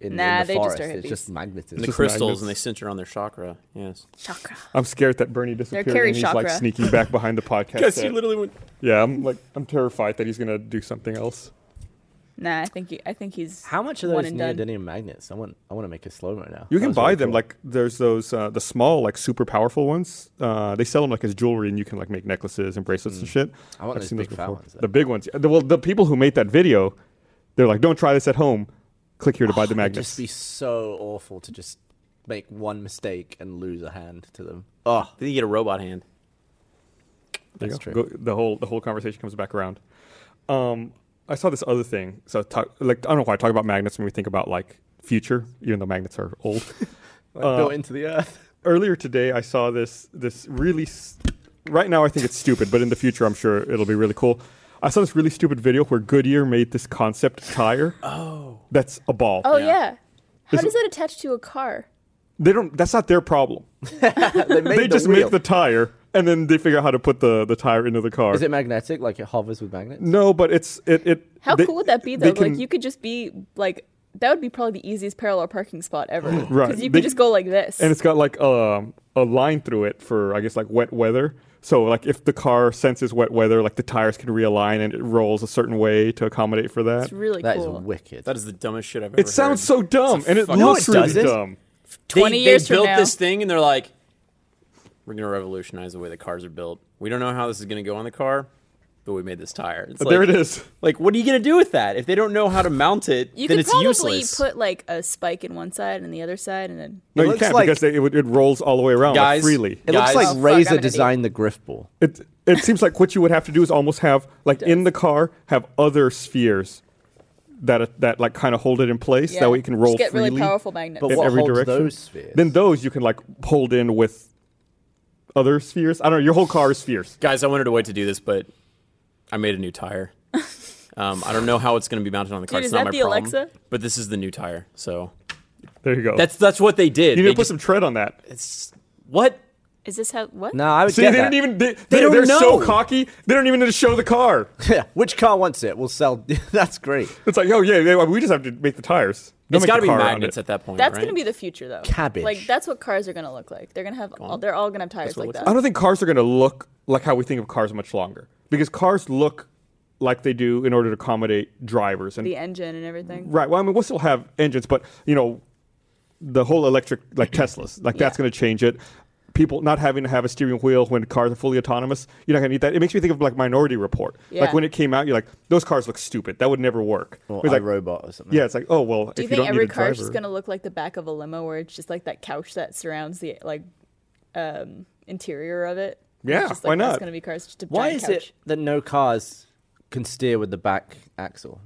Speaker 2: in, in
Speaker 4: Nah,
Speaker 2: the
Speaker 4: they just
Speaker 2: forest.
Speaker 4: are
Speaker 2: it's
Speaker 4: hippies.
Speaker 2: just magnetism.
Speaker 3: The
Speaker 1: Just
Speaker 3: crystals and they
Speaker 1: magnets.
Speaker 3: center on their chakra. Yes.
Speaker 4: Chakra.
Speaker 1: I'm scared that Bernie disappeared
Speaker 4: Carrie
Speaker 1: and he's like
Speaker 4: chakra.
Speaker 1: sneaking back behind the podcast.
Speaker 3: Because
Speaker 1: set.
Speaker 3: you literally went.
Speaker 1: yeah, I'm like I'm terrified that he's gonna do something else.
Speaker 4: Nah, I think he, I think he's.
Speaker 2: How much are
Speaker 4: one
Speaker 2: those
Speaker 4: and done.
Speaker 2: neodymium magnets? I want. I want to make a slow mo now.
Speaker 1: You
Speaker 2: That
Speaker 1: can
Speaker 2: was
Speaker 1: buy
Speaker 2: really
Speaker 1: them
Speaker 2: cool.
Speaker 1: like there's those uh, the small like super powerful ones. Uh, they sell them like as jewelry, and you can like make necklaces and bracelets and shit.
Speaker 2: Hmm. I want those big fat
Speaker 1: before.
Speaker 2: ones, though.
Speaker 1: The big ones. The- well, the people who made that video, they're like, "Don't try this at home. Click here to buy the
Speaker 2: It'd
Speaker 1: magnets."
Speaker 2: Oh, [LAUGHS] just be so awful to just make one mistake and lose a hand to them. Oh,
Speaker 3: Then you get a robot hand.
Speaker 1: There you
Speaker 2: That's
Speaker 1: go.
Speaker 2: true.
Speaker 1: Go- the whole the whole conversation comes back around. Um, I saw this other thing. So talk, like I don't know why I talk about magnets when we think about like future, even though magnets are old.
Speaker 2: like
Speaker 1: Uh,
Speaker 2: built into
Speaker 1: [LAUGHS]
Speaker 2: the earth.
Speaker 1: Earlier today, I saw this this really. s right now, I think it's stupid, but in the future, I'm sure it'll be really cool. I saw this really stupid video where Goodyear made this concept tire.
Speaker 2: [LAUGHS]
Speaker 1: Oh. That's a ball.
Speaker 4: Oh yeah. How
Speaker 1: Is it-
Speaker 4: does that attach to a car?
Speaker 1: They don't. That's not their problem.
Speaker 2: They, made
Speaker 1: They
Speaker 2: the
Speaker 1: just
Speaker 2: wheel.
Speaker 1: make the tire, and then they figure out how to put the, the tire into the car.
Speaker 2: Is it magnetic? Like it hovers with magnets?
Speaker 1: No, but it's it. it
Speaker 4: How
Speaker 1: they-
Speaker 4: cool would that be
Speaker 1: they
Speaker 4: though?
Speaker 1: can-
Speaker 4: Like you could just be like that would be probably the easiest parallel parking spot ever.
Speaker 1: Right.
Speaker 4: Because you
Speaker 1: They-
Speaker 4: could just go like this.
Speaker 1: and it's got like um, a line through it for I guess like wet weather. So like if the car senses wet weather, like the tires can realign and it rolls a certain way to accommodate for that.
Speaker 4: it's really
Speaker 2: That is
Speaker 4: cool.
Speaker 2: wicked.
Speaker 3: That is the dumbest shit I've ever
Speaker 1: it sounds so dumb and it
Speaker 3: fucking- No,
Speaker 1: looks
Speaker 2: it
Speaker 1: really
Speaker 2: doesn't.
Speaker 1: dumb.
Speaker 3: They-
Speaker 4: 20
Speaker 3: they,
Speaker 4: years from
Speaker 3: built
Speaker 4: now.
Speaker 3: this thing and they're like we're going to revolutionize the way the cars are built. We don't know how this is going to go on the car, but we made this tire. It's
Speaker 1: But
Speaker 3: like,
Speaker 1: there it is.
Speaker 3: Like what are you going to do with that? If they don't know how to mount it,
Speaker 4: You
Speaker 3: then
Speaker 4: could
Speaker 3: it's
Speaker 4: probably
Speaker 3: useless.
Speaker 4: put like a spike in one side and the other side, and then
Speaker 1: No,
Speaker 2: It
Speaker 1: you
Speaker 2: looks
Speaker 1: can't
Speaker 2: like-
Speaker 1: because they, it, would- it rolls all the way around like,
Speaker 3: Guys,
Speaker 1: freely.
Speaker 2: it
Speaker 3: Guys.
Speaker 2: looks
Speaker 3: Oh,
Speaker 2: like
Speaker 4: fuck, I'm an
Speaker 2: Razor
Speaker 4: idiot.
Speaker 2: designed the griff ball.
Speaker 1: It it seems like what you would have to do is almost have like in the car have other spheres that that like kind of hold it in place.
Speaker 4: Yeah.
Speaker 1: That way you can roll
Speaker 4: Just get
Speaker 1: freely.
Speaker 4: really powerful magnets.
Speaker 2: But
Speaker 1: in
Speaker 2: what
Speaker 1: every
Speaker 2: holds
Speaker 1: direction.
Speaker 2: those spheres?
Speaker 1: Then those you can like hold in with other spheres. I don't know. Your whole car is spheres.
Speaker 3: Guys, I wanted to wait to do this, but I made a
Speaker 4: [LAUGHS]
Speaker 3: new tire. um, I don't know how it's going to be mounted on the car.
Speaker 4: Dude,
Speaker 3: it's
Speaker 4: is
Speaker 3: not
Speaker 4: that
Speaker 3: my
Speaker 4: the
Speaker 3: problem.
Speaker 4: Alexa?
Speaker 3: But this is the new tire, so
Speaker 1: There you go.
Speaker 3: that's that's what they
Speaker 1: you
Speaker 3: did. They
Speaker 1: need to put
Speaker 3: just-
Speaker 1: some tread on that.
Speaker 3: it's- what?
Speaker 4: is this how? What?
Speaker 2: No, I would
Speaker 1: See,
Speaker 2: get
Speaker 1: they
Speaker 2: that.
Speaker 1: didn't even. They, they,
Speaker 3: don't
Speaker 1: are so
Speaker 3: know.
Speaker 1: cocky. They don't even need to show the car.
Speaker 2: [LAUGHS] Which car wants it? We'll sell. [LAUGHS] That's
Speaker 1: [LAUGHS]
Speaker 2: great.
Speaker 1: It's like, oh yeah, yeah, we just have to make the tires. Don't
Speaker 3: it's
Speaker 1: got to
Speaker 3: be magnets at that point.
Speaker 4: That's
Speaker 3: right?
Speaker 4: gonna be the future, though.
Speaker 2: Cabbage.
Speaker 4: Like that's what cars are gonna look like. They're gonna have. All, they're all gonna have tires
Speaker 3: what
Speaker 4: like
Speaker 3: it looks
Speaker 4: that.
Speaker 1: I don't think cars are going to look like how we think of cars much longer because cars look like they do in order to accommodate drivers and
Speaker 4: the engine and everything.
Speaker 1: Right. Well, I mean, we'll still have engines, but you know, the whole electric, like Teslas, like that's
Speaker 4: Yeah.
Speaker 1: going to change it. People not having to have a steering wheel when cars are fully autonomous, you're not going to need that. It makes me think of like Minority Report.
Speaker 4: Yeah.
Speaker 1: Like when it came out, you're like, those cars look stupid. That would never work.
Speaker 2: Or
Speaker 1: It's like,
Speaker 2: robot or something.
Speaker 1: yeah, it's like, oh well,
Speaker 4: Do
Speaker 1: if
Speaker 4: you
Speaker 1: you
Speaker 4: think
Speaker 1: don't
Speaker 4: every
Speaker 1: need a
Speaker 4: car
Speaker 1: driver,
Speaker 4: is just gonna look like the back of a limo, where it's just like that couch that surrounds the like um, interior of it? It's
Speaker 1: Yeah,
Speaker 4: just,
Speaker 1: why
Speaker 4: like, that's
Speaker 1: not?
Speaker 4: gonna be cars. Just a
Speaker 2: Why
Speaker 4: giant
Speaker 2: is
Speaker 4: couch.
Speaker 2: it that no cars can steer with the back axle?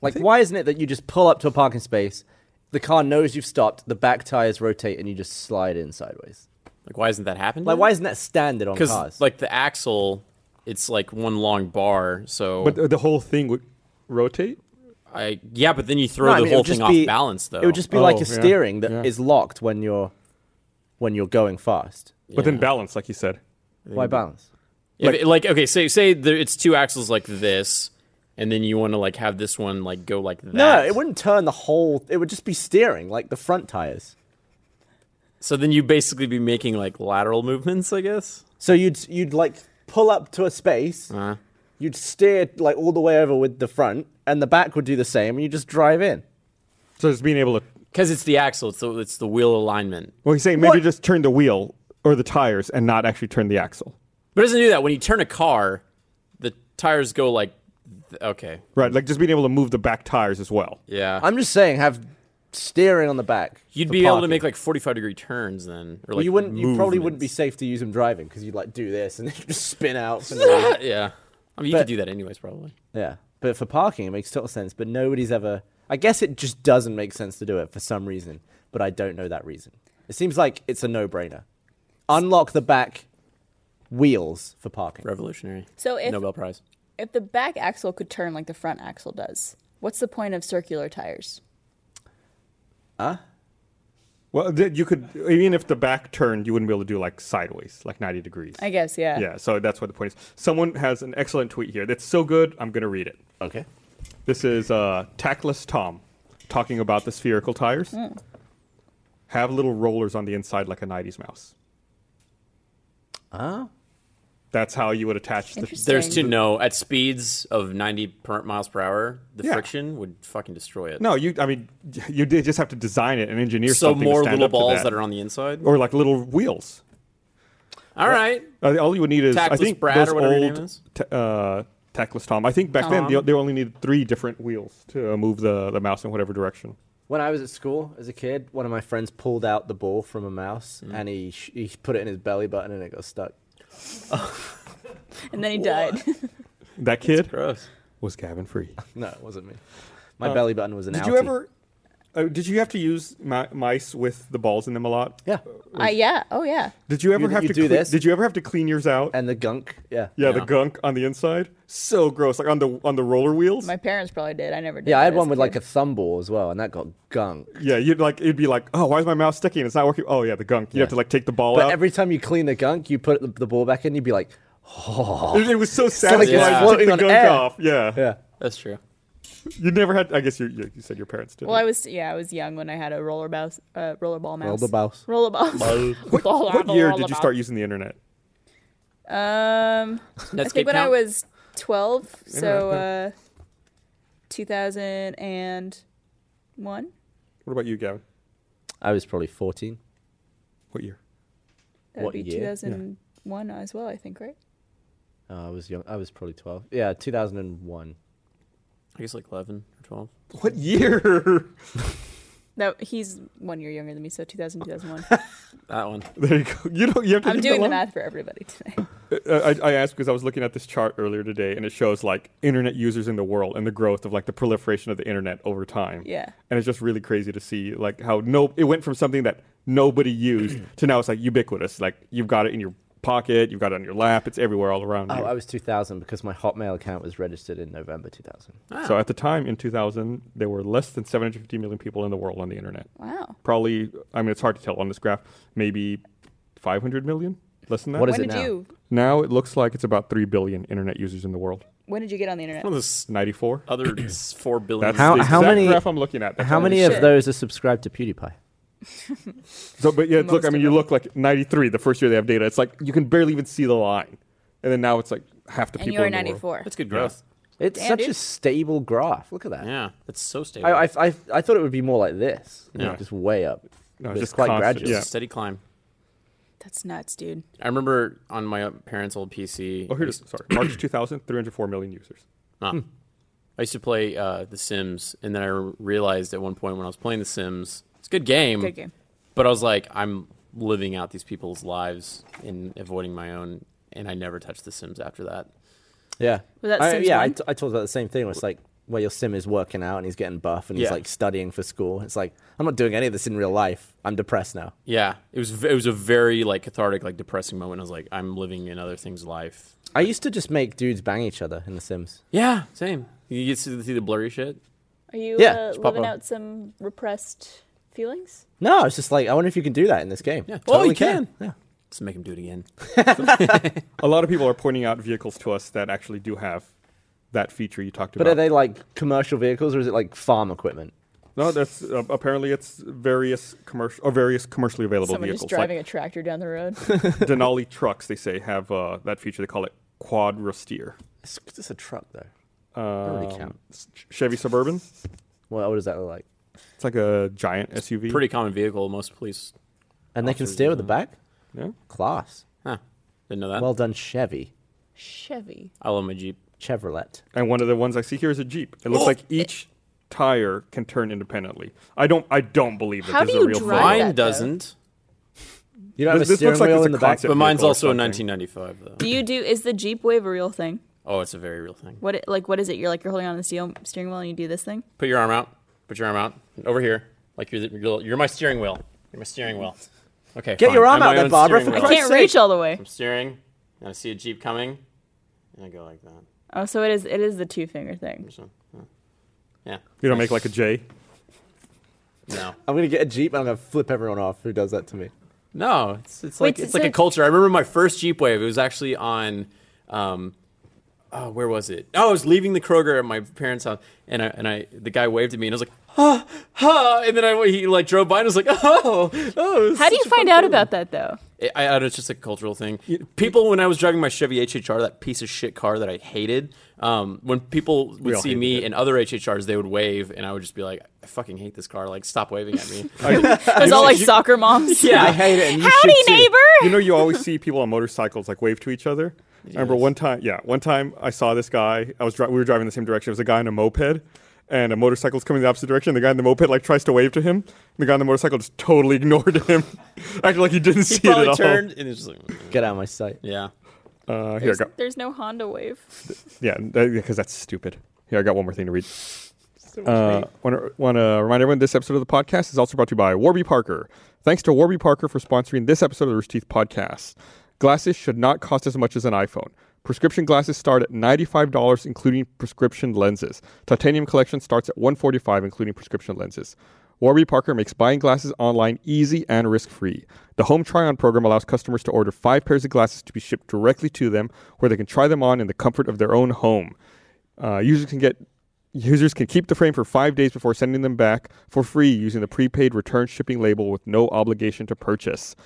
Speaker 2: Like, why isn't it that you just pull up to a parking space, the car knows you've stopped, the back tires rotate, and you just slide in sideways?
Speaker 3: like why isn't that happening?
Speaker 2: Like, why isn't that standard on
Speaker 3: Because
Speaker 2: cars?
Speaker 3: like the axle, it's like one long bar. So
Speaker 1: but the- the whole thing would rotate.
Speaker 3: I yeah, but then you throw
Speaker 2: No, I
Speaker 3: the
Speaker 2: mean, it
Speaker 3: whole
Speaker 2: would just
Speaker 3: thing off
Speaker 2: be-
Speaker 3: balance though.
Speaker 2: It would just be like
Speaker 1: Oh,
Speaker 2: a
Speaker 1: yeah,
Speaker 2: steering that is
Speaker 1: yeah.
Speaker 2: locked when you're when you're going fast.
Speaker 1: But then balance, like you said.
Speaker 2: Why balance?
Speaker 3: If it- like, okay, say say there, it's two axles like this, and then you want to like have this one like go like that.
Speaker 2: No, it wouldn't turn the whole. It would just be steering, like the front tires.
Speaker 3: So then you basically be making like lateral movements, I guess.
Speaker 2: So you'd you'd like pull up to a space.
Speaker 3: Uh,
Speaker 2: You'd steer like all the way over with the front, and the back would do the same, and you just drive in.
Speaker 1: So it's being able to.
Speaker 3: Because it's the axle, it's the, it's the wheel alignment.
Speaker 1: Well, he's saying maybe just turn the wheel or the tires and not actually turn the axle.
Speaker 3: But it doesn't do that. When you turn a car, the tires go like, th- okay,
Speaker 1: Right. Like just being able to move the back tires as well.
Speaker 3: yeah.
Speaker 2: I'm just saying, have steering on the back.
Speaker 3: You'd
Speaker 2: for
Speaker 3: be able to
Speaker 2: parking.
Speaker 3: make like 45 degree turns then. Or,
Speaker 2: Well,
Speaker 3: like,
Speaker 2: you wouldn't. You probably wouldn't be
Speaker 3: [LAUGHS] movements.
Speaker 2: safe to use them driving because you'd like do this and [LAUGHS] then just spin out. and-
Speaker 3: [LAUGHS] yeah. I mean, you could
Speaker 2: But-
Speaker 3: do that anyways, probably.
Speaker 2: yeah, but for parking, it makes total sense. But nobody's ever. I guess it just doesn't make sense to do it for some reason, but I don't know that reason. It seems like it's a no-brainer. Unlock the back wheels for parking.
Speaker 3: Revolutionary.
Speaker 4: So if-
Speaker 3: Nobel Prize.
Speaker 4: If the back axle could turn like the front axle does, what's the point of circular tires?
Speaker 1: Well, th- you could even if the back turned, you wouldn't be able to do like sideways, like ninety degrees.
Speaker 4: I guess, yeah.
Speaker 1: yeah, so that's what the point is. Someone has an excellent tweet here that's so good, I'm gonna read it.
Speaker 2: Okay.
Speaker 1: This is uh, Tackless Tom talking about the spherical tires.
Speaker 4: Hmm.
Speaker 1: Have little rollers on the inside like a '90s mouse.
Speaker 2: Ah.
Speaker 1: That's how you would attach the.
Speaker 4: Oh. Interesting.
Speaker 3: There's to no, at speeds of 90 per, miles per hour, the
Speaker 1: Yeah.
Speaker 3: friction would fucking destroy it.
Speaker 1: No, you. I mean, [LAUGHS] you did just have to design it and engineer
Speaker 3: So
Speaker 1: something.
Speaker 3: more
Speaker 1: to stand
Speaker 3: little
Speaker 1: up to
Speaker 3: balls that.
Speaker 1: that
Speaker 3: are on the inside.
Speaker 1: or like little wheels.
Speaker 3: All right.
Speaker 1: Uh, all you would need is I
Speaker 3: Tackless
Speaker 1: think
Speaker 3: Brad
Speaker 1: those
Speaker 3: or whatever your
Speaker 1: old
Speaker 3: name is?
Speaker 1: ta- uh, tackless Tom. I think back then they,
Speaker 3: Tom.
Speaker 1: they only needed three different wheels to uh, move the, the mouse in whatever direction.
Speaker 2: When I was at school as a kid, one of my friends pulled out the ball from a mouse and he sh- he put it in his belly button and it got stuck.
Speaker 4: And then he died. [LAUGHS]
Speaker 1: That kid
Speaker 3: Gross.
Speaker 1: was Gavin Free.
Speaker 2: No, it wasn't me. Oh. My belly button was an.
Speaker 1: Did
Speaker 2: outie.
Speaker 1: you ever? Uh, did you have to use mi- mice with the balls in them a lot?
Speaker 2: Yeah.
Speaker 4: uh, yeah. Oh yeah.
Speaker 1: Did you ever
Speaker 2: You-
Speaker 1: have
Speaker 2: you
Speaker 1: to
Speaker 2: do
Speaker 1: cle-
Speaker 2: this?
Speaker 1: Did you ever have to clean yours out?
Speaker 2: And the gunk. Yeah.
Speaker 1: yeah, the
Speaker 3: Yeah.
Speaker 1: gunk on the inside. So gross. Like on the on the roller wheels.
Speaker 4: My parents probably did. I never did.
Speaker 2: Yeah, I
Speaker 4: that
Speaker 2: had
Speaker 4: as
Speaker 2: one with like a
Speaker 4: kid.
Speaker 2: thumb ball as well, and that got gunk.
Speaker 1: yeah, you'd like it'd be like, oh, why is my mouse sticking? It's not working. Oh yeah, the gunk. You have to like take the ball
Speaker 2: But
Speaker 1: out.
Speaker 2: every time you clean the gunk, you put the, the ball back in, you'd be like,
Speaker 1: it, it was so
Speaker 2: like
Speaker 1: satisfying.
Speaker 3: it's
Speaker 1: to take
Speaker 2: floating
Speaker 1: the
Speaker 2: on
Speaker 1: gunk
Speaker 2: air.
Speaker 1: off.
Speaker 2: yeah.
Speaker 3: That's true.
Speaker 1: You never had. I guess you you, you said your parents did.
Speaker 4: Well, I was yeah, I was young when I had a roller mouse, uh, rollerball mouse.
Speaker 2: Roller mouse.
Speaker 4: Roller mouse. [LAUGHS]
Speaker 1: what, what year did you start using the internet?
Speaker 4: Um, I
Speaker 3: Netscape
Speaker 4: think when I
Speaker 3: count?
Speaker 4: was twelve, so
Speaker 1: yeah.
Speaker 4: uh, two thousand and one.
Speaker 1: What about you, Gavin?
Speaker 2: I was probably 14.
Speaker 1: What year?
Speaker 4: That would
Speaker 2: What
Speaker 4: be
Speaker 2: year?
Speaker 4: two
Speaker 2: Yeah.
Speaker 4: thousand one as well. I think right.
Speaker 2: Oh, I was young. I was probably 12. Yeah, 2001.
Speaker 3: I guess like 11 or 12.
Speaker 1: What year? [LAUGHS]
Speaker 4: No, he's one year younger than me, so 2000, 2001.
Speaker 3: That one.
Speaker 1: There you go. You don't. You have to.
Speaker 4: I'm
Speaker 1: leave that
Speaker 4: doing the
Speaker 1: alone? Uh,
Speaker 4: math for everybody today. [LAUGHS]
Speaker 1: I, I asked because I was looking at this chart earlier today, and it shows like internet users in the world and the growth of like the proliferation of the internet over time.
Speaker 4: Yeah.
Speaker 1: and it's just really crazy to see like how no, it went from something that nobody used to now it's like ubiquitous. Like you've got it in your pocket, you've got it on your lap, it's everywhere all around
Speaker 2: Oh,
Speaker 1: you.
Speaker 2: I was 2000 because my Hotmail account was registered in November 2000.
Speaker 1: So at the time in 2000, there were less than 750 million people in the world on the internet.
Speaker 4: Wow.
Speaker 1: Probably, I mean, it's hard to tell on this graph. Maybe 500 million, less than that.
Speaker 2: What is
Speaker 4: when
Speaker 2: it
Speaker 4: did
Speaker 2: now?
Speaker 4: you
Speaker 1: Now it looks like it's about 3 billion internet users in the world.
Speaker 4: when did you get on the internet?
Speaker 3: One of those
Speaker 1: 94. [CLEARS THROAT]
Speaker 3: other s- 4 billion.
Speaker 1: That's
Speaker 2: How-
Speaker 1: the
Speaker 2: how
Speaker 1: exact
Speaker 2: many-
Speaker 1: graph I'm looking at. That's
Speaker 2: How
Speaker 1: all
Speaker 2: many
Speaker 1: it
Speaker 4: shit.
Speaker 2: of those are subscribed to PewDiePie?
Speaker 1: is. So, but yeah, look.
Speaker 4: Most
Speaker 1: I
Speaker 4: of
Speaker 1: mean, you
Speaker 4: them.
Speaker 1: look like 93 the first year they have data. It's like you can barely even see the line, and then now it's like half the
Speaker 4: and
Speaker 1: people.
Speaker 4: you were
Speaker 1: in the world.
Speaker 4: 94.
Speaker 3: That's good growth.
Speaker 2: It's
Speaker 4: Damn,
Speaker 2: such a
Speaker 4: dude.
Speaker 2: stable graph. Look at that.
Speaker 3: Yeah. That's so stable.
Speaker 2: I, I, I, I thought it would be more like this. you know,
Speaker 1: Yeah.
Speaker 2: Just way up.
Speaker 1: No,
Speaker 2: But it's
Speaker 1: just
Speaker 2: quite
Speaker 1: constant,
Speaker 2: gradual.
Speaker 1: yeah.
Speaker 3: It's a steady climb.
Speaker 4: That's nuts, dude.
Speaker 3: I remember on my parents' old PC.
Speaker 1: Oh,
Speaker 3: I
Speaker 1: here.
Speaker 3: used-
Speaker 1: Sorry, March 2000, 304 million users.
Speaker 3: Ah. I used to play uh, The Sims, and then I re- realized at one point when I was playing The Sims, it's a good game.
Speaker 4: Good game.
Speaker 3: But I was like, I'm living out these people's lives and avoiding my own, and I never touched The Sims after that.
Speaker 2: Yeah.
Speaker 4: Was that
Speaker 2: I,
Speaker 4: Sims
Speaker 2: yeah, I,
Speaker 4: one?
Speaker 2: t- I talked about the same thing. where It's like where your sim is working out and he's getting buff and he's
Speaker 3: Yeah.
Speaker 2: like studying for school. It's like I'm not doing any of this in real life. I'm depressed now.
Speaker 3: Yeah, it was v- it was a very like cathartic, like depressing moment. I was like, I'm living in other things' life.
Speaker 2: I used to just make dudes bang each other in the Sims.
Speaker 3: Yeah, same. You get to see the blurry shit.
Speaker 4: Are you
Speaker 2: Yeah,
Speaker 4: uh,
Speaker 2: just pop
Speaker 4: living
Speaker 2: on.
Speaker 4: out some repressed feelings?
Speaker 2: No, it's just like I wonder if you can do that in this game.
Speaker 3: Yeah,
Speaker 2: totally
Speaker 3: oh, you can.
Speaker 2: Yeah.
Speaker 3: Let's make him do it again.
Speaker 1: A lot of people are pointing out vehicles to us that actually do have that feature you talked
Speaker 2: But
Speaker 1: about.
Speaker 2: are they like commercial vehicles or is it like farm equipment?
Speaker 1: No, that's uh, apparently it's various commercial or various commercially available
Speaker 4: Someone just
Speaker 1: vehicles.
Speaker 4: driving
Speaker 1: Like
Speaker 4: a tractor down the road. [LAUGHS]
Speaker 1: Denali trucks, they say have uh, that feature. They call it quad rosteer.
Speaker 2: It's just a truck though.
Speaker 1: Um,
Speaker 2: really count.
Speaker 1: Ch- Chevy Suburban.
Speaker 2: What, what does that look like?
Speaker 1: It's like a giant SUV.
Speaker 3: Pretty common vehicle. Most police.
Speaker 2: And they can
Speaker 3: Officers
Speaker 2: steer
Speaker 3: do
Speaker 2: with the
Speaker 3: that.
Speaker 2: back.
Speaker 1: Yeah.
Speaker 2: Class.
Speaker 3: Huh. Didn't know that.
Speaker 2: Well done, Chevy.
Speaker 4: Chevy.
Speaker 3: I love my Jeep.
Speaker 2: Chevrolet.
Speaker 1: And one of the ones I see here is a Jeep. It looks
Speaker 3: Oh.
Speaker 1: like each tire can turn independently. I don't. I don't believe that
Speaker 4: How
Speaker 1: this is a
Speaker 4: do you
Speaker 1: real
Speaker 4: drive
Speaker 1: thing.
Speaker 4: that,
Speaker 3: Mine
Speaker 4: though.
Speaker 3: doesn't,
Speaker 2: You don't have
Speaker 1: This-
Speaker 2: a
Speaker 1: this
Speaker 2: steering
Speaker 1: looks like
Speaker 2: wheel
Speaker 1: it's
Speaker 2: in
Speaker 1: a
Speaker 2: the back.
Speaker 1: concept.
Speaker 3: but
Speaker 1: Vehicle
Speaker 3: mine's
Speaker 1: or
Speaker 3: also a
Speaker 1: something.
Speaker 3: 1995 though.
Speaker 4: Do you do? Is the Jeep wave a real thing?
Speaker 3: Oh, it's a very real thing.
Speaker 4: What it, like what is it? You're like you're holding on to the steel, steering wheel and you do this thing.
Speaker 3: Put your arm out. Put your arm out. Over here. Like you're the, you're, you're my steering wheel. You're my steering wheel. Okay.
Speaker 2: Get
Speaker 3: fine.
Speaker 2: your arm
Speaker 3: I'm
Speaker 2: out
Speaker 3: my
Speaker 2: there,
Speaker 3: own
Speaker 2: Barbara,
Speaker 3: steering
Speaker 2: for
Speaker 3: wheel.
Speaker 2: Christ's-
Speaker 4: Can't
Speaker 2: sake.
Speaker 4: reach all the way.
Speaker 3: I'm steering, and I see a Jeep coming, and I go like that.
Speaker 4: Oh, so it is. It is the two finger thing.
Speaker 3: So, yeah. yeah.
Speaker 1: You don't make like a J.
Speaker 3: No.
Speaker 2: I'm gonna get a Jeep and I'm gonna flip everyone off who does that to me.
Speaker 3: No, it's it's
Speaker 4: Wait,
Speaker 3: like
Speaker 4: so-
Speaker 3: it's like
Speaker 4: so-
Speaker 3: a culture. I remember my first Jeep Wave. It was actually on, um, oh, where was it? Oh, I was leaving the Kroger at my parents' house, and I and I the guy waved at me, and I was like, ha ha, and then I he like drove by, and I was like, oh, oh. it was
Speaker 4: How do you
Speaker 3: such a fun
Speaker 4: find out
Speaker 3: feeling.
Speaker 4: about that though?
Speaker 3: [LAUGHS] It- I, I don't- it's just a cultural thing. People, when I was driving my Chevy HHR, that piece of shit car that I hated, um, when people would
Speaker 1: all
Speaker 3: see
Speaker 1: hated
Speaker 3: me
Speaker 1: it.
Speaker 3: and other HHRs, they would wave, and I would just be like, I fucking hate this car. Like, stop waving
Speaker 1: [LAUGHS]
Speaker 3: at me.
Speaker 4: It was all like soccer moms.
Speaker 3: [LAUGHS] yeah,
Speaker 2: I hate it. And you
Speaker 4: Howdy,
Speaker 2: should too.
Speaker 1: you
Speaker 4: neighbor.
Speaker 1: know, you
Speaker 4: [LAUGHS]
Speaker 1: always see people on motorcycles like wave to each other. I remember one time, yeah, one time I saw this guy. I was dri- we were driving the same direction. It was a guy on a moped, and a motorcycle's coming the opposite direction. The guy on the moped like tries to wave to him. And the guy on the motorcycle just totally [LAUGHS] ignored him, acted like he didn't see
Speaker 3: He
Speaker 1: it at
Speaker 3: probably
Speaker 1: all.
Speaker 3: turned, and it was just
Speaker 2: [LAUGHS]
Speaker 3: like, [LAUGHS]
Speaker 2: Get out of my sight.
Speaker 3: yeah.
Speaker 1: Uh, here I go.
Speaker 4: There's no Honda wave.
Speaker 1: Yeah, because that's stupid. Here I got one more thing to read. Uh, Want to remind everyone this episode of the podcast is also brought to you by Warby Parker. Thanks to Warby Parker for sponsoring this episode of the Rooster Teeth podcast. Glasses should not cost as much as an iPhone. Prescription glasses start at $95, including prescription lenses. Titanium collection starts at $145, including prescription lenses. Warby Parker makes buying glasses online easy and risk free. The home try on program allows customers to order five pairs of glasses to be shipped directly to them, where they can try them on in the comfort of their own home. Uh, users can get Users can keep the frame for five days before sending them back for free using the prepaid return shipping label with no obligation to purchase.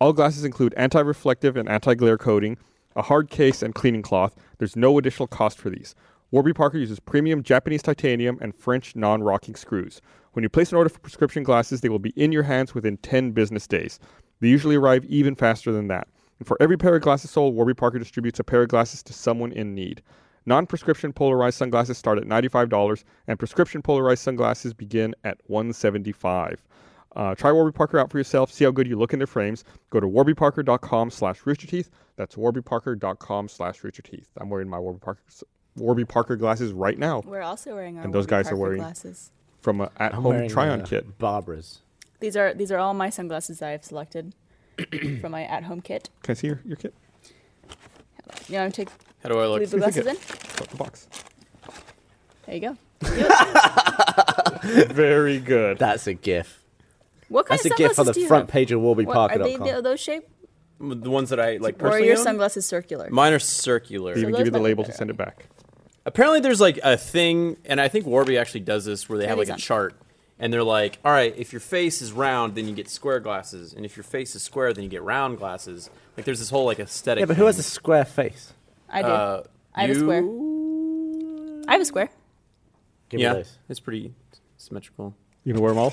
Speaker 1: All glasses include anti reflective and anti glare coating, a hard case, and cleaning cloth. There's no additional cost for these. Warby Parker uses premium Japanese titanium and French non rocking screws. When you place an order for prescription glasses, they will be in your hands within 10 business days. They usually arrive even faster than that. And for every pair of glasses sold, Warby Parker distributes a pair of glasses to someone in need. Non prescription polarized sunglasses start at $95, and prescription polarized sunglasses begin at $175. Uh, try Warby Parker out for yourself. See how good you look in their frames. Go to warbyparker.com slash roosterteeth. That's warbyparker.com slash roosterteeth. I'm wearing my Warby Parker, Warby Parker glasses right now
Speaker 4: We're also wearing our
Speaker 1: And those
Speaker 4: Warby
Speaker 1: guys are
Speaker 4: Parker
Speaker 1: wearing-
Speaker 4: glasses.
Speaker 1: from an at-home try-on
Speaker 2: uh,
Speaker 1: kit.
Speaker 2: Barbara's.
Speaker 4: These are these are all my sunglasses I have selected [COUGHS] from my at-home kit.
Speaker 1: Can I see your, your kit?
Speaker 4: You know, I'm take
Speaker 3: How do I look?
Speaker 4: leave the glasses in.
Speaker 1: it. It's out the box.
Speaker 4: There you go.
Speaker 1: Very good.
Speaker 2: That's a gif.
Speaker 4: What kind
Speaker 2: That's a
Speaker 4: of
Speaker 2: gif
Speaker 4: sunglasses
Speaker 2: on the
Speaker 4: do you
Speaker 2: front
Speaker 4: have?
Speaker 2: page of
Speaker 4: What, are they
Speaker 2: WarbyParker.com.
Speaker 4: th- those shape,
Speaker 3: [LAUGHS] The ones that I like
Speaker 4: or are
Speaker 3: personally.
Speaker 4: your
Speaker 3: own?
Speaker 4: sunglasses circular?
Speaker 3: Mine are circular.
Speaker 1: They even
Speaker 4: those
Speaker 1: give you the
Speaker 4: might be
Speaker 1: label to
Speaker 4: better.
Speaker 1: send it back.
Speaker 3: Apparently, there's like a thing, and I think Warby actually does this where they have
Speaker 4: That
Speaker 3: like
Speaker 4: is
Speaker 3: a
Speaker 4: on.
Speaker 3: chart, and they're like, all right, if your face is round, then you get square glasses, and if your face is square, then you get round glasses. Like, there's this whole like aesthetic.
Speaker 2: Yeah, but who has a
Speaker 3: thing.
Speaker 2: square face?
Speaker 4: I do.
Speaker 3: Uh,
Speaker 4: I have a square. I have a square.
Speaker 2: Give
Speaker 3: yeah,
Speaker 2: me those.
Speaker 3: it's pretty symmetrical.
Speaker 1: You gonna wear them all?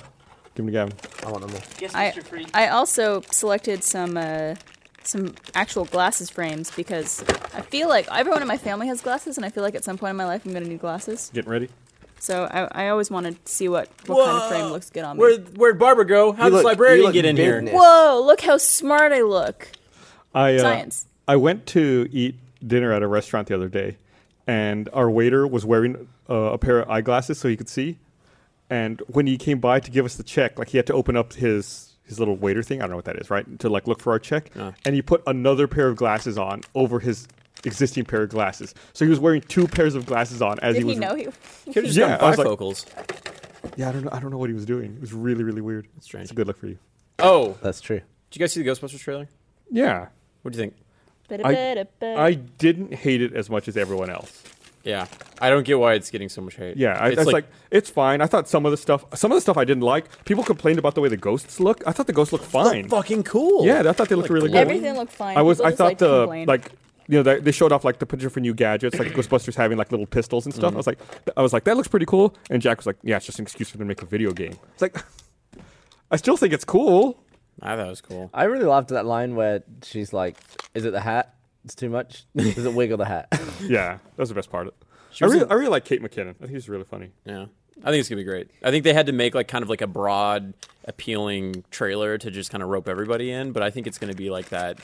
Speaker 1: Give them to Gavin.
Speaker 2: I want them all.
Speaker 3: Yes,
Speaker 4: I I also selected some uh, some actual glasses frames because I feel like everyone in my family has glasses, and I feel like at some point in my life I'm gonna need glasses.
Speaker 1: Getting ready?
Speaker 4: So I, I always wanted to see what, what kind of frame looks good on me.
Speaker 3: Where where'd Barbara go? How
Speaker 2: You look-
Speaker 3: does
Speaker 2: you
Speaker 3: librarian
Speaker 2: look
Speaker 3: get in
Speaker 2: big
Speaker 3: here?
Speaker 2: now.
Speaker 4: Whoa! Look how smart I look.
Speaker 1: I, uh,
Speaker 4: Science.
Speaker 1: I went to eat dinner at a restaurant the other day, and our waiter was wearing uh, a pair of eyeglasses so he could see. And when he came by to give us the check, like he had to open up his his little waiter thing. I don't know what that is, right? To like look for our check, and he put another pair of glasses on over his existing pair of glasses. So he was wearing two pairs of glasses on as
Speaker 4: Did
Speaker 1: he was.
Speaker 4: he know
Speaker 1: [LAUGHS]
Speaker 4: he? [LAUGHS]
Speaker 3: Could've just
Speaker 1: Yeah,
Speaker 3: done
Speaker 1: I was like-
Speaker 3: bifocals.
Speaker 1: Yeah, I don't know. I don't know what he was doing. It was really really weird. That's
Speaker 3: strange.
Speaker 1: It's a good look for you.
Speaker 3: oh, did
Speaker 2: That's true.
Speaker 3: you guys see the Ghostbusters trailer?
Speaker 1: Yeah,
Speaker 3: What do you think?
Speaker 1: I didn't hate it as much as everyone else.
Speaker 3: Yeah, I don't get why it's getting so much hate.
Speaker 1: Yeah, I,
Speaker 3: it's
Speaker 1: it's like, it's fine. I thought some of the stuff, some of the stuff I didn't like. People complained about the way the ghosts look. I thought the ghosts looked fine.
Speaker 3: fucking cool.
Speaker 1: Yeah, I thought they looked really good.
Speaker 4: Everything looked fine.
Speaker 1: I was,
Speaker 4: People
Speaker 1: I
Speaker 4: just
Speaker 1: thought
Speaker 4: like to
Speaker 1: the
Speaker 4: complain.
Speaker 1: like, you know, they, they showed off like the picture for new gadgets, like Ghostbusters having like little pistols and stuff.
Speaker 3: Mm-hmm.
Speaker 1: I was like, I was like, that looks pretty cool. And Jack was like, yeah, it's just an excuse for them to make a video game. It's like, [LAUGHS] I still think it's cool.
Speaker 3: I thought it was cool.
Speaker 2: I really loved that line where she's like, "Is it the hat? It's too much. Does it wiggle the hat?" [LAUGHS]
Speaker 1: Yeah, that was the best part. Of it. I
Speaker 3: was
Speaker 1: really,
Speaker 3: in-
Speaker 1: I really like Kate McKinnon. I think she's really funny.
Speaker 3: Yeah. I think it's gonna be great. I think they had to make like kind of like a broad, appealing trailer to just kind of rope everybody in, but I think it's gonna be like that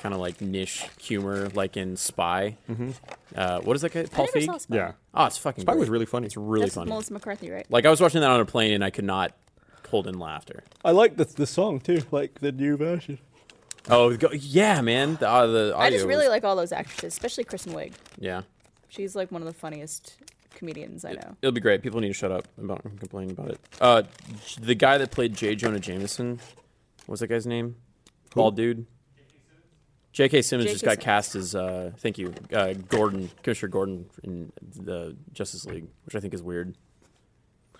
Speaker 3: kind of like niche humor, like in Spy. Mm-hmm. Uh, what is that guy? Paul
Speaker 4: never saw
Speaker 3: Feig.
Speaker 4: Spy.
Speaker 1: Yeah,
Speaker 3: Oh, it's fucking.
Speaker 1: Spy
Speaker 3: great.
Speaker 1: was really funny.
Speaker 3: It's really
Speaker 4: That's
Speaker 3: funny.
Speaker 4: Melissa McCarthy, right?
Speaker 3: Like I was watching that on a plane and I could not hold in laughter.
Speaker 1: I like the the song too, like the new version.
Speaker 3: Oh go, yeah, man. The, uh, the audio
Speaker 4: I just really
Speaker 3: was-
Speaker 4: like all those actresses, especially Kristen Wiig.
Speaker 3: Yeah,
Speaker 4: She's like one of the funniest comedians I know.
Speaker 3: it'll be great. People need to shut up about complaining about it. Uh, the guy that played J. Jonah Jameson, what's that guy's name? Bald dude. J.K. Simmons
Speaker 4: J.K.
Speaker 3: just got
Speaker 4: Simmons.
Speaker 3: cast as uh, thank you, uh, Gordon, Commissioner Gordon in the Justice League, which I think is weird.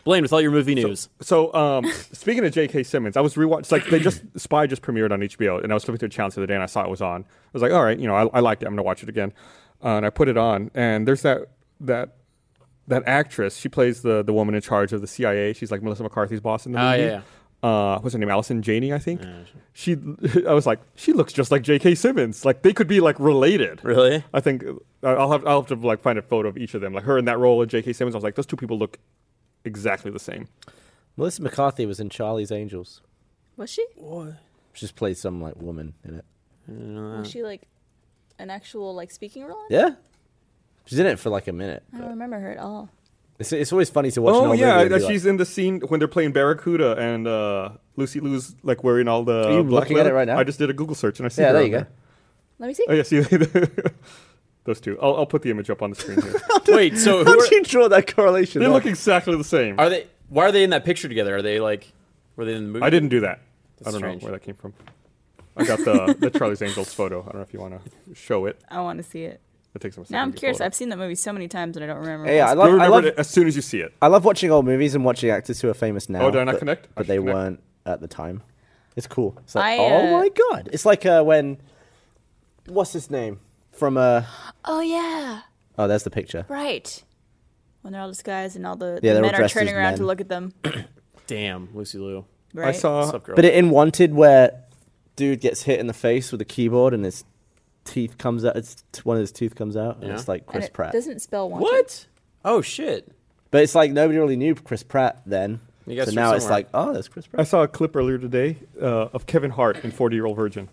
Speaker 3: Blaine, with all your movie news,
Speaker 1: So, um, [LAUGHS] speaking of J.K. Simmons, I was rewatching. Like they just Spy just premiered on HBO, and I was flipping through the channels the other day, and I saw it was on. I was like, all right, you know, I, I liked it. I'm gonna watch it again, uh, and I put it on. And there's that that that actress. She plays the the woman in charge of the CIA. She's like Melissa McCarthy's boss in the
Speaker 3: Ah,
Speaker 1: movie.
Speaker 3: yeah, yeah.
Speaker 1: Uh, what's her name? Allison Janney, I think. she, [LAUGHS] I was like, she looks just like J.K. Simmons. Like they could be like related.
Speaker 3: really?
Speaker 1: I think uh, I'll have I'll have to like find a photo of each of them. Like her in that role, and J.K. Simmons. I was like, those two people look exactly the same.
Speaker 2: Melissa McCarthy was in Charlie's Angels.
Speaker 4: Was she?
Speaker 2: She just played some like woman in it.
Speaker 4: Was she like an actual like speaking role? in it?
Speaker 2: Yeah, she's in it for like a minute.
Speaker 4: I don't remember her at all.
Speaker 2: It's, it's always funny to watch. an
Speaker 1: Oh
Speaker 2: old
Speaker 1: yeah,
Speaker 2: movie and
Speaker 1: that
Speaker 2: be like,
Speaker 1: she's in the scene when they're playing Barracuda and uh, Lucy Lou's like wearing all the.
Speaker 2: Are you
Speaker 1: black
Speaker 2: looking at
Speaker 1: leather.
Speaker 2: it right now?
Speaker 1: I just did a Google search and I see. her
Speaker 2: yeah, there
Speaker 1: on [LAUGHS]
Speaker 2: you go.
Speaker 4: Let me see.
Speaker 1: Oh yeah, see [LAUGHS] those two. I'll, I'll put the image up on the screen
Speaker 2: [LAUGHS]
Speaker 1: here.
Speaker 3: [LAUGHS] Wait, so
Speaker 2: How
Speaker 3: who are,
Speaker 2: did you draw that correlation?
Speaker 1: they
Speaker 2: there?
Speaker 1: look exactly the same.
Speaker 3: are they? Why are they in that picture together? Are they like? Were they in the movie?
Speaker 1: I didn't do that. I
Speaker 3: That's
Speaker 1: don't
Speaker 3: strange.
Speaker 1: know where that
Speaker 2: [LAUGHS]
Speaker 1: came from. I got the the Charlie's Angels photo. I don't know if you want to show it.
Speaker 4: I want to see it.
Speaker 1: It takes him a second.
Speaker 4: Now I'm
Speaker 1: to
Speaker 4: curious.
Speaker 1: pull it
Speaker 4: I've seen that movie so many times and I don't remember.
Speaker 2: Yeah, I
Speaker 4: what's-
Speaker 1: up.
Speaker 2: love,
Speaker 1: You'll
Speaker 2: I
Speaker 1: remember
Speaker 2: love,
Speaker 1: it as soon as you see it.
Speaker 2: I love watching old movies and watching actors who are famous now.
Speaker 1: Oh, did I not
Speaker 2: but-
Speaker 1: connect? I
Speaker 2: But
Speaker 1: should
Speaker 2: they
Speaker 1: connect.
Speaker 2: weren't at the time. It's cool. It's like,
Speaker 4: I,
Speaker 2: oh
Speaker 4: uh,
Speaker 2: my god! It's like uh, when, what's his name from uh
Speaker 4: Oh yeah,
Speaker 2: oh, there's the picture.
Speaker 4: right. When they're all disguised and all the,
Speaker 2: Yeah,
Speaker 4: the
Speaker 2: they're all
Speaker 4: men are
Speaker 2: dressed as
Speaker 4: turning around to
Speaker 2: men.
Speaker 4: look at them.
Speaker 3: Damn, Lucy Liu.
Speaker 4: Right?
Speaker 1: I saw.
Speaker 3: What's up, girl?
Speaker 2: But in Wanted, where dude gets hit in the face with a keyboard and his teeth comes out, it's one of his teeth comes out, and
Speaker 3: Yeah.
Speaker 2: it's like
Speaker 4: And
Speaker 2: Chris
Speaker 4: it
Speaker 2: Pratt.
Speaker 4: doesn't spell wanted.
Speaker 3: what? Oh shit!
Speaker 2: But it's like nobody really knew Chris Pratt then.
Speaker 3: You guys
Speaker 2: So
Speaker 3: are
Speaker 2: now it's
Speaker 3: somewhere.
Speaker 2: like, oh, there's Chris
Speaker 1: I
Speaker 2: Pratt.
Speaker 1: saw a clip earlier today uh, of Kevin Hart in 40 Year Old Virgin.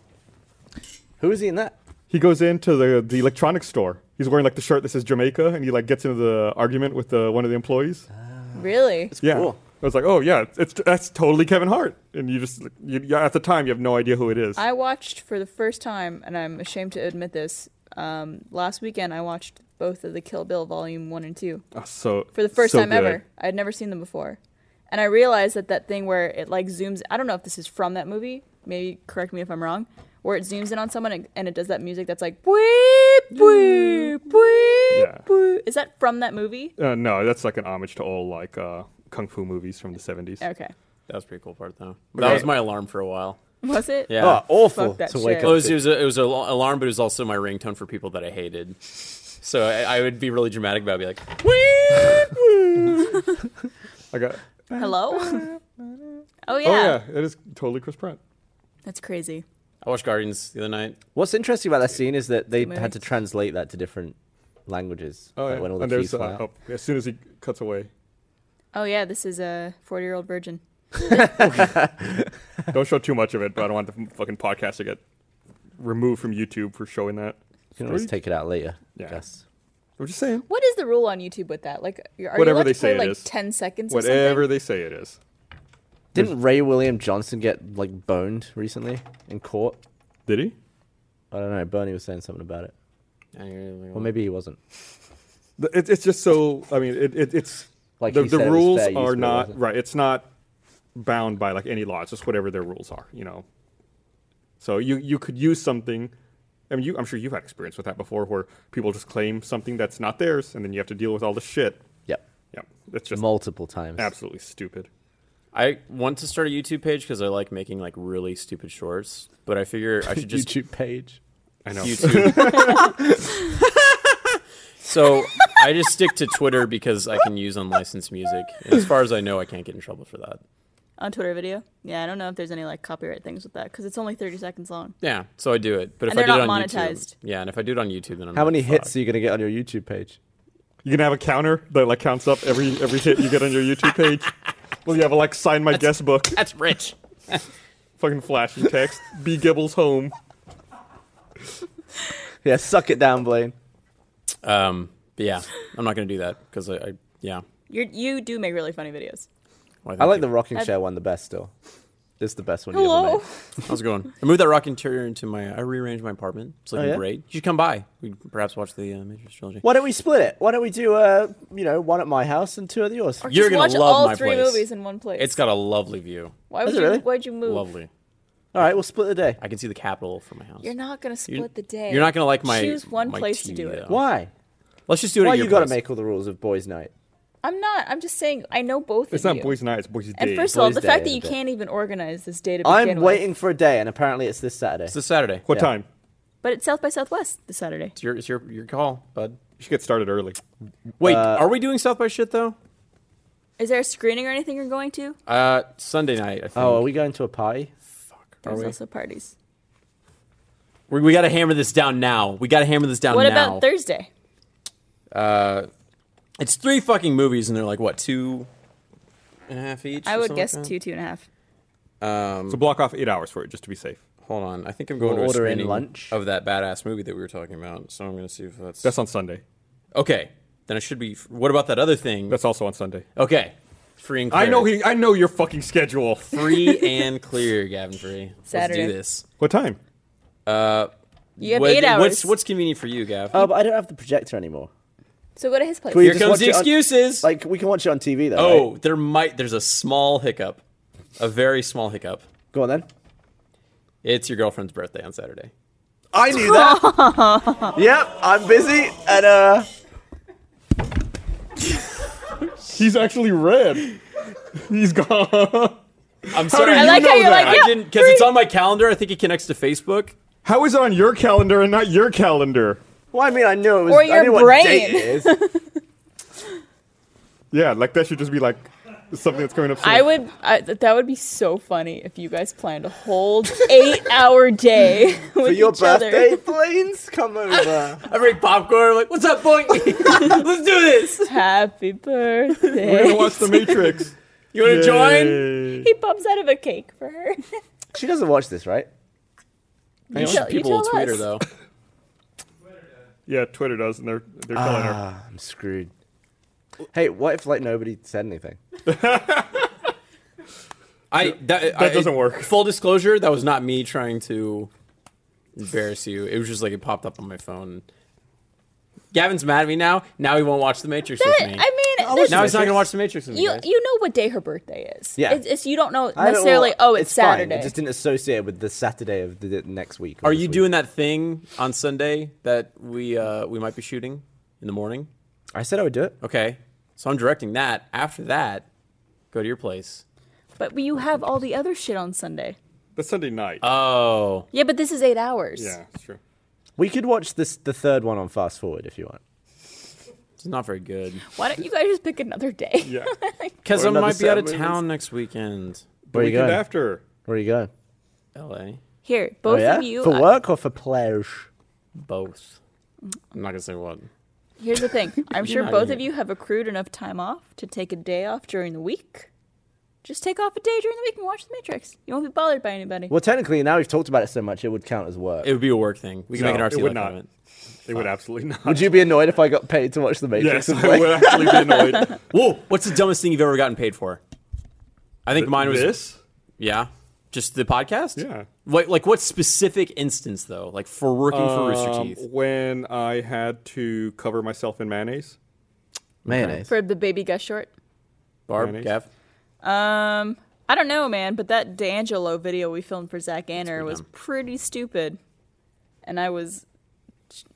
Speaker 2: Who is he in that?
Speaker 1: He goes into the the electronics store. He's wearing like the shirt that says Jamaica, and he like gets into the argument with the, one of the employees.
Speaker 4: Really?
Speaker 1: yeah,
Speaker 2: cool.
Speaker 1: I was like, oh yeah, it's, it's that's totally Kevin Hart, and you just you, you- at the time you have no idea who it is.
Speaker 4: I watched for the first time, and I'm ashamed to admit this. Um, last weekend, I watched both of the Kill Bill Volume One and Two
Speaker 1: Oh, so
Speaker 4: for the first
Speaker 1: so
Speaker 4: time
Speaker 1: good.
Speaker 4: ever. I had never seen them before, and I realized that that thing where it like zooms. I don't know if this is from that movie. Maybe correct me if I'm wrong. Where it zooms in on someone and, and it does that music that's like boop boop boop
Speaker 1: Yeah.
Speaker 4: boop. Is that from that movie?
Speaker 1: Uh, no, that's like an homage to all like uh, kung fu movies from the 70s.
Speaker 4: Okay, [LAUGHS]
Speaker 3: That was a pretty cool part though. That was my alarm for a while.
Speaker 4: was it?
Speaker 3: Yeah.
Speaker 2: Oh, awful
Speaker 4: Fuck that
Speaker 2: to wake
Speaker 4: shit.
Speaker 2: up.
Speaker 3: Well, it was,
Speaker 2: to.
Speaker 3: it was, a, it was an alarm, but it was also my ringtone for people that I hated. So I, I would be really dramatic about it. I'd be like,
Speaker 1: I got.
Speaker 4: Hello. [LAUGHS] oh
Speaker 1: Oh
Speaker 4: yeah.
Speaker 1: yeah, it is totally Chris Pratt. Oh,
Speaker 4: That's crazy.
Speaker 3: I watched Guardians the other night.
Speaker 2: What's interesting about that scene is that they
Speaker 4: movie.
Speaker 2: had to translate that to different languages.
Speaker 1: Oh
Speaker 2: like
Speaker 1: yeah,
Speaker 2: when all the
Speaker 1: and
Speaker 2: keys
Speaker 1: there's
Speaker 2: fly
Speaker 1: uh,
Speaker 2: out.
Speaker 1: oh, as soon as he cuts away,
Speaker 4: Oh yeah, this is a forty-year-old virgin.
Speaker 1: don't show too much of it, but I don't want the fucking podcast to get removed from YouTube for showing that.
Speaker 2: You can always
Speaker 1: Three?
Speaker 2: take it out later.
Speaker 1: Yeah.
Speaker 2: I guess.
Speaker 1: I'm just saying.
Speaker 4: What is the rule on YouTube with that? Like, are you
Speaker 1: Whatever
Speaker 4: allowed
Speaker 1: they
Speaker 4: to
Speaker 1: say
Speaker 4: play
Speaker 1: it
Speaker 4: like
Speaker 1: is.
Speaker 4: ten seconds?
Speaker 1: Whatever
Speaker 4: Or something?
Speaker 1: they say it is.
Speaker 2: Didn't Ray William Johnson get like boned recently in court?
Speaker 1: Did he?
Speaker 2: I don't know. Bernie was saying something about it, or
Speaker 3: Well,
Speaker 2: maybe he wasn't.
Speaker 1: The- It, it's just so. I mean, it, it, it's
Speaker 2: Like
Speaker 1: the,
Speaker 2: he
Speaker 1: the
Speaker 2: said, it's
Speaker 1: rules
Speaker 2: fair use, but
Speaker 1: are
Speaker 2: it
Speaker 1: not
Speaker 2: wasn't.
Speaker 1: right. It's not bound by like any law. It's just whatever their rules are. You know. So you you could use something. I mean, you, I'm sure you've had experience with that before, where people just claim something that's not theirs, and then you have to deal with all the shit.
Speaker 2: Yep.
Speaker 1: Yeah, it's just
Speaker 2: Multiple times.
Speaker 1: absolutely stupid.
Speaker 3: I want to start a YouTube page because I like making like really stupid shorts, but I figure I [LAUGHS]
Speaker 2: [LAUGHS]
Speaker 3: should just
Speaker 2: YouTube page.
Speaker 1: I [LAUGHS] know.
Speaker 3: YouTube. so I just stick to Twitter because I can use unlicensed music. And as far as I know, I can't get in trouble for that.
Speaker 4: on Twitter video. Yeah, I don't know if there's any like copyright things with that because it's only thirty seconds long.
Speaker 3: Yeah, so I do it. But if
Speaker 4: And
Speaker 3: I
Speaker 4: they're
Speaker 3: do it
Speaker 4: not
Speaker 3: on
Speaker 4: monetized.
Speaker 3: YouTube, yeah, and if I do it on YouTube, then I'm
Speaker 2: How
Speaker 3: like,
Speaker 2: many
Speaker 3: "Fuck."
Speaker 2: hits are you gonna get on your YouTube page?
Speaker 1: You can have a counter that like counts up every every hit you get on your YouTube page. well, you have a like sign my guest book,
Speaker 3: That's rich.
Speaker 1: fucking flashy text. B Gibbles home.
Speaker 2: Yeah, suck it down, Blaine.
Speaker 3: Um, but yeah, I'm not gonna do that because I, I, yeah.
Speaker 4: You you do make really funny videos.
Speaker 3: Well,
Speaker 2: I
Speaker 3: thank
Speaker 2: like
Speaker 3: you.
Speaker 2: the rocking
Speaker 4: I've-
Speaker 2: chair one the best still. It's the best one you ever
Speaker 4: [LAUGHS] Hello.
Speaker 2: made.
Speaker 3: How's it going? I moved that rock interior into my. I rearranged my apartment. It's looking
Speaker 2: yeah?
Speaker 3: great. You should come by. We can perhaps watch the uh, Matrix trilogy.
Speaker 2: Why don't we split it? Why don't we do uh, you know, one at my house and two at yours?
Speaker 4: Or
Speaker 3: You're
Speaker 4: just
Speaker 3: gonna
Speaker 4: watch
Speaker 3: love
Speaker 4: all
Speaker 3: my
Speaker 4: three
Speaker 3: place.
Speaker 4: movies in one place.
Speaker 3: It's got a lovely view.
Speaker 4: why
Speaker 2: Is
Speaker 4: would
Speaker 2: it
Speaker 4: you
Speaker 2: really?
Speaker 4: why'd you move?
Speaker 3: Lovely.
Speaker 2: All right, we'll split the day.
Speaker 3: I can see the capital from my house.
Speaker 4: You're not gonna split the day.
Speaker 3: You're not gonna like my.
Speaker 4: choose one
Speaker 3: my
Speaker 4: place to
Speaker 3: TV,
Speaker 4: do it.
Speaker 3: though.
Speaker 2: Why?
Speaker 3: Let's just do it.
Speaker 2: Why
Speaker 3: at
Speaker 2: you
Speaker 3: your
Speaker 2: got to
Speaker 3: place.
Speaker 2: make all the rules of boys' night?
Speaker 4: I'm not. I'm just saying I know both
Speaker 1: It's
Speaker 4: of
Speaker 1: not
Speaker 4: you.
Speaker 1: boys' night. It's boys' day.
Speaker 4: and first of all,
Speaker 2: Boys'
Speaker 4: the
Speaker 2: day
Speaker 4: fact
Speaker 2: is
Speaker 4: that
Speaker 2: a
Speaker 4: you
Speaker 2: bit.
Speaker 4: can't even organize this day to begin
Speaker 2: I'm
Speaker 4: with.
Speaker 2: waiting for a day, and apparently it's this Saturday.
Speaker 3: It's a Saturday.
Speaker 1: what
Speaker 2: yeah.
Speaker 1: time?
Speaker 4: But it's South by Southwest this Saturday.
Speaker 3: It's your it's your your call, bud.
Speaker 1: You should get started early.
Speaker 3: Wait,
Speaker 2: Uh,
Speaker 3: are we doing South by shit though?
Speaker 4: Is there a screening or anything you're going to?
Speaker 3: Uh, Sunday night. I think.
Speaker 2: Oh, are we going to a party?
Speaker 4: There's
Speaker 3: we?
Speaker 4: also parties.
Speaker 3: we, we got to hammer this down now. We got to hammer this down
Speaker 4: What
Speaker 3: Uh, now.
Speaker 4: about Thursday?
Speaker 3: Uh, It's three fucking movies, and they're like what two and a half each.
Speaker 4: I
Speaker 3: or
Speaker 4: would
Speaker 3: something
Speaker 4: guess
Speaker 3: like that?
Speaker 4: two, two and a half.
Speaker 1: So
Speaker 2: Um,
Speaker 1: block off eight hours for it, just to be safe.
Speaker 3: Hold on, I think I'm going
Speaker 2: We'll
Speaker 3: to a
Speaker 2: order in
Speaker 3: screening
Speaker 2: lunch.
Speaker 3: of that badass movie that we were talking about. So I'm going to see if that's,
Speaker 1: That's on Sunday.
Speaker 3: okay. Then I should be. What about that other thing?
Speaker 1: That's also on Sunday.
Speaker 3: okay. Free and clear.
Speaker 1: I know he. I know your fucking
Speaker 2: [LAUGHS]
Speaker 1: schedule.
Speaker 3: Free and clear, Gavin Free.
Speaker 4: Saturday.
Speaker 3: Let's do this.
Speaker 1: What time?
Speaker 4: You have
Speaker 3: What-
Speaker 4: eight hours.
Speaker 3: What's what's convenient for you, Gav?
Speaker 2: Oh, but I don't have the projector anymore.
Speaker 4: so go to his place.
Speaker 2: Can we
Speaker 3: Here
Speaker 2: just
Speaker 3: comes
Speaker 2: watch
Speaker 3: the
Speaker 2: it on-
Speaker 3: excuses.
Speaker 2: Like we can watch it on TV though.
Speaker 3: oh,
Speaker 2: right?
Speaker 3: there might. There's a small hiccup, a very small hiccup.
Speaker 2: go on then.
Speaker 3: It's your girlfriend's birthday on Saturday.
Speaker 2: I knew that.
Speaker 4: [LAUGHS]
Speaker 2: yep, I'm busy and uh
Speaker 1: He's actually red. He's gone. [LAUGHS]
Speaker 3: I'm sorry.
Speaker 1: did
Speaker 4: I
Speaker 1: You
Speaker 4: like
Speaker 1: know
Speaker 4: how you're
Speaker 1: that.
Speaker 4: like, yeah,
Speaker 3: I didn't because it's
Speaker 4: three.
Speaker 3: on my calendar. I think it connects to Facebook.
Speaker 1: How is it on your calendar and not your calendar?
Speaker 2: well I mean I knew it was
Speaker 4: Or
Speaker 2: I
Speaker 4: your
Speaker 2: knew what day it
Speaker 4: brain. [LAUGHS]
Speaker 2: is.
Speaker 1: Yeah, like that should just be like something that's coming up soon.
Speaker 4: I would. I, th- that would be so funny if you guys planned a whole eight-hour day with
Speaker 2: [LAUGHS] For your
Speaker 4: each other.
Speaker 2: birthday, planes come over.
Speaker 3: I bring popcorn. I'm like, what's up,
Speaker 4: [LAUGHS]
Speaker 3: boy? Let's do
Speaker 4: [LAUGHS]
Speaker 3: this.
Speaker 4: Happy
Speaker 1: We're
Speaker 4: birthday.
Speaker 1: gonna watch The
Speaker 4: [LAUGHS]
Speaker 1: Matrix.
Speaker 3: You want to join?
Speaker 1: Yay.
Speaker 4: he pops out of a cake for her. [LAUGHS]
Speaker 2: she doesn't watch this, right?
Speaker 3: I know
Speaker 4: tell- you
Speaker 3: people will
Speaker 4: tell
Speaker 3: tweet
Speaker 4: us.
Speaker 3: her though.
Speaker 1: Yeah, Twitter does, and they're they're
Speaker 2: Ah.
Speaker 1: telling her.
Speaker 2: I'm screwed. Hey, what if like nobody said anything?
Speaker 3: I that, that
Speaker 1: doesn't work.
Speaker 3: Full disclosure, that was not me trying to embarrass you. It was just like it popped up on my phone. Gavin's mad at me now. Now he won't watch The Matrix
Speaker 4: But,
Speaker 3: with
Speaker 4: I
Speaker 3: me.
Speaker 4: mean,
Speaker 2: was
Speaker 4: there's-
Speaker 3: now he's not
Speaker 2: Matrix.
Speaker 3: gonna watch The Matrix with me.
Speaker 4: you
Speaker 3: guys.
Speaker 4: you know what day her birthday is.
Speaker 2: Yeah.
Speaker 4: It's, it's- you don't know
Speaker 2: I don't-
Speaker 4: necessarily.
Speaker 2: well,
Speaker 4: oh, it's,
Speaker 2: fine.
Speaker 4: Saturday.
Speaker 2: I just didn't associate it with the Saturday of the the next week. or
Speaker 3: Are
Speaker 2: this
Speaker 3: you
Speaker 2: week.
Speaker 3: doing that thing on Sunday that we uh, we might be shooting in the morning?
Speaker 2: I said I would do it.
Speaker 3: Okay, so I'm directing that. After that, go to your place.
Speaker 4: But you have all the other shit on Sunday.
Speaker 1: That's Sunday night.
Speaker 4: Uh,
Speaker 3: Oh,
Speaker 4: Yeah, but this is eight hours.
Speaker 1: yeah, it's true.
Speaker 2: We could watch this the third one on fast forward if you want.
Speaker 3: it's not very good
Speaker 4: Why don't you guys just pick another day?
Speaker 1: Yeah.
Speaker 3: because
Speaker 1: Or
Speaker 3: I
Speaker 1: another
Speaker 3: might be out of
Speaker 1: Saturday.
Speaker 3: town next weekend.
Speaker 1: The
Speaker 2: Where are you
Speaker 1: weekend
Speaker 2: going?
Speaker 1: after.
Speaker 2: Where are you going?
Speaker 3: L.A.
Speaker 4: Here, both
Speaker 2: oh, yeah?
Speaker 4: of you. uh,
Speaker 2: for
Speaker 4: I-
Speaker 2: work or for pleasure?
Speaker 3: Both. I'm not gonna say what.
Speaker 4: here's the
Speaker 3: [LAUGHS]
Speaker 4: thing. I'm sure
Speaker 3: know,
Speaker 4: both
Speaker 3: you-
Speaker 4: of you have accrued enough time off to take a day off during the week. Just take off a day during the week and watch The Matrix. You won't be bothered by anybody.
Speaker 2: Well, technically, now we've talked about it so much, it would count as work.
Speaker 3: It would be a work thing. We can
Speaker 1: No,
Speaker 3: make an
Speaker 1: it
Speaker 3: RT
Speaker 1: would
Speaker 3: like
Speaker 1: not.
Speaker 3: out of it.
Speaker 1: It would absolutely not.
Speaker 2: would you be annoyed if I got paid to watch The
Speaker 1: [LAUGHS] yes,
Speaker 2: Matrix? and
Speaker 1: I
Speaker 2: play?
Speaker 1: would actually be
Speaker 2: [LAUGHS]
Speaker 1: annoyed.
Speaker 3: Whoa, what's the dumbest thing you've ever gotten paid for? I think mine was
Speaker 1: this.
Speaker 3: yeah, just the podcast.
Speaker 1: Yeah.
Speaker 3: like, like what specific instance though? Like for working for Rooster
Speaker 1: Um,
Speaker 3: Teeth.
Speaker 1: when I had to cover myself in mayonnaise.
Speaker 2: Mayonnaise.
Speaker 4: For the baby Gus short.
Speaker 3: Barb,
Speaker 1: Mayonnaise.
Speaker 3: Gav,
Speaker 4: Um, I don't know, man, but that D'Angelo video we filmed for Zach Anner was
Speaker 3: dumb.
Speaker 4: pretty stupid. And I was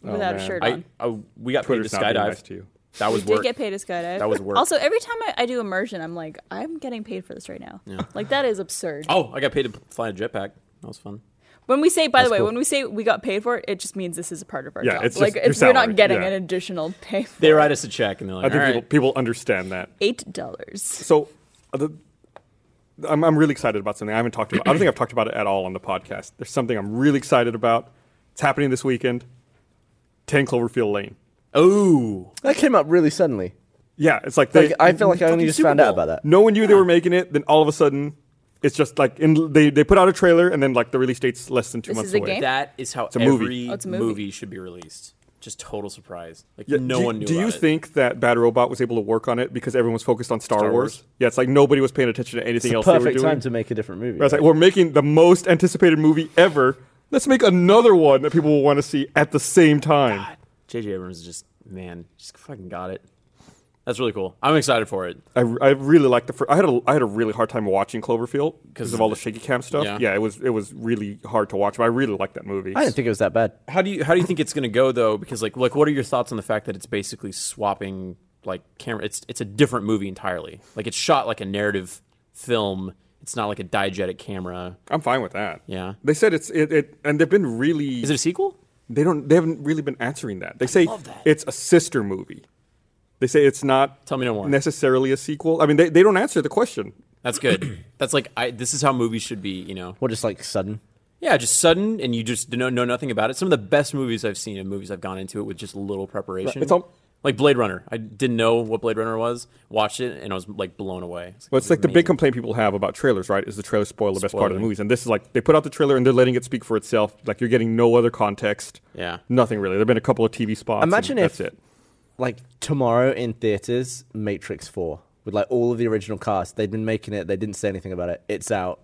Speaker 4: without a
Speaker 1: man.
Speaker 4: shirt
Speaker 3: Oh, I,
Speaker 4: on.
Speaker 3: I we got
Speaker 1: Twitter's
Speaker 3: paid
Speaker 1: not
Speaker 3: to
Speaker 1: being
Speaker 3: skydive.
Speaker 1: nice to you.
Speaker 3: That was
Speaker 4: Did
Speaker 3: work.
Speaker 4: get paid to skydive.
Speaker 3: That was work.
Speaker 4: Also, every time I, I do immersion, I'm like, I'm getting paid for this right now. Like that is absurd.
Speaker 3: Oh, I got paid to fly a jetpack. That was fun.
Speaker 4: When we say, by the way,
Speaker 2: cool.
Speaker 4: when we say we got paid for it, it just means this is a part of our
Speaker 1: Yeah,
Speaker 4: job.
Speaker 1: it's just
Speaker 4: like
Speaker 1: your
Speaker 4: we're
Speaker 1: salary.
Speaker 4: not getting
Speaker 1: Yeah.
Speaker 4: an additional pay. For
Speaker 3: They
Speaker 4: it.
Speaker 3: write us a check and they're
Speaker 1: I
Speaker 3: like,
Speaker 1: think
Speaker 3: all
Speaker 1: people
Speaker 3: right.
Speaker 1: people understand that.
Speaker 4: eight dollars.
Speaker 1: So, uh, the, I'm I'm really excited about something I haven't talked about. I don't think I've talked about it at all on the podcast. There's something I'm really excited about. It's happening this weekend. Ten Cloverfield Lane.
Speaker 3: oh,
Speaker 2: That came up really suddenly.
Speaker 1: Yeah, it's like they.
Speaker 2: Like, I feel like I only
Speaker 3: fucking
Speaker 2: just
Speaker 3: Super
Speaker 2: found out
Speaker 3: Bowl.
Speaker 2: about that.
Speaker 1: no one knew they were making it. Then all of a sudden, it's just like in, they they put out a trailer and then like the release date's less than two
Speaker 4: This
Speaker 1: months
Speaker 4: is a
Speaker 1: away.
Speaker 4: game?
Speaker 3: that is how
Speaker 1: a
Speaker 3: every
Speaker 1: movie.
Speaker 3: movie.
Speaker 4: Oh, it's a movie.
Speaker 3: should be released. Just total surprise. Like
Speaker 1: Yeah,
Speaker 3: no
Speaker 1: do,
Speaker 3: one knew.
Speaker 1: Do you
Speaker 3: about it.
Speaker 1: think that Bad Robot was able to work on it because everyone was focused on Star,
Speaker 3: Star
Speaker 1: Wars?
Speaker 3: Wars.
Speaker 1: Yeah, it's like nobody was paying attention to anything else they were
Speaker 2: Perfect
Speaker 1: doing.
Speaker 2: time to make a different movie.
Speaker 1: I was like,
Speaker 2: right?
Speaker 1: we're making the most anticipated movie ever. Let's make another one that people will want to see at the same time.
Speaker 3: JJ Abrams is just man, just fucking got it. That's really cool. I'm excited for it.
Speaker 1: I, I really liked the first. I had a I had a really hard time watching Cloverfield because of all the shaky cam stuff.
Speaker 3: Yeah.
Speaker 1: it was it was really hard to watch, but I really liked that movie.
Speaker 2: I didn't think it was that bad.
Speaker 3: How do you how do you think it's going to go though? Because like like what are your thoughts on the fact that it's basically swapping like camera? It's it's a different movie entirely. Like it's shot like a narrative film. It's not like a diegetic camera.
Speaker 1: I'm fine with that.
Speaker 3: Yeah.
Speaker 1: they said it's it, it and they've been really
Speaker 3: Is it a sequel?
Speaker 1: they don't they haven't really been answering that. They say
Speaker 3: love that.
Speaker 1: it's a sister movie. They say it's not
Speaker 3: Tell me no more.
Speaker 1: necessarily a sequel. I mean, they, they don't answer the question.
Speaker 3: That's good. [CLEARS THROAT] That's like I. This is how movies should be. You know.
Speaker 2: Or just like sudden.
Speaker 3: Yeah, just sudden, and you just know know nothing about it. Some of the best movies I've seen and movies I've gone into it with just little preparation.
Speaker 1: It's all-
Speaker 3: like Blade Runner. I didn't know what Blade Runner was. Watched it, and I was like blown away.
Speaker 1: Well, it's like the big complaint people have about trailers, right? Is the trailer spoil the best part of the
Speaker 3: Spoiling.
Speaker 1: movies? And this is like they put out the trailer and they're letting it speak for itself. Like you're getting no other context.
Speaker 3: Yeah.
Speaker 1: nothing really. There've been a couple of TV spots. and
Speaker 2: Imagine if-
Speaker 1: that's it.
Speaker 2: Like tomorrow in theaters, Matrix Four with like all of the original cast. They'd been making it. They didn't say anything about it. It's out.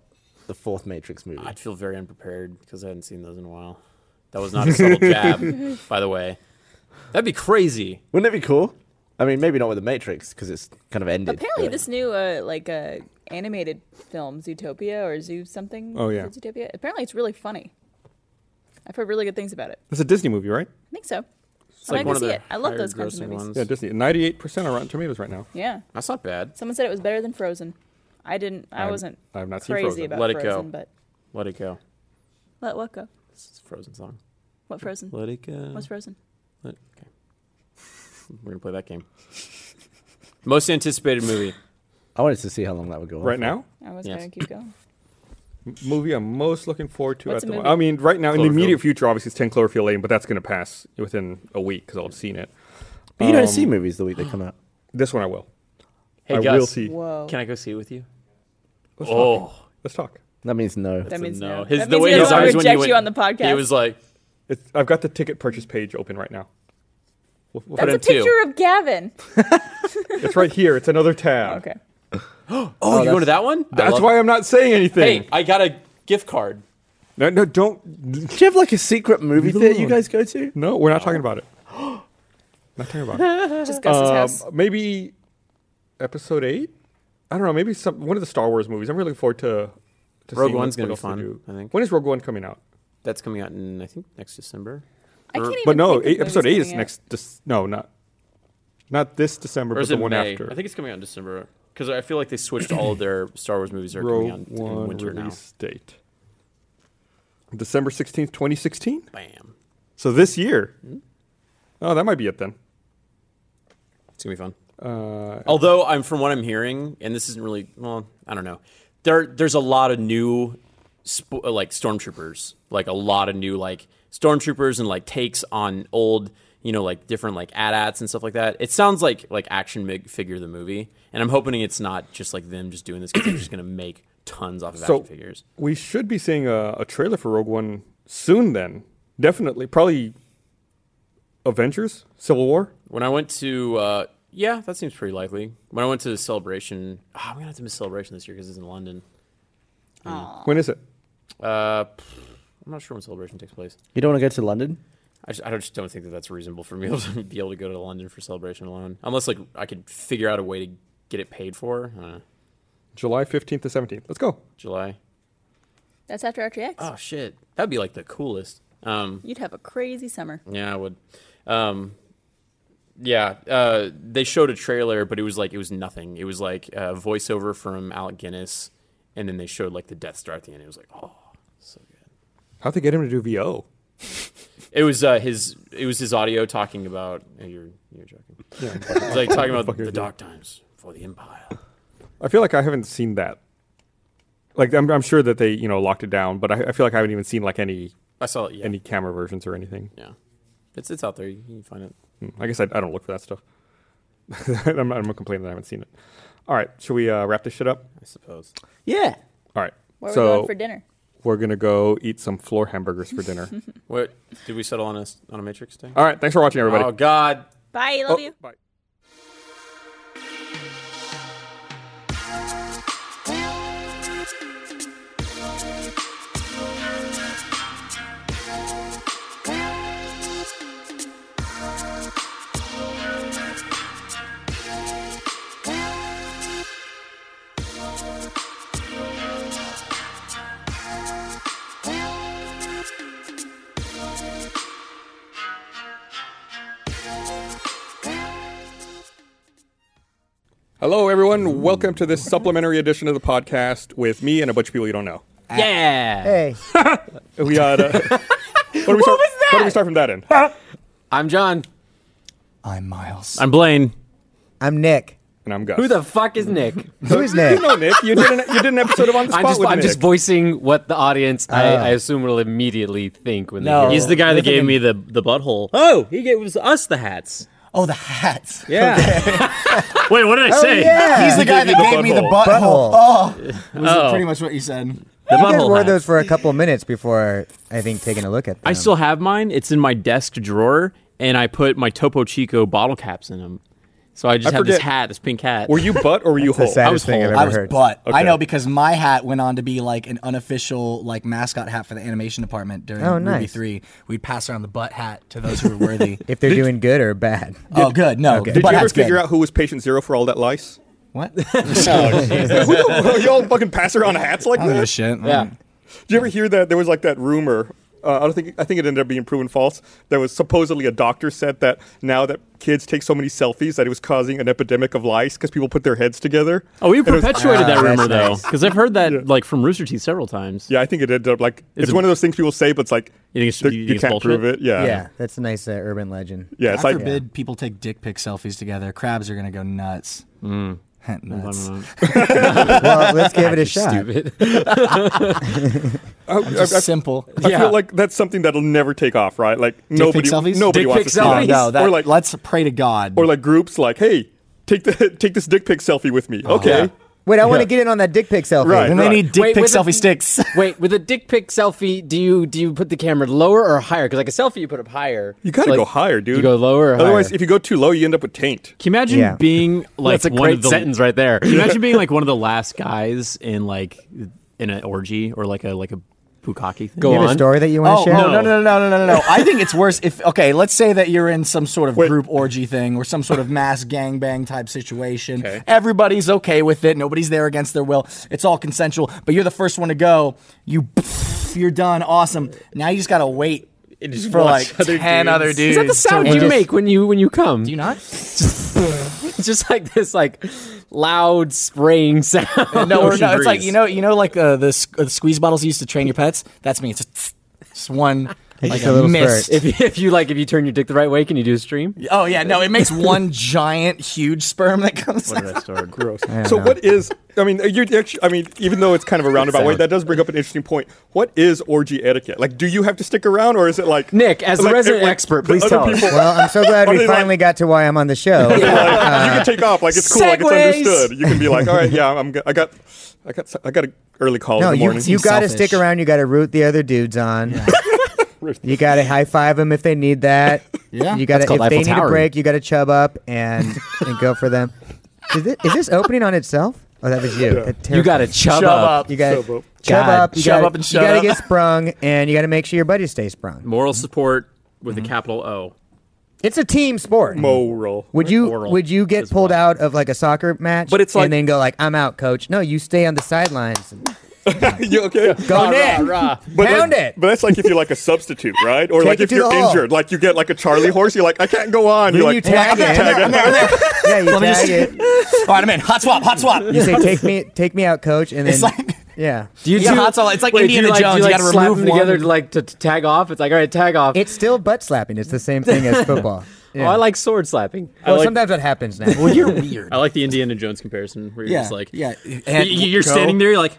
Speaker 2: The fourth Matrix movie.
Speaker 3: I'd feel very unprepared because I hadn't seen those in a while. That was not
Speaker 1: [LAUGHS]
Speaker 3: a subtle jab, by the way. That'd be crazy.
Speaker 2: Wouldn't it be cool? I mean, maybe not with the Matrix because it's kind of ended.
Speaker 4: Apparently,
Speaker 2: but-
Speaker 4: this new uh, like uh, animated film, Zootopia or Zoo something.
Speaker 1: Oh, yeah.
Speaker 4: Zootopia. Apparently, it's really funny. I've heard really good things about it.
Speaker 1: It's a Disney movie, right?
Speaker 4: I think so.
Speaker 3: It's
Speaker 4: I'm
Speaker 3: like
Speaker 4: not gonna
Speaker 3: one of
Speaker 4: see
Speaker 3: the
Speaker 4: it. I love those
Speaker 3: higher
Speaker 4: kinds of
Speaker 3: grossing
Speaker 4: movies.
Speaker 3: ones.
Speaker 1: Yeah, Disney. 98% on Rotten Tomatoes right now.
Speaker 4: Yeah.
Speaker 3: That's not bad.
Speaker 4: Someone said it was better than Frozen. I didn't. I
Speaker 1: I'm-
Speaker 4: wasn't.
Speaker 1: I have not seen
Speaker 4: crazy
Speaker 1: Frozen.
Speaker 4: about
Speaker 3: Let it go.
Speaker 4: Frozen, but
Speaker 3: Let it go.
Speaker 4: let what go?
Speaker 3: It's a Frozen song.
Speaker 4: What Frozen?
Speaker 3: Let it go.
Speaker 4: What's Frozen?
Speaker 3: Let- okay. We're gonna play that game. Most anticipated movie.
Speaker 2: I wanted to see how long that would go. on
Speaker 1: Right
Speaker 2: for.
Speaker 1: now,
Speaker 4: I was
Speaker 3: Yes.
Speaker 4: gonna keep going.
Speaker 1: M- movie I'm most looking forward to at
Speaker 4: What's a
Speaker 1: the
Speaker 4: movie?
Speaker 1: moment. I mean, right now in the immediate
Speaker 3: Cloverfield.
Speaker 1: future, obviously it's 10 Cloverfield Lane, but that's going to pass within a week because I'll have seen it.
Speaker 2: But you don't
Speaker 1: Um,
Speaker 2: see movies the week they come out.
Speaker 1: This one I will.
Speaker 3: Hey
Speaker 1: I
Speaker 3: Gus,
Speaker 1: will see.
Speaker 4: Whoa.
Speaker 3: can I go see it with you?
Speaker 1: Let's talk.
Speaker 3: Oh,
Speaker 1: Let's talk.
Speaker 2: That means no.
Speaker 4: that means no.
Speaker 3: His,
Speaker 4: that
Speaker 3: the
Speaker 4: means
Speaker 3: way
Speaker 4: he
Speaker 3: his
Speaker 4: doesn't
Speaker 3: eyes when
Speaker 4: reject
Speaker 3: you went-
Speaker 4: you on the podcast.
Speaker 3: He was like,
Speaker 1: It's, I've got the ticket purchase page open right now. We'll- we'll
Speaker 4: That's
Speaker 1: put
Speaker 4: a
Speaker 1: it
Speaker 3: two.
Speaker 4: picture of Gavin.
Speaker 1: in-
Speaker 4: [LAUGHS]
Speaker 1: it's right here. It's another tab.
Speaker 4: Okay.
Speaker 3: "Oh, you
Speaker 2: that's-
Speaker 3: going to that one?" I
Speaker 1: That's
Speaker 3: love-
Speaker 1: why I'm not saying anything.
Speaker 3: Hey, I got a gift card.
Speaker 1: No, no, don't.
Speaker 2: Do you have like a secret movie
Speaker 1: Leave it
Speaker 2: theater you
Speaker 1: alone.
Speaker 2: guys go to?
Speaker 1: No, we're not talking about it. [GASPS] not talking about
Speaker 4: [LAUGHS]
Speaker 1: it.
Speaker 4: Just Gus's house.
Speaker 1: Um, maybe episode eight. I don't know. Maybe some one of the Star Wars movies. I'm really looking forward to. to
Speaker 3: Rogue
Speaker 1: seeing
Speaker 3: One's
Speaker 1: what
Speaker 3: gonna be
Speaker 1: else they
Speaker 3: fun,
Speaker 1: do.
Speaker 3: I think.
Speaker 1: When is Rogue One coming out?
Speaker 3: That's coming out in I think next December.
Speaker 4: I [LAUGHS] can't even
Speaker 1: But no,
Speaker 4: think of
Speaker 1: eight, episode
Speaker 4: movies
Speaker 1: eight is
Speaker 4: coming out.
Speaker 1: next. Dec- no, not not this December,
Speaker 3: Or
Speaker 1: but
Speaker 3: is
Speaker 1: the
Speaker 3: it
Speaker 1: one
Speaker 3: May?
Speaker 1: after.
Speaker 3: I think it's coming out in December because I feel like they switched all of their Star Wars movies are coming out
Speaker 1: Rogue
Speaker 3: in- in
Speaker 1: One
Speaker 3: winter
Speaker 1: release date. December sixteenth, twenty sixteen.
Speaker 3: now. Bam!
Speaker 1: So this year.
Speaker 3: Hmm?
Speaker 1: Oh, that might be it then.
Speaker 3: It's gonna be fun.
Speaker 1: Uh,
Speaker 3: Although I'm from what I'm hearing, and this isn't really well, I don't know. There, there's a lot of new, sp- uh, like stormtroopers, like a lot of new like stormtroopers and like takes on old, you know, like different like AT-ATs and stuff like that. It sounds like like action mig- figure the movie, and I'm hoping it's not just like them just doing this because they're just gonna make tons off of
Speaker 1: so
Speaker 3: action figures.
Speaker 1: we should be seeing a, a trailer for Rogue One soon. Then definitely, probably Avengers Civil War.
Speaker 3: When I went to, uh, yeah, that seems pretty likely. When I went to the celebration, ah, I'm gonna have to miss celebration this year because it's in London.
Speaker 1: When is it?
Speaker 3: Uh, pff, I'm not sure when celebration takes place.
Speaker 2: You don't want to go to London?
Speaker 3: I just, I don't- just don't think that that's reasonable for me [LAUGHS] to be able to go to London for celebration alone, unless like I could figure out a way to get it paid for. Uh,
Speaker 1: July fifteenth to seventeenth. Let's go.
Speaker 3: July.
Speaker 4: That's after RTX.
Speaker 3: Oh shit, that'd be like the coolest. Um,
Speaker 4: You'd have a crazy summer.
Speaker 3: yeah, I would. Um, yeah, uh, they showed a trailer, but it was like it was nothing. It was like a voiceover from Alec Guinness, and then they showed like the Death Star at the end. It was like, oh, so good.
Speaker 1: How'd they get him to do VO?
Speaker 3: It was uh, his. It was his audio talking about. uh, You're you're joking. [LAUGHS] it was like talking about the dark times for the empire.
Speaker 1: I feel like I haven't seen that. Like I'm, I'm sure that they you know locked it down, but I, I feel like I haven't even seen like any
Speaker 3: I saw it. Yeah,
Speaker 1: any camera versions or anything.
Speaker 3: yeah. It's it's out there. You can find it.
Speaker 1: Hmm, I guess I, I don't look for that stuff. [LAUGHS] I'm, not- I'm gonna complain that I haven't seen it. All right, should we uh, wrap this shit up?
Speaker 3: I suppose.
Speaker 2: Yeah.
Speaker 1: All right.
Speaker 4: Where are
Speaker 1: so
Speaker 4: we going for dinner?
Speaker 1: we're gonna go eat some floor hamburgers for
Speaker 4: [LAUGHS]
Speaker 1: dinner.
Speaker 3: What did we settle on a s- on a Matrix thing?
Speaker 1: All right, thanks for watching, everybody.
Speaker 3: Oh God.
Speaker 4: Bye. Love
Speaker 1: Oh,
Speaker 4: you.
Speaker 1: Bye. Hello, everyone. Welcome to this supplementary edition of the podcast with me and a bunch of people you don't know.
Speaker 3: Yeah.
Speaker 5: Hey,
Speaker 1: We got. Uh, [LAUGHS] what do we start, Where do we start from that end?
Speaker 3: I'm John.
Speaker 5: I'm Miles.
Speaker 3: I'm Blaine.
Speaker 5: I'm Nick.
Speaker 1: And I'm Gus.
Speaker 3: Who the fuck is Nick?
Speaker 5: Who is Nick?
Speaker 1: You know, Nick. You did an, you did an episode of
Speaker 3: [LAUGHS]
Speaker 1: On the Spot
Speaker 6: I'm just,
Speaker 1: with
Speaker 6: I'm
Speaker 1: Nick.
Speaker 6: just voicing what the audience, I,
Speaker 5: Oh.
Speaker 6: I assume, will immediately think when they
Speaker 5: No.
Speaker 6: hear
Speaker 3: He's the guy that
Speaker 5: Listen
Speaker 3: gave
Speaker 5: to-
Speaker 3: me the the butthole. Oh, he gave was us the hats.
Speaker 5: Oh, the hats.
Speaker 3: Yeah.
Speaker 6: [LAUGHS]
Speaker 3: Wait, what
Speaker 6: Oh,
Speaker 3: did I say?
Speaker 5: yeah.
Speaker 7: He's the guy that gave me the butthole.
Speaker 5: butthole.
Speaker 7: Oh, was pretty much what you said.
Speaker 3: The
Speaker 5: You guys
Speaker 3: butthole.
Speaker 5: wore
Speaker 3: hat.
Speaker 5: those for a couple minutes before, I think, taking a look at them.
Speaker 6: I still have mine. It's in my desk drawer, and I put my Topo Chico bottle caps in them. So I just
Speaker 1: I
Speaker 6: have this
Speaker 1: forget-
Speaker 6: hat, this pink hat.
Speaker 1: were you butt or were you
Speaker 5: the
Speaker 1: hole?
Speaker 5: saddest
Speaker 6: I was
Speaker 5: thing I've
Speaker 6: whole.
Speaker 5: ever
Speaker 7: I was
Speaker 5: heard.
Speaker 7: butt.
Speaker 1: Okay.
Speaker 7: I know because my hat went on to be like an unofficial like mascot hat for the animation department during
Speaker 5: Oh,
Speaker 7: movie
Speaker 5: nice.
Speaker 7: three. We'd pass around the butt hat to those who were worthy.
Speaker 5: [LAUGHS] If they're doing good or bad.
Speaker 7: oh, good. No,
Speaker 5: Okay.
Speaker 7: the
Speaker 1: Did
Speaker 7: butt
Speaker 1: you ever
Speaker 7: hat's
Speaker 1: figure
Speaker 7: good.
Speaker 1: out who was patient zero for all that lice?
Speaker 6: [LAUGHS]
Speaker 7: what?
Speaker 6: Oh,
Speaker 1: Who the- y'all fucking pass around hats like
Speaker 7: I don't give a
Speaker 1: that?
Speaker 7: shit.
Speaker 3: Yeah.
Speaker 1: Did you ever hear that there was like that rumor Uh, I don't think I think it ended up being proven false. There was supposedly a doctor said that now that kids take so many selfies that it was causing an epidemic of lice because people put their heads together.
Speaker 6: Oh, we
Speaker 1: And it was-
Speaker 6: perpetuated that
Speaker 5: Ah,
Speaker 6: rumor
Speaker 5: that's
Speaker 6: though,
Speaker 5: nice.
Speaker 6: because I've heard that like from Rooster Teeth several times.
Speaker 1: yeah, I think it ended up like it's
Speaker 6: it-
Speaker 1: one of those things people say, but it's like
Speaker 6: You think it's-
Speaker 1: there-
Speaker 6: you think it's
Speaker 1: can't
Speaker 6: bullshit?
Speaker 1: prove it. Yeah,
Speaker 5: yeah, that's a nice uh, urban legend.
Speaker 1: Yeah, It's
Speaker 7: God
Speaker 1: like
Speaker 7: forbid people take dick pic selfies together. Crabs are gonna go nuts. nuts.
Speaker 5: Well, let's
Speaker 7: [LAUGHS]
Speaker 5: give it a shot.
Speaker 6: Stupid.
Speaker 1: I, I- I-
Speaker 7: Just simple.
Speaker 1: I
Speaker 6: Yeah.
Speaker 1: feel like that's something that'll never take off, right? Like
Speaker 7: pic
Speaker 1: nobody,
Speaker 7: selfies?
Speaker 1: nobody
Speaker 6: Dick
Speaker 1: wants
Speaker 6: pic
Speaker 1: to see that.
Speaker 7: Oh, [LAUGHS] no, that,
Speaker 1: or like
Speaker 7: let's pray to God.
Speaker 1: or like groups like, hey, take the [LAUGHS] take this dick pic selfie with me. Okay.
Speaker 5: Wait, I want to get in on that dick pic selfie.
Speaker 1: Right.
Speaker 7: and they need dick
Speaker 8: Wait,
Speaker 7: pic
Speaker 8: with
Speaker 7: [LAUGHS]
Speaker 8: a-
Speaker 7: selfie sticks.
Speaker 8: Wait, with a dick pic selfie, do you do you put the camera lower or higher? Because like a selfie, you put up higher.
Speaker 1: You gotta
Speaker 8: So, like,
Speaker 1: go higher, dude.
Speaker 8: You go lower. Or
Speaker 1: Otherwise,
Speaker 8: higher?
Speaker 1: if you go too low, you end up with taint.
Speaker 6: Can you imagine
Speaker 5: Yeah.
Speaker 6: being like
Speaker 8: that's a
Speaker 6: one
Speaker 8: great
Speaker 6: of the
Speaker 8: sentence right there.
Speaker 6: Can you imagine being like one of the last guys in like in an orgy or like a like a bukkake thing?
Speaker 8: Go
Speaker 5: You have a
Speaker 8: on.
Speaker 5: story that you want to
Speaker 7: Oh
Speaker 5: share?
Speaker 7: no no no no no no no! I think it's worse if okay. Let's say that you're in some sort of
Speaker 1: Wait.
Speaker 7: group orgy thing or some sort of mass gangbang type situation. Everybody's okay with it. Nobody's there against their will. It's all consensual. But you're the first one to go. You [LAUGHS] you're done. Awesome. Now you just gotta wait
Speaker 3: just
Speaker 7: for
Speaker 3: watch
Speaker 7: like
Speaker 3: other
Speaker 7: ten
Speaker 3: dudes.
Speaker 7: other dudes.
Speaker 8: Is that the
Speaker 7: to
Speaker 8: sound you
Speaker 7: watch.
Speaker 8: make when you when you come?
Speaker 7: Do you not?
Speaker 8: [LAUGHS] just like this like loud spraying [LAUGHS] sound.
Speaker 7: [LAUGHS] No, or
Speaker 6: Ocean
Speaker 7: no, it's like
Speaker 6: breeze.
Speaker 7: you know, you know, like uh, the s- uh, the squeeze bottles you used to train your pets. That's me. It's just, just one like
Speaker 5: just
Speaker 7: a,
Speaker 5: a little
Speaker 7: mist.
Speaker 8: if, you- if you like, if you turn your dick the right way, can you do a stream?
Speaker 7: [LAUGHS] Oh yeah, no, it makes one [LAUGHS] giant, huge sperm that comes. [LAUGHS] out.
Speaker 8: [LAUGHS]
Speaker 1: Gross. So what is? I mean, you actually. I mean, even though it's kind of a roundabout way, that does bring up an interesting point. What is orgy etiquette? Like, do you have to stick around, or is it like
Speaker 8: Nick, as the
Speaker 1: like,
Speaker 8: resident
Speaker 1: like,
Speaker 8: expert,
Speaker 1: the
Speaker 8: please
Speaker 1: other
Speaker 8: tell us.
Speaker 1: people-
Speaker 5: Well, I'm so
Speaker 1: [LAUGHS]
Speaker 5: glad
Speaker 1: Are
Speaker 5: we
Speaker 1: they, like-
Speaker 5: finally got to why I'm on
Speaker 1: [LAUGHS]
Speaker 5: the show.
Speaker 1: like, you
Speaker 5: Uh,
Speaker 1: can take off. Like it's cool. Like it's
Speaker 8: Segways.
Speaker 1: understood. You can be like, all right, yeah, I'm. go- I got. I got. I got an early call
Speaker 5: No,
Speaker 1: in the
Speaker 5: you,
Speaker 1: morning.
Speaker 5: you got to
Speaker 7: Selfish.
Speaker 5: stick around. You got to root the other dudes on. [LAUGHS] you got to high five them if they need that.
Speaker 7: Yeah,
Speaker 5: you got
Speaker 8: that's
Speaker 5: to
Speaker 8: called
Speaker 5: if they
Speaker 8: Eiffel
Speaker 5: need a
Speaker 8: Towering.
Speaker 5: break. You got to chub up and and go for them. Is this, is this opening on itself? Oh, that was you. That
Speaker 8: You got to chub, up.
Speaker 5: You got
Speaker 1: Shove up.
Speaker 5: to chub
Speaker 8: God,
Speaker 5: up. You
Speaker 7: shove
Speaker 5: gotta,
Speaker 7: up and
Speaker 5: You
Speaker 7: shut
Speaker 5: got to
Speaker 7: up.
Speaker 5: get sprung, and you got to make sure your buddies stay sprung.
Speaker 6: Moral support with
Speaker 8: Mm-hmm.
Speaker 6: a capital O.
Speaker 5: It's a team sport.
Speaker 1: Moral.
Speaker 5: Would you
Speaker 6: Oral
Speaker 5: would you get
Speaker 6: is
Speaker 5: pulled
Speaker 6: wild.
Speaker 5: out of like a soccer match?
Speaker 1: But it's like-
Speaker 5: and then go like I'm out, coach. No, you stay on the sidelines. and
Speaker 1: [LAUGHS] you okay?
Speaker 5: Go Nick.
Speaker 1: But
Speaker 5: Pound
Speaker 1: like-
Speaker 5: it.
Speaker 1: But that's like if you're like a substitute, right? Or
Speaker 5: Take
Speaker 1: like
Speaker 5: it
Speaker 1: if
Speaker 5: to the
Speaker 1: you're
Speaker 5: hole.
Speaker 1: injured, like you get like a Charlie horse. You're like, I can't go on.
Speaker 5: Then
Speaker 1: you're
Speaker 5: you
Speaker 1: like,
Speaker 5: tag
Speaker 1: "Well, I
Speaker 5: it.
Speaker 1: can tag
Speaker 5: [LAUGHS] yeah, you
Speaker 7: Let me
Speaker 5: tag
Speaker 7: just-
Speaker 5: it.
Speaker 7: All right, I'm in. Hot swap, hot swap.
Speaker 5: You say take me, take me out, coach, and then
Speaker 7: It's like [LAUGHS]
Speaker 5: yeah,
Speaker 8: Do you
Speaker 7: Yeah,
Speaker 8: do,
Speaker 7: hot sauce. It's like
Speaker 8: wait, do
Speaker 7: Indiana
Speaker 8: you, like,
Speaker 7: Jones.
Speaker 8: Do
Speaker 7: You
Speaker 8: you, like,
Speaker 7: gotta
Speaker 8: slap
Speaker 7: remove
Speaker 8: them together
Speaker 7: one.
Speaker 8: to like to, to tag off. It's like all right, tag off.
Speaker 5: it's still butt slapping. It's the same thing as football. Yeah.
Speaker 8: Oh, I like sword slapping.
Speaker 5: Well,
Speaker 6: like-
Speaker 5: sometimes that happens now.
Speaker 7: Well, you're weird.
Speaker 6: I like the Indiana Jones comparison where you're
Speaker 7: Yeah,
Speaker 6: just like,
Speaker 7: yeah.
Speaker 6: y- y-
Speaker 7: And
Speaker 6: you're
Speaker 7: go.
Speaker 6: standing there, you're like,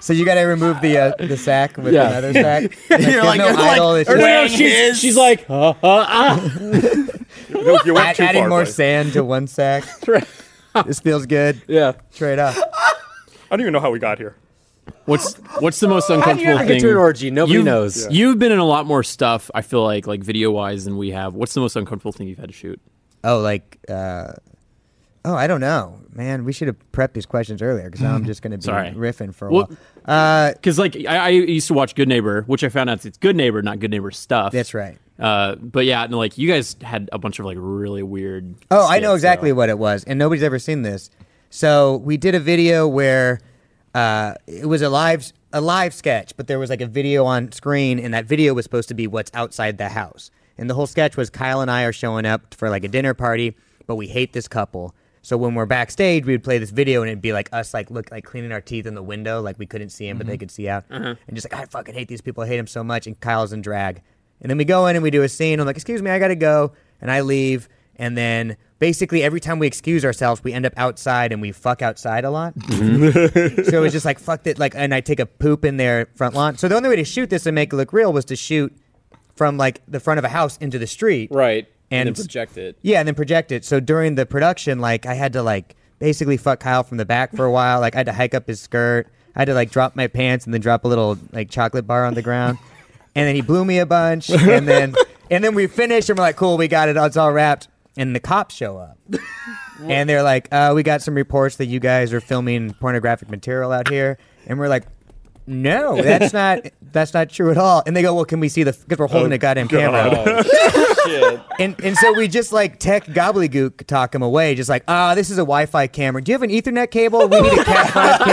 Speaker 5: so you got to remove the uh, the sack with
Speaker 8: Yeah.
Speaker 5: another sack.
Speaker 7: You're like,
Speaker 5: there's no
Speaker 7: you're
Speaker 5: idol.
Speaker 7: like-
Speaker 5: it's
Speaker 7: or
Speaker 5: just
Speaker 7: no,
Speaker 5: add-
Speaker 7: she-
Speaker 8: she's, she's like, huh?
Speaker 1: it. No, you went too
Speaker 5: adding
Speaker 1: far. [LAUGHS]
Speaker 5: more
Speaker 1: buddy.
Speaker 5: sand to one sack. this feels good.
Speaker 8: yeah.
Speaker 5: Trade off.
Speaker 1: I don't even know how we got here.
Speaker 6: what's what's the most
Speaker 8: How do you
Speaker 6: uncomfortable
Speaker 8: ever
Speaker 6: thing?
Speaker 8: get to an orgy? Nobody
Speaker 6: you've,
Speaker 8: knows.
Speaker 6: You've been in a lot more stuff. I feel like like video wise than we have. What's the most uncomfortable thing you've had to shoot?
Speaker 5: Oh, like, uh, oh, I don't know, man. We should have prepped these questions earlier because I'm just going to be
Speaker 6: Sorry.
Speaker 5: riffing for a
Speaker 6: Well-
Speaker 5: while. Uh,
Speaker 6: Because like I, I used to watch Good Neighbor, which I found out it's Good Neighbor, not Good Neighbor stuff.
Speaker 5: That's right.
Speaker 6: Uh, but yeah, no, like you guys had a bunch of like really weird.
Speaker 5: Oh, I know
Speaker 6: skits,
Speaker 5: exactly
Speaker 6: so-
Speaker 5: what it was, and nobody's ever seen this. So we did a video where uh, it was a live a live sketch, but there was like a video on screen, and that video was supposed to be what's outside the house. And the whole sketch was Kyle and I are showing up for like a dinner party, but we hate this couple. So when we're backstage, we would play this video, and it'd be like us, like look, like cleaning our teeth in the window, like we couldn't see him, but they could see out, and just like I fucking hate these people, I hate him so much. And Kyle's in drag, and then we go in and we do a scene. I'm like, excuse me, I gotta go, and I leave. And then basically every time we excuse ourselves, we end up outside and we fuck outside a lot. so it was just like fuck it, like, and I take a poop in their front lawn. So the only way to shoot this and make it look real was to shoot from like the front of a house into the street.
Speaker 3: Right.
Speaker 5: And-
Speaker 3: And, then project it.
Speaker 5: Yeah, and then project it. So during the production, like I had to like basically fuck Kyle from the back for a while. Like I had to hike up his skirt. I had to like drop my pants and then drop a little like chocolate bar on the ground. and then he blew me a bunch. And then and then we finished and we're like, cool, we got it. It's all wrapped. And the cops show up. and they're like, uh, we got some reports that you guys are filming pornographic material out here. And we're like,
Speaker 8: [LAUGHS]
Speaker 5: no, that's not that's not true at all. And they go, well, can we see the? Because we're
Speaker 8: Oh,
Speaker 5: holding a goddamn camera and and so we just like tech
Speaker 8: [LAUGHS]
Speaker 5: gobbledygook talk him away, just like, ah, this is a Wi-Fi camera. Do you have an Ethernet cable? We need a Cat5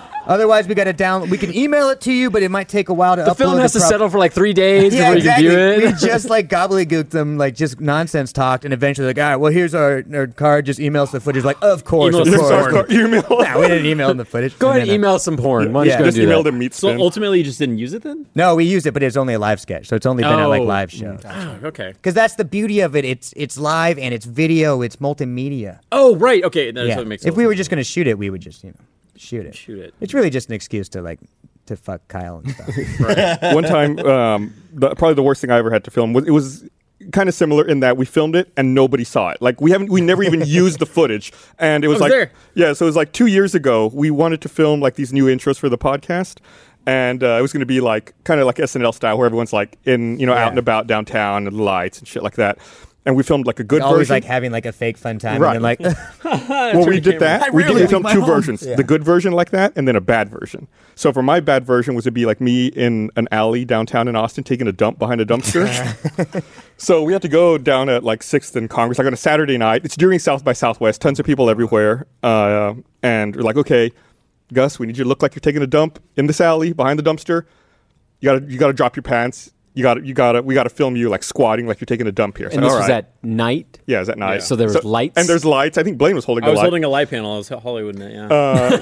Speaker 5: cable. Otherwise, we got to download. We can email it to you, but it might take a while to
Speaker 8: The
Speaker 5: upload.
Speaker 8: film has
Speaker 5: it
Speaker 8: to
Speaker 5: prop-
Speaker 8: settle for like three
Speaker 5: [LAUGHS]
Speaker 8: days
Speaker 5: Yeah,
Speaker 8: before
Speaker 5: exactly.
Speaker 8: you [LAUGHS] can
Speaker 3: [LAUGHS]
Speaker 8: view
Speaker 5: We
Speaker 8: it.
Speaker 5: just like gobbledygooked them, like just nonsense talked, and eventually like, all right, well, here's our, our card. Just email us the footage. Like, of course,
Speaker 3: Email
Speaker 5: of
Speaker 3: us
Speaker 5: course.
Speaker 3: the Sorry,
Speaker 1: [LAUGHS]
Speaker 5: [LAUGHS]
Speaker 1: Sorry, email.
Speaker 5: Nah, we didn't email them the footage. uh,
Speaker 8: Go
Speaker 5: No,
Speaker 8: ahead and
Speaker 5: no, no.
Speaker 8: email us some porn. Why don't
Speaker 5: Yeah.
Speaker 1: [LAUGHS] Just
Speaker 5: Just
Speaker 8: you go and do
Speaker 1: email
Speaker 8: that?
Speaker 1: them meat
Speaker 3: So
Speaker 1: spin.
Speaker 3: ultimately, you just didn't use it then?
Speaker 5: No, we used it, but it's only a live sketch, so it's only been at like
Speaker 3: Oh.
Speaker 5: live shows. Because
Speaker 3: Oh, okay.
Speaker 5: that's the beauty of it. It's it's live and it's video. It's multimedia.
Speaker 3: Oh, right. Okay. That's
Speaker 5: yeah.
Speaker 3: what makes
Speaker 5: if we were just gonna shoot it, we would just you know shoot it.
Speaker 3: Shoot it.
Speaker 5: It's really just an excuse to like to fuck Kyle and stuff.
Speaker 1: one time, um, the, probably the worst thing I ever had to film was it was kind of similar in that we filmed it and nobody saw it. Like we haven't, we never even used the footage, and it was,
Speaker 3: was
Speaker 1: like,
Speaker 3: there.
Speaker 1: yeah, so it was like two years ago. We wanted to film like these new intros for the podcast. And uh, it was going to be like kind of like SNL style, where everyone's like in, you know, out and about downtown and lights and shit like that. And we filmed like a good
Speaker 5: Always
Speaker 1: version.
Speaker 5: like having like a fake fun time
Speaker 1: Right.
Speaker 5: and then like [LAUGHS]
Speaker 1: well, we did that. we did
Speaker 7: really
Speaker 1: we filmed
Speaker 7: like
Speaker 1: two
Speaker 7: my home.
Speaker 1: versions: the good version like that, and then a bad version. So for my bad version was to be like me in an alley downtown in Austin taking a dump behind a dumpster. so we had to go down at like Sixth and Congress, like on a Saturday night. It's during South by Southwest. Tons of people everywhere, uh, and we're like, okay, Gus, we need you to look like you're taking a dump in this alley behind the dumpster. You gotta, you gotta drop your pants. You gotta, you gotta, we gotta film you like squatting like you're taking a dump here. So,
Speaker 8: And this
Speaker 1: all
Speaker 8: was
Speaker 1: right.
Speaker 8: at night.
Speaker 1: Yeah, is that nice?
Speaker 8: So there was lights?
Speaker 1: and there's lights. I think Blaine was holding.
Speaker 3: I
Speaker 1: the
Speaker 3: was
Speaker 1: light.
Speaker 3: holding a light panel. I was at Hollywood night. Yeah.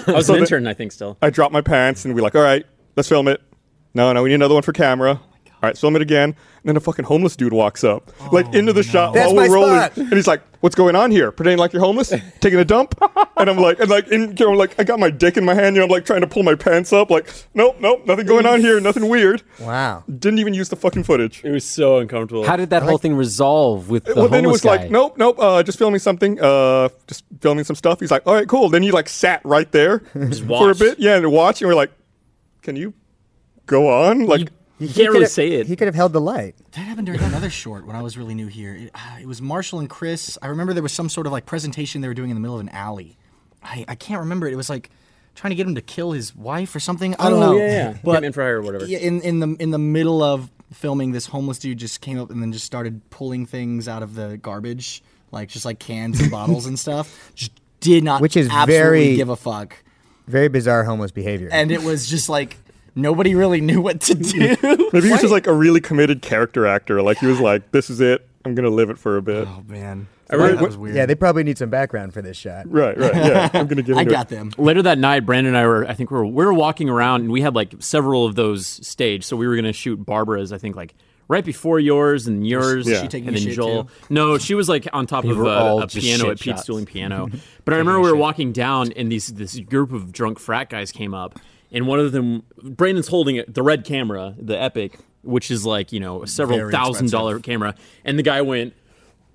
Speaker 3: I was
Speaker 1: so
Speaker 3: an
Speaker 1: the-
Speaker 3: intern, I think, still.
Speaker 1: I dropped my pants and we're like, all right, let's film it. No, no, we need another one for camera. all right, film it again. And then a fucking homeless dude walks up, like into the shot
Speaker 5: That's
Speaker 1: while we're
Speaker 5: my
Speaker 1: rolling,
Speaker 5: spot.
Speaker 1: and he's like, "What's going on here? Pretending like you're homeless, taking a dump?" And I'm like, and like, in, you know, like I got my dick in my hand, you know, I'm like trying to pull my pants up, like, nope, nope, nothing going on here, nothing weird.
Speaker 5: wow.
Speaker 1: Didn't even use the fucking footage.
Speaker 3: It was so uncomfortable.
Speaker 8: How did that whole thing resolve with the
Speaker 1: [LAUGHS] well, then it
Speaker 8: homeless
Speaker 1: was
Speaker 8: guy?
Speaker 1: like, nope, nope, uh, just filming something, uh, just filming some stuff. He's like, all right, cool. Then he like sat right
Speaker 3: [LAUGHS]
Speaker 1: there for a
Speaker 3: watched.
Speaker 1: bit, yeah, and watched, and we're like, can you go on? Like,
Speaker 3: you can't really
Speaker 5: could've-
Speaker 3: say it.
Speaker 5: He could have held the light.
Speaker 7: That happened during another short when I was really new here. It, ah, it was Marshall and Chris. I remember there was some sort of like presentation they were doing in the middle of an alley. I, I can't remember it. It was like trying to get him to kill his wife or something. I don't
Speaker 3: Oh,
Speaker 7: know.
Speaker 3: yeah, yeah. Get him in for hire or whatever.
Speaker 7: Yeah, in in the in the middle of filming, this homeless dude just came up and then just started pulling things out of the garbage, like just like cans and bottles
Speaker 3: [LAUGHS]
Speaker 7: and stuff. Just did not,
Speaker 5: Which is
Speaker 7: absolutely
Speaker 5: very-
Speaker 7: give a fuck.
Speaker 5: Very bizarre homeless behavior.
Speaker 7: And it was just like nobody really knew what to do.
Speaker 3: [LAUGHS]
Speaker 1: maybe he was just like a really committed character actor. Like he was like, this is it. I'm gonna live it for a bit.
Speaker 7: Oh man,
Speaker 1: remember-
Speaker 7: that was weird.
Speaker 5: yeah, they probably need some background for this shot.
Speaker 1: Right, right, yeah. I'm gonna give.
Speaker 7: I
Speaker 1: into it.
Speaker 7: got them.
Speaker 3: Later that night, Brandon and I were, I think we were, we were walking around and we had like several of those staged. So we were going to shoot Barbara's, I think, like right before yours and yours.
Speaker 1: she Yeah.
Speaker 7: taking
Speaker 3: and
Speaker 7: a
Speaker 3: then
Speaker 7: shit,
Speaker 3: Joel.
Speaker 7: too?
Speaker 3: No, she was like on top of
Speaker 8: were
Speaker 3: a,
Speaker 8: all
Speaker 3: a
Speaker 8: just
Speaker 3: piano,
Speaker 8: shit
Speaker 3: at Pete's
Speaker 8: shots.
Speaker 3: dueling
Speaker 8: [LAUGHS]
Speaker 3: piano. But I remember we were walking down and these this group of drunk frat guys came up. And one of them, Brandon's holding it, the red camera, the Epic, which is like, you know, a several
Speaker 7: Very
Speaker 3: thousand
Speaker 7: expensive.
Speaker 3: dollar camera. And the guy went,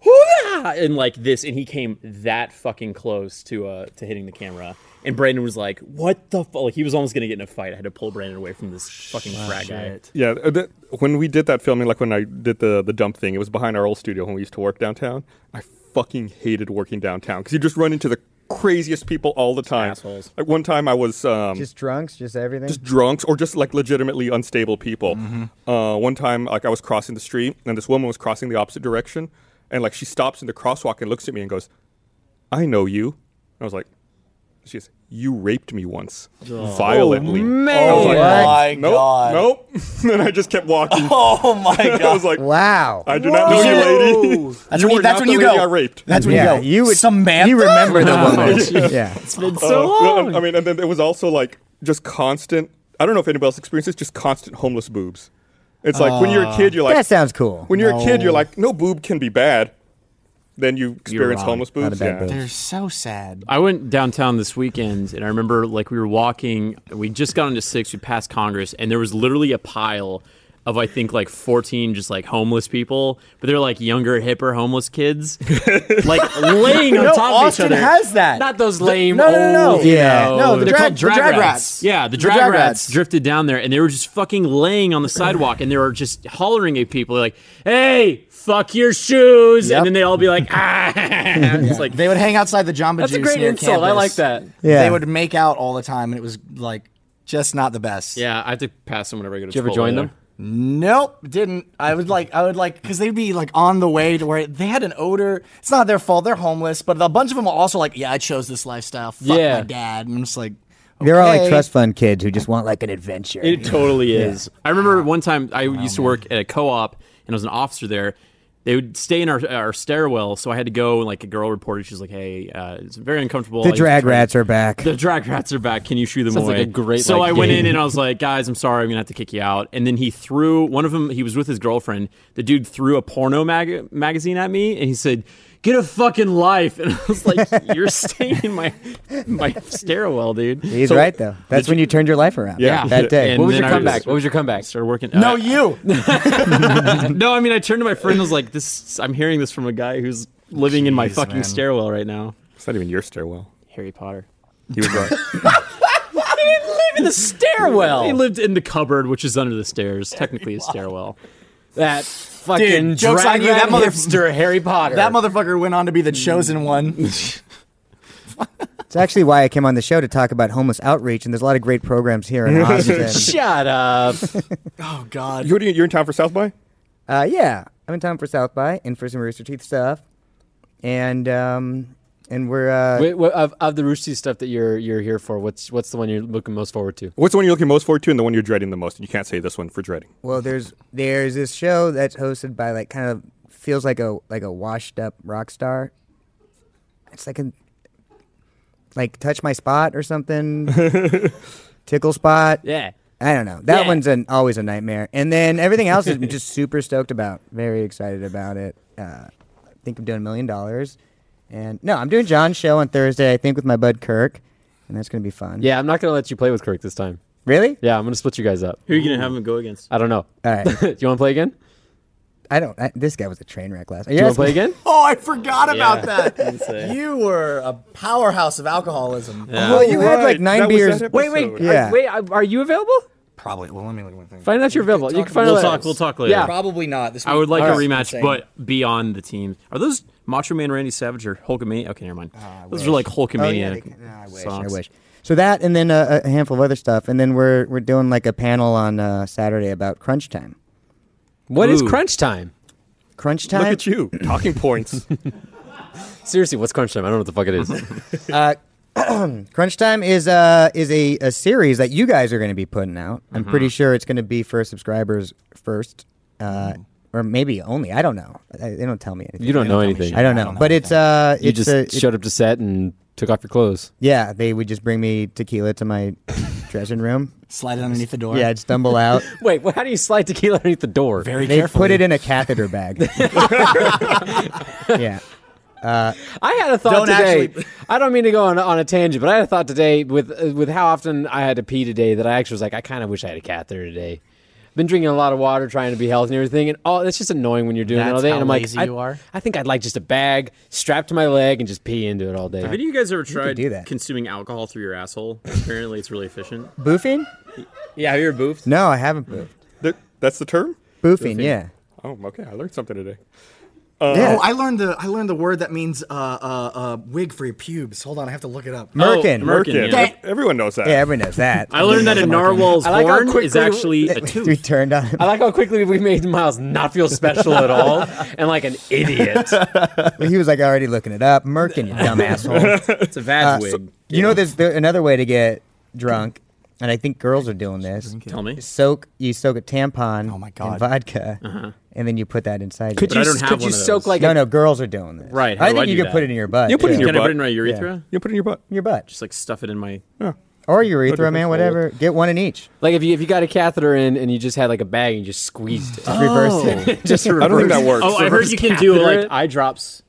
Speaker 3: Hoo-yah! and like this, and he came that fucking close to uh to hitting the camera. And Brandon was like, "What the fuck?" Like he was almost gonna get in a fight. I had to pull Brandon away from this fucking frat guy.
Speaker 1: Yeah, uh, that, when we did that filming, like when I did the the dump thing, it was behind our old studio when we used to work downtown. I fucking hated working downtown because you just run into the craziest people all the time.
Speaker 3: Assholes.
Speaker 1: Like one time, I was um,
Speaker 5: Just drunks, just everything.
Speaker 1: just drunks or just like legitimately unstable people.
Speaker 8: Mm-hmm.
Speaker 1: Uh, one time, like I was crossing the street and this woman was crossing the opposite direction, and like she stops in the crosswalk and looks at me and goes, "I know you." And I was like, "She goes, you raped me once, violently."
Speaker 8: Oh. man. Oh,
Speaker 1: I was like,
Speaker 5: What?
Speaker 7: my
Speaker 1: Nope, [LAUGHS] nope. and I just kept walking.
Speaker 7: Oh [LAUGHS] my god.
Speaker 1: I was like,
Speaker 5: wow.
Speaker 1: I do not know you,
Speaker 8: [LAUGHS]
Speaker 1: lady. Uh,
Speaker 7: That's
Speaker 1: you
Speaker 7: when you-
Speaker 1: were not
Speaker 7: that's when
Speaker 1: the
Speaker 7: you
Speaker 1: lady
Speaker 7: go.
Speaker 1: I raped.
Speaker 7: That's when
Speaker 5: yeah,
Speaker 7: you go.
Speaker 5: you would.
Speaker 7: Samantha.
Speaker 5: You remember the woman? yeah.
Speaker 8: It's been so long.
Speaker 1: I mean, and then it was also like just constant. I don't know if anybody else experiences just constant homeless boobs. It's like when you're a kid, you're like
Speaker 5: that sounds cool.
Speaker 1: when you're a kid, you're like no boob can be bad. Then you experience
Speaker 3: wrong.
Speaker 1: homeless
Speaker 5: Not a
Speaker 1: boobs.
Speaker 5: bad
Speaker 1: Yeah.
Speaker 5: boob.
Speaker 7: They're so sad.
Speaker 3: I went downtown this weekend, and I remember like we were walking. We just got into six. We passed Congress, and there was literally a pile of I think like fourteen just like homeless people, but they're like younger, hipper homeless kids, like laying on
Speaker 7: No,
Speaker 3: top of each
Speaker 7: Austin
Speaker 3: other.
Speaker 7: has that.
Speaker 3: Not those lame.
Speaker 7: no, no, no.
Speaker 3: old, you
Speaker 5: Yeah.
Speaker 3: know,
Speaker 7: No, the
Speaker 3: they're
Speaker 7: drag-
Speaker 3: called
Speaker 7: the drag rats.
Speaker 3: Yeah, the
Speaker 7: The
Speaker 3: drag,
Speaker 7: drag
Speaker 3: rats,
Speaker 7: rats.
Speaker 3: drifted down there, and they were just fucking laying on the sidewalk, and they were just hollering at people like, "Hey, fuck your shoes!"
Speaker 8: Yep.
Speaker 3: And then they all be like, "Ah!" [LAUGHS] It's like
Speaker 7: They would hang outside the Jamba
Speaker 8: That's
Speaker 7: Juice
Speaker 8: a great
Speaker 7: near
Speaker 8: insult. I
Speaker 7: campus.
Speaker 8: like that.
Speaker 5: Yeah.
Speaker 7: They would make out all the time, and it was like just not the best.
Speaker 3: Yeah, I have to pass them whenever I go to.
Speaker 8: you ever
Speaker 3: Chipotle
Speaker 8: join
Speaker 3: there.
Speaker 8: them?
Speaker 7: Nope, didn't. I would like, I would like, because they'd be like on the way to where they had an odor. It's not their fault. They're homeless, but a bunch of them are also like, yeah, I chose this lifestyle. Fuck
Speaker 8: Yeah.
Speaker 7: my dad. And I'm just like,
Speaker 5: They're all like
Speaker 7: okay.
Speaker 5: trust fund kids who just want like an adventure.
Speaker 3: It totally is. I remember one time I used to work at a co-op and I was an officer there. They would stay in our, our stairwell, so I had to go. And like a girl reported, she's like, "Hey, uh, it's very uncomfortable." I
Speaker 5: the
Speaker 3: used to
Speaker 5: drag
Speaker 3: try-
Speaker 5: rats are back.
Speaker 3: The drag rats are back. Can you shoo them
Speaker 8: Sounds like
Speaker 3: away?
Speaker 8: a great,
Speaker 3: so
Speaker 8: like,
Speaker 3: I went in
Speaker 8: game.
Speaker 3: and I was like, guys, I'm sorry, I'm gonna have to kick you out. And then he threw one of them. He was with his girlfriend. The dude threw a porno mag- magazine at me, and he said, "Get a fucking life." [LAUGHS] And I was like, "You're staying in my my stairwell, dude."
Speaker 5: He's
Speaker 3: So-
Speaker 5: right though. That's when you turned your life around.
Speaker 1: Yeah.
Speaker 5: that day.
Speaker 3: And
Speaker 8: What was
Speaker 3: then
Speaker 8: your
Speaker 3: I
Speaker 8: comeback? What was your comeback?
Speaker 3: Started working.
Speaker 7: No,
Speaker 3: I-
Speaker 7: you.
Speaker 3: no, I mean, I turned to my friend and was like, "This, I'm hearing this from a guy who's living in my
Speaker 7: Jeez,
Speaker 3: fucking
Speaker 7: man.
Speaker 3: stairwell right now."
Speaker 1: It's not even your stairwell.
Speaker 3: Harry Potter.
Speaker 1: You were
Speaker 5: [LAUGHS]
Speaker 1: right.
Speaker 8: In the
Speaker 3: He
Speaker 8: stairwell.
Speaker 3: lived in the cupboard, which is under the stairs. Technically, a stairwell.
Speaker 8: that fucking
Speaker 7: Dude, joke's on
Speaker 8: drag
Speaker 7: you, that
Speaker 8: rat
Speaker 7: mother-
Speaker 8: hipster Harry Potter.
Speaker 7: That motherfucker went on to be the chosen one.
Speaker 5: It's actually why I came on the show to talk about homeless outreach, and there's a lot of great programs here in Austin.
Speaker 8: Shut
Speaker 7: [LAUGHS]
Speaker 8: up.
Speaker 7: Oh God.
Speaker 1: You're, you're in town for South by?
Speaker 5: uh, yeah, I'm in town for South by and for some Rooster Teeth stuff, and um, and we're uh,
Speaker 8: Wait, what, of, of the Rooster stuff that you're you're here for, what's what's the one you're looking most forward to?
Speaker 1: What's the one you're looking most forward to and the one you're dreading the most? And you can't say this one for dreading.
Speaker 5: Well, there's there's this show that's hosted by like kind of feels like a like a washed up rock star. It's like a like touch my spot or
Speaker 8: [LAUGHS]
Speaker 5: something, tickle spot.
Speaker 8: Yeah.
Speaker 5: I don't know. That
Speaker 8: Yeah.
Speaker 5: one's an, always a nightmare. And then everything else is just [LAUGHS] super stoked about. Very excited about it. Uh, I think I'm doing a million dollars. And no, I'm doing John's show on Thursday. I think with my bud Kirk, and that's gonna be fun.
Speaker 8: Yeah, I'm not gonna let you play with Kirk this time.
Speaker 5: Really?
Speaker 8: Yeah, I'm gonna split you guys up.
Speaker 3: Who are you gonna have him go against?
Speaker 8: I don't know. [LAUGHS]
Speaker 5: All right.
Speaker 8: Do you want to play again?
Speaker 5: I don't. I, this guy was a train wreck last. Are
Speaker 8: Do you want to
Speaker 5: asking-
Speaker 8: play again?
Speaker 7: Oh, I forgot about that. you were a powerhouse of alcoholism.
Speaker 5: Well, you had like
Speaker 1: right.
Speaker 5: nine
Speaker 1: That was
Speaker 5: beers.
Speaker 1: that
Speaker 8: Wait, wait,
Speaker 1: episode.
Speaker 5: Yeah.
Speaker 8: yeah. wait. Are, are you available?
Speaker 7: Probably. Well, let me look at one thing.
Speaker 8: Find out you're available. You
Speaker 7: talk-
Speaker 8: can find
Speaker 3: We'll
Speaker 8: out.
Speaker 3: talk. We'll talk later.
Speaker 8: Yeah.
Speaker 7: Probably not. This
Speaker 3: I would like
Speaker 7: week-
Speaker 3: a
Speaker 7: Alright.
Speaker 3: rematch,
Speaker 7: Insane.
Speaker 3: but beyond the team. Are those Macho Man Randy Savage or Hulkamania? Okay, never mind. those are like
Speaker 5: Oh, yeah,
Speaker 3: Hulkamania.
Speaker 5: they can- no, I wish.
Speaker 3: songs.
Speaker 5: I wish. So that, and then uh, a, a handful of other stuff, and then we're we're doing like a panel on uh, Saturday about crunch time.
Speaker 8: What is
Speaker 3: Ooh.
Speaker 8: crunch time?
Speaker 5: Crunch
Speaker 1: Look
Speaker 5: time.
Speaker 1: at
Speaker 5: [LAUGHS]
Speaker 1: you. Talking points.
Speaker 8: Seriously, what's crunch time? I don't know what the fuck it is.
Speaker 5: Crunch time is uh is a, a series that you guys are going to be putting out. I'm pretty sure it's going to be for subscribers first, uh, or maybe only. I don't know. I, they don't tell me anything.
Speaker 8: you don't know anything.
Speaker 5: I don't know. but it's uh
Speaker 8: You
Speaker 5: it's
Speaker 8: just
Speaker 5: a, it-
Speaker 8: showed up to set and took off your clothes.
Speaker 5: yeah. They would just bring me tequila to my dressing room.
Speaker 7: Slide it underneath the door.
Speaker 5: Yeah, I'd stumble out.
Speaker 8: Wait, what, how do you slide tequila underneath the door?
Speaker 7: Very
Speaker 5: They
Speaker 7: carefully.
Speaker 5: put it in a
Speaker 3: [LAUGHS]
Speaker 5: catheter bag. yeah.
Speaker 8: I had a
Speaker 7: Don't
Speaker 8: thought today.
Speaker 7: actually-
Speaker 8: [LAUGHS] I don't mean to go on, on a tangent, but I had a thought today with uh, with how often I had to pee today that I actually was like, I kind of wish I had a catheter today. Been drinking a lot of water, trying to be healthy and everything, and all that's just annoying when you're doing it all
Speaker 7: That's
Speaker 8: day.
Speaker 7: how
Speaker 8: and I'm
Speaker 7: lazy
Speaker 8: like,
Speaker 7: you
Speaker 8: I,
Speaker 7: are?
Speaker 8: I think I'd like just a bag strapped to my leg and just pee into it all day.
Speaker 3: Have any of you guys ever tried
Speaker 5: do that.
Speaker 3: consuming alcohol through your
Speaker 5: [LAUGHS]
Speaker 3: asshole? Apparently, it's really efficient.
Speaker 5: Boofing?
Speaker 3: Yeah, have you ever boofed?
Speaker 5: No, I haven't boofed.
Speaker 1: Th- That's the term?
Speaker 5: Boofing, yeah.
Speaker 1: Oh, okay. I learned something today.
Speaker 5: yeah.
Speaker 7: Oh, I learned the I learned the word that means uh, uh, uh, wig for your pubes. Hold on, I have to look it up.
Speaker 5: [LAUGHS] Merkin.
Speaker 3: Oh, Merkin.
Speaker 1: Merkin.
Speaker 3: yeah.
Speaker 1: Everyone knows that.
Speaker 5: yeah, everyone knows that.
Speaker 3: I learned
Speaker 5: [LAUGHS]
Speaker 3: that a narwhal's
Speaker 8: I like how
Speaker 3: horn is
Speaker 8: quickly-
Speaker 3: actually a
Speaker 5: we
Speaker 3: tooth.
Speaker 5: turned on him.
Speaker 8: I like how quickly we made Miles not feel special at all and like an idiot.
Speaker 5: [LAUGHS] He was like already looking it up. Merkin, you dumb asshole.
Speaker 3: [LAUGHS]
Speaker 5: Uh,
Speaker 3: It's a vag wig.
Speaker 5: You know, there's there, another way to get drunk, and I think girls are doing this.
Speaker 3: Tell me.
Speaker 5: Soak, you soak a tampon
Speaker 7: Oh my God.
Speaker 5: in vodka, and then you put that inside.
Speaker 8: Could
Speaker 5: you?
Speaker 8: you,
Speaker 3: I don't have
Speaker 8: could you
Speaker 3: one of
Speaker 8: soak
Speaker 3: those.
Speaker 8: like
Speaker 5: no,
Speaker 8: a,
Speaker 5: no, girls are doing this.
Speaker 3: Right, how
Speaker 5: I
Speaker 3: do
Speaker 5: think
Speaker 3: I
Speaker 5: you
Speaker 3: do
Speaker 5: could
Speaker 3: that?
Speaker 5: put it in your butt.
Speaker 1: You put it in
Speaker 5: too.
Speaker 3: Can I
Speaker 1: Your
Speaker 3: put
Speaker 1: butt.
Speaker 3: it in my urethra?
Speaker 1: You put it in your butt.
Speaker 5: your butt
Speaker 3: Just like stuff it in my.
Speaker 5: or urethra,
Speaker 1: different
Speaker 5: man.
Speaker 1: fold.
Speaker 5: Whatever. Get one in each.
Speaker 8: like if you if you got a catheter in and you just had like a bag and you just squeezed it.
Speaker 9: Oh.
Speaker 5: Just
Speaker 1: [LAUGHS]
Speaker 5: reverse it.
Speaker 8: [LAUGHS] just
Speaker 1: I don't think that works.
Speaker 3: [LAUGHS] Oh, I heard you can do like eye drops.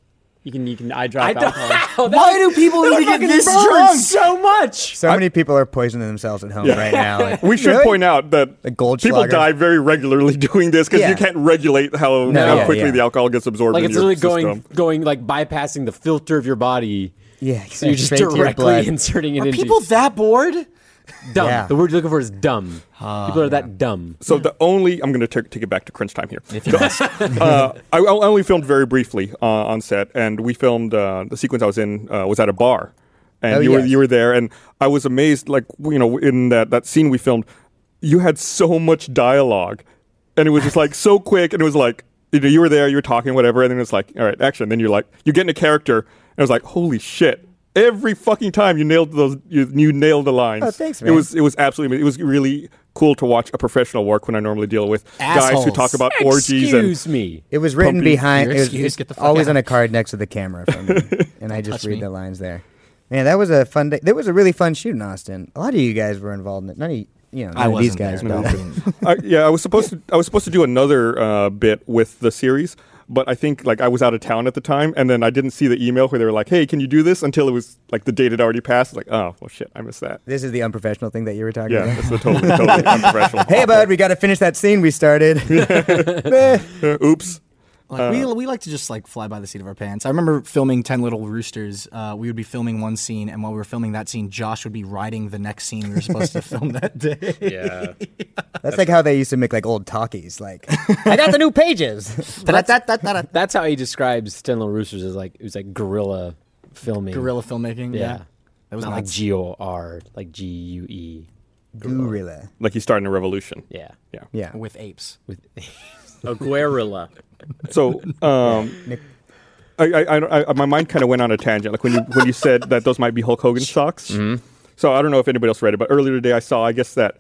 Speaker 3: You can you can eye drop
Speaker 8: I don't-
Speaker 3: alcohol.
Speaker 7: Why do people need to get this drunk?
Speaker 8: so much.
Speaker 5: So many people are poisoning themselves at home
Speaker 1: Yeah.
Speaker 5: right now. Like,
Speaker 1: we should
Speaker 5: really?
Speaker 1: point out that
Speaker 5: Like Goldschlager.
Speaker 1: people die very regularly [LAUGHS] doing this because
Speaker 5: Yeah.
Speaker 1: you can't regulate how,
Speaker 5: No,
Speaker 1: how
Speaker 5: yeah,
Speaker 1: quickly
Speaker 5: yeah.
Speaker 1: the alcohol gets absorbed
Speaker 8: Like
Speaker 1: in
Speaker 8: it's
Speaker 1: your
Speaker 8: literally
Speaker 1: system.
Speaker 8: going going like bypassing the filter of your body.
Speaker 5: Yeah,
Speaker 8: So you're just
Speaker 5: straight to your blood.
Speaker 8: directly inserting it
Speaker 7: Are
Speaker 8: into
Speaker 7: people that bored?
Speaker 8: dumb.
Speaker 5: Yeah.
Speaker 8: The word you're looking for is dumb. people are
Speaker 1: Ah.
Speaker 8: that dumb.
Speaker 1: So the only I'm going to take it back to crunch time here. uh, I, I only filmed very briefly uh, on set, and we filmed uh, the sequence I was in uh, was at a bar, and
Speaker 5: Oh,
Speaker 1: you were
Speaker 5: yes.
Speaker 1: you were there, and I was amazed. Like you know, in that that scene we filmed, you had so much dialogue, and it was just like so quick, and it was like you know you were there, you were talking whatever, and then it's like all right action, and then you're like you get in a character, and it was like holy shit. Every fucking time you nailed those, you, you nailed the lines.
Speaker 5: Oh, thanks,
Speaker 1: It
Speaker 5: man.
Speaker 1: was it was absolutely it was really cool to watch a professional work when I normally deal with guys who talk
Speaker 7: Assholes.
Speaker 1: about orgies and
Speaker 8: Excuse me.
Speaker 5: It was written
Speaker 1: Pumpy,
Speaker 5: behind.
Speaker 9: you're
Speaker 5: It was
Speaker 9: excused,
Speaker 5: it's
Speaker 9: get the fuck
Speaker 5: always
Speaker 9: out.
Speaker 5: on a card next to the camera
Speaker 9: [LAUGHS]
Speaker 5: for me, and I just
Speaker 9: touch
Speaker 5: read
Speaker 9: me.
Speaker 5: the lines there. Man, that was a fun day. That was a really fun shoot in Austin. A lot of you guys were involved in it. None of you, you know, none
Speaker 9: I
Speaker 5: of these
Speaker 9: wasn't
Speaker 5: guys.
Speaker 9: there.
Speaker 5: were.
Speaker 9: No, I didn't.
Speaker 1: I, yeah, I was supposed to. I was supposed to do another uh, bit with the series, but I think like I was out of town at the time, and then I didn't see the email where they were like, "Hey, can you do this?" Until it was like the date had already passed. Like, oh well, shit, I missed that.
Speaker 5: This is the unprofessional thing that you were talking
Speaker 1: Yeah,
Speaker 5: about.
Speaker 1: that's the totally, totally
Speaker 5: [LAUGHS]
Speaker 1: unprofessional.
Speaker 5: Hey, bud, we got to finish that scene we started.
Speaker 1: [LAUGHS] Oops.
Speaker 9: Like,
Speaker 1: Uh,
Speaker 9: we, we like to just like fly by the seat of our pants. I remember filming Ten Little Roosters. Uh, we would be filming one scene, and while we were filming that scene, Josh would be writing the next scene we were supposed
Speaker 7: [LAUGHS]
Speaker 9: to film that day.
Speaker 3: Yeah.
Speaker 5: That's like how they used to make like old
Speaker 9: [LAUGHS]
Speaker 5: talkies. Like, I got the new pages.
Speaker 8: That's how he describes Ten Little Roosters as like it was like guerrilla filming.
Speaker 9: Guerrilla filmmaking. Yeah,
Speaker 8: Yeah.
Speaker 9: that was
Speaker 8: Not
Speaker 9: nuts.
Speaker 8: like G O R, like G U E.
Speaker 5: Gorilla.
Speaker 1: Like he's starting a revolution.
Speaker 8: Yeah.
Speaker 1: Yeah.
Speaker 5: Yeah.
Speaker 9: with apes.
Speaker 8: [LAUGHS]
Speaker 6: [LAUGHS]
Speaker 3: A guerrilla.
Speaker 1: So, um, I, I, I, I, my mind kind of went on a tangent. Like when you when you said that those might be Hulk Hogan socks. So I don't know if anybody else read it, but earlier today I saw. I guess that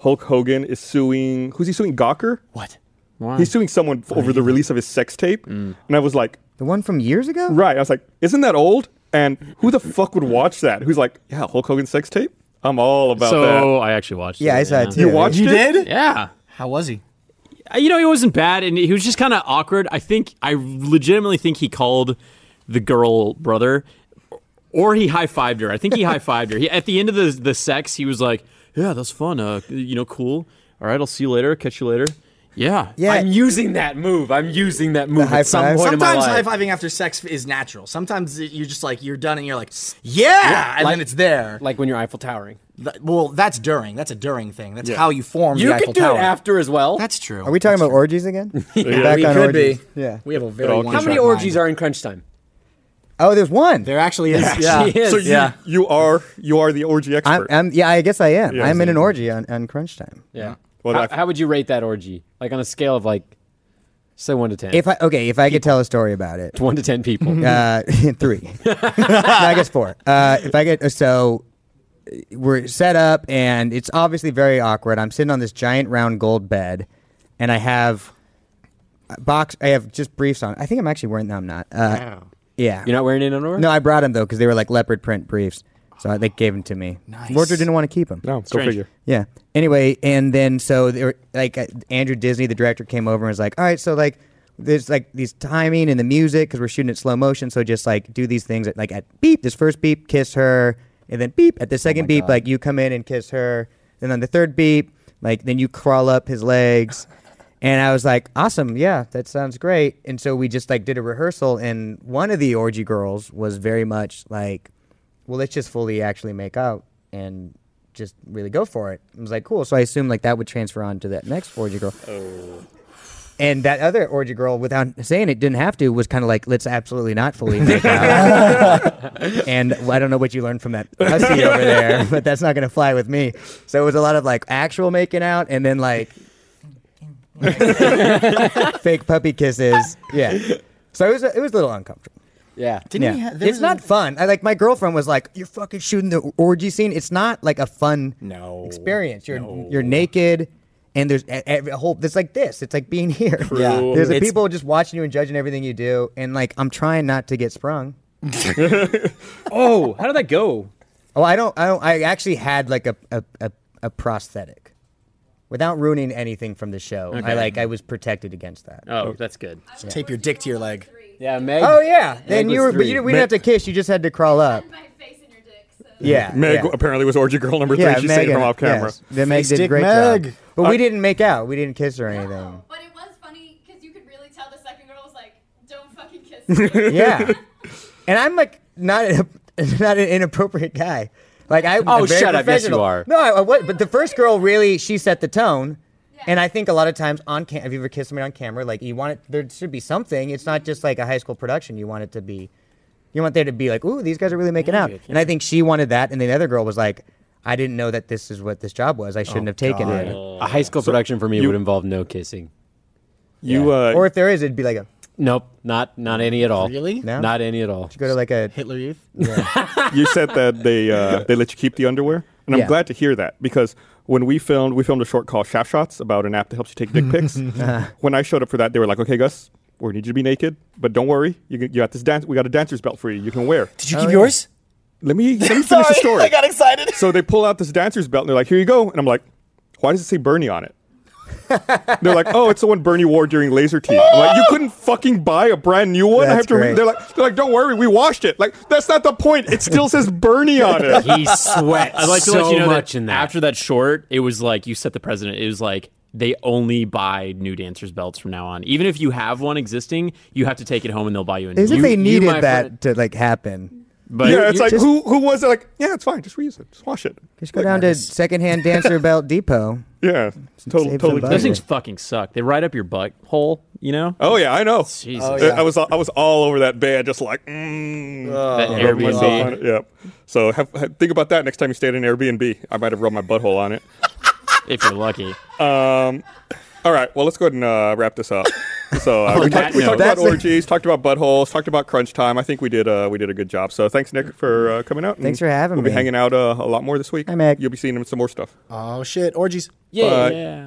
Speaker 1: Hulk Hogan is suing. Who's he suing? Gawker.
Speaker 9: What?
Speaker 8: Why?
Speaker 1: He's suing someone f- over the release of his sex tape. And I was like,
Speaker 5: The one from years ago?
Speaker 1: right. I was like, isn't that old? And who the fuck would watch that? Who's like, yeah, Hulk Hogan sex tape? I'm all about
Speaker 6: So I actually watched.
Speaker 5: Yeah,
Speaker 6: it,
Speaker 5: I saw it
Speaker 1: that.
Speaker 5: too.
Speaker 1: You watched
Speaker 9: You
Speaker 1: it?
Speaker 9: did?
Speaker 6: Yeah.
Speaker 9: How was he?
Speaker 6: Uh, you know, he wasn't bad, and he was just kind of awkward. I think I legitimately think he called the girl brother, or he high fived her. I
Speaker 3: [LAUGHS]
Speaker 6: think he high fived her. He, at the end of the the sex, he was like, "Yeah, that's fun. Uh, you know, cool. All right, I'll see you later. Catch you later." Yeah.
Speaker 5: Yeah.
Speaker 8: I'm using that move. I'm using that move
Speaker 5: high
Speaker 8: at some
Speaker 5: five?
Speaker 8: point in my
Speaker 9: Sometimes high
Speaker 8: life.
Speaker 9: fiving after sex is natural. Sometimes it- you're just like you're done and you're like, yeah, and
Speaker 8: like-
Speaker 9: then it's there.
Speaker 8: like when you're Eiffel Towering.
Speaker 9: Th- well, that's during. That's a during thing. That's how you form
Speaker 8: You
Speaker 9: the
Speaker 8: could
Speaker 9: Eiffel
Speaker 8: do
Speaker 9: Tower.
Speaker 8: it after as well.
Speaker 9: That's true.
Speaker 5: Are we talking about orgies again? Back
Speaker 9: we
Speaker 5: on
Speaker 9: could
Speaker 5: orgies.
Speaker 9: be.
Speaker 5: Yeah.
Speaker 9: We have a very
Speaker 1: all
Speaker 9: one
Speaker 8: How many
Speaker 9: track
Speaker 8: orgies
Speaker 9: mind.
Speaker 8: are in crunch time?
Speaker 5: Oh, there's one.
Speaker 9: there? Actually, is. [LAUGHS]
Speaker 8: [LAUGHS] Yeah. She is.
Speaker 1: So you,
Speaker 8: yeah.
Speaker 1: you are you are the orgy
Speaker 5: I'm,
Speaker 1: expert.
Speaker 5: I'm, yeah, I guess I am.
Speaker 1: Yeah.
Speaker 5: I'm in an orgy on, on crunch time.
Speaker 8: Yeah.
Speaker 1: Well,
Speaker 8: how,
Speaker 1: I've-
Speaker 8: how would you rate that orgy? Like on a scale of like, say one to ten.
Speaker 5: If I okay, if I could tell a story about it,
Speaker 8: [LAUGHS] one to ten people.
Speaker 5: uh, [LAUGHS] three. no, I guess four. Uh, if I get so, uh, we're set up and it's obviously very awkward. I'm sitting on this giant round gold bed, and I have a box. I have just briefs on. I think I'm actually wearing. No, I'm not. Uh, Yeah.
Speaker 8: You're not wearing an underwear.
Speaker 5: no, I brought them though because they were like leopard print briefs, so I- they gave them to me.
Speaker 9: Nice.
Speaker 5: Wardrobe didn't want to keep them.
Speaker 1: no, go
Speaker 6: Strange.
Speaker 1: figure.
Speaker 5: Yeah. Anyway, and then so there, were- like uh, Andrew Disney, the director, came over and was like, "All right, so like there's like these timing and the music because we're shooting it slow motion, so just like do these things at, like at beep, this first beep, kiss her, and then beep at the second beep, like you come in and kiss her, then on the third beep, like then you crawl up his legs." And I was like, awesome, yeah, that sounds great. And so we just like did a rehearsal, and one of the orgy girls was very much like, well, let's just fully actually make out and just really go for it. I was like, cool. So I assumed like that would transfer on to that next orgy girl. And that other orgy girl, without saying it, didn't have to, was kind of like, let's absolutely not fully make out. and well, I don't know what you learned from that hussy over there, but that's not going to fly with me. So it was a lot of like actual making out and then like fake puppy kisses. Yeah. So it was, it was a little uncomfortable.
Speaker 8: Yeah.
Speaker 9: Didn't
Speaker 5: Yeah.
Speaker 9: we have, there
Speaker 5: it's
Speaker 9: was
Speaker 5: not
Speaker 9: A,
Speaker 5: fun. I, like my girlfriend was like, "You're fucking shooting the orgy scene. It's not like a fun
Speaker 9: No.
Speaker 5: experience. You're you're naked, and there's a, every- a whole. It's like this. It's like being [LAUGHS] here.
Speaker 9: Yeah.
Speaker 5: There's the
Speaker 9: It's-
Speaker 5: people just watching you and judging everything you do, and like I'm trying not to get
Speaker 9: [LAUGHS]
Speaker 5: sprung.
Speaker 8: Oh, how did that go?
Speaker 5: Oh, I don't. I don't. I actually had like a a, a, a prosthetic. Without ruining anything from the show, I like I was protected against that.
Speaker 3: Oh, that's good.
Speaker 9: tape your dick to your leg.
Speaker 8: Yeah, Meg.
Speaker 5: Oh yeah, then
Speaker 8: was
Speaker 5: you were, but you,
Speaker 8: three.
Speaker 5: didn't- we didn't have to kiss. You just had to
Speaker 1: [LAUGHS]
Speaker 5: crawl up.
Speaker 10: my face in your dick. So.
Speaker 5: Yeah,
Speaker 1: Meg
Speaker 5: yeah.
Speaker 1: apparently was orgy girl number three.
Speaker 5: Yeah,
Speaker 1: She's saying
Speaker 5: Megan,
Speaker 1: from off camera.
Speaker 5: yes. Then Meg
Speaker 9: Face
Speaker 5: did a
Speaker 9: dick
Speaker 5: great
Speaker 9: Meg.
Speaker 5: job. But we didn't make out. We didn't kiss or anything.
Speaker 10: Oh, But it was funny because you could really tell the second girl was like, "Don't fucking kiss me."
Speaker 9: [LAUGHS]
Speaker 8: [LAUGHS]
Speaker 5: Yeah. and I'm like not a, [LAUGHS] not an inappropriate guy. Like I
Speaker 8: Oh,
Speaker 5: very
Speaker 8: shut up. Yes, you
Speaker 5: professional.
Speaker 8: are.
Speaker 5: No, I, I was, but the first girl really she set the tone. And I think a lot of times on cam, have you ever kissed somebody on camera? Like you want it, there should be something. It's not just like a high school production. You want it to be, you want there to be like, ooh, these guys are really making out. And I think she wanted that, and then the other girl was like, I didn't know that this is what this job was. I
Speaker 8: Oh,
Speaker 5: shouldn't have taken it.
Speaker 8: A high school production for me
Speaker 1: you-
Speaker 8: would involve no kissing.
Speaker 1: You uh,
Speaker 5: Or if there is, it'd be like a
Speaker 8: Nope, not not any at all.
Speaker 7: Really?
Speaker 5: No?
Speaker 8: Not any at all.
Speaker 5: You go to like a
Speaker 9: [LAUGHS]
Speaker 7: Hitler Youth.
Speaker 1: you said that they uh, [LAUGHS] they let you keep the underwear, and I'm
Speaker 5: Yeah.
Speaker 1: glad to hear that because when we filmed, we filmed a short called Shaft Shots about an app that helps you take dick
Speaker 5: [LAUGHS]
Speaker 1: pics.
Speaker 5: Uh-huh.
Speaker 1: when I showed up for that, they were like, "Okay, Gus, we need you to be naked, but don't worry, you, g- you got this dance. We got a dancer's belt for you. You can wear."
Speaker 8: Oh,
Speaker 7: Did you keep yours?
Speaker 1: Let me let me finish
Speaker 7: Sorry,
Speaker 1: the story.
Speaker 7: I got excited.
Speaker 1: so they pull out this dancer's belt and they're like, "Here you go," and I'm like, "Why does it say Bernie on
Speaker 5: [LAUGHS]
Speaker 1: it?" they're like, "Oh, it's the one Bernie wore during Laser Team." I'm like, "You couldn't fucking buy a brand new one. I
Speaker 5: That's
Speaker 1: have to." Re-.
Speaker 5: great.
Speaker 1: They're like, "They're like, don't worry, we washed it. Like, that's not the point. It still says Bernie on
Speaker 3: [LAUGHS]
Speaker 1: it."
Speaker 8: He sweats
Speaker 3: I'd like to
Speaker 8: so
Speaker 3: let you know
Speaker 8: much
Speaker 3: that,
Speaker 8: in that.
Speaker 3: after that short, it was like you set the president. It was like they only buy new dancers belts from now on. Even if you have one existing, you have to take it home and they'll buy you a new.
Speaker 5: As if
Speaker 3: You-
Speaker 5: they
Speaker 3: you,
Speaker 5: needed
Speaker 3: my
Speaker 5: that
Speaker 3: friend-
Speaker 5: to like happen.
Speaker 3: but
Speaker 1: yeah, it's
Speaker 3: you-
Speaker 1: like
Speaker 5: just-
Speaker 1: who who was it? Like, yeah, it's fine. Just reuse it. Just wash it.
Speaker 5: Just go down to secondhand dancer belt depot.
Speaker 1: Yeah, totally. totally
Speaker 5: Save some
Speaker 1: fine.
Speaker 3: those things fucking suck. They ride up your butt hole. You know.
Speaker 1: Oh yeah, I know.
Speaker 3: Jesus.
Speaker 1: I- I was I was all over that bed, just like mm,
Speaker 3: That
Speaker 1: rubbing myself
Speaker 3: Airbnb.
Speaker 1: on it. Yep. So have, have- think about that next time you stay at an Airbnb. I might have rubbed my butthole on it.
Speaker 3: if you're lucky.
Speaker 1: All right. Well, let's go ahead and uh, wrap this
Speaker 5: [LAUGHS]
Speaker 1: up. So uh, we,
Speaker 3: On that
Speaker 1: talked, we
Speaker 3: note.
Speaker 1: talked about
Speaker 5: Oh, That's-
Speaker 1: orgies, talked about buttholes, talked about crunch time. I think we did uh, we did a good job. So thanks, Nick, for uh, coming out. and
Speaker 5: Thanks for having
Speaker 1: we'll
Speaker 5: me.
Speaker 1: be hanging out uh, a lot more this week.
Speaker 5: Hi, Nick.
Speaker 1: You'll be seeing some more stuff.
Speaker 7: Oh shit, orgies.
Speaker 1: But-
Speaker 3: yeah.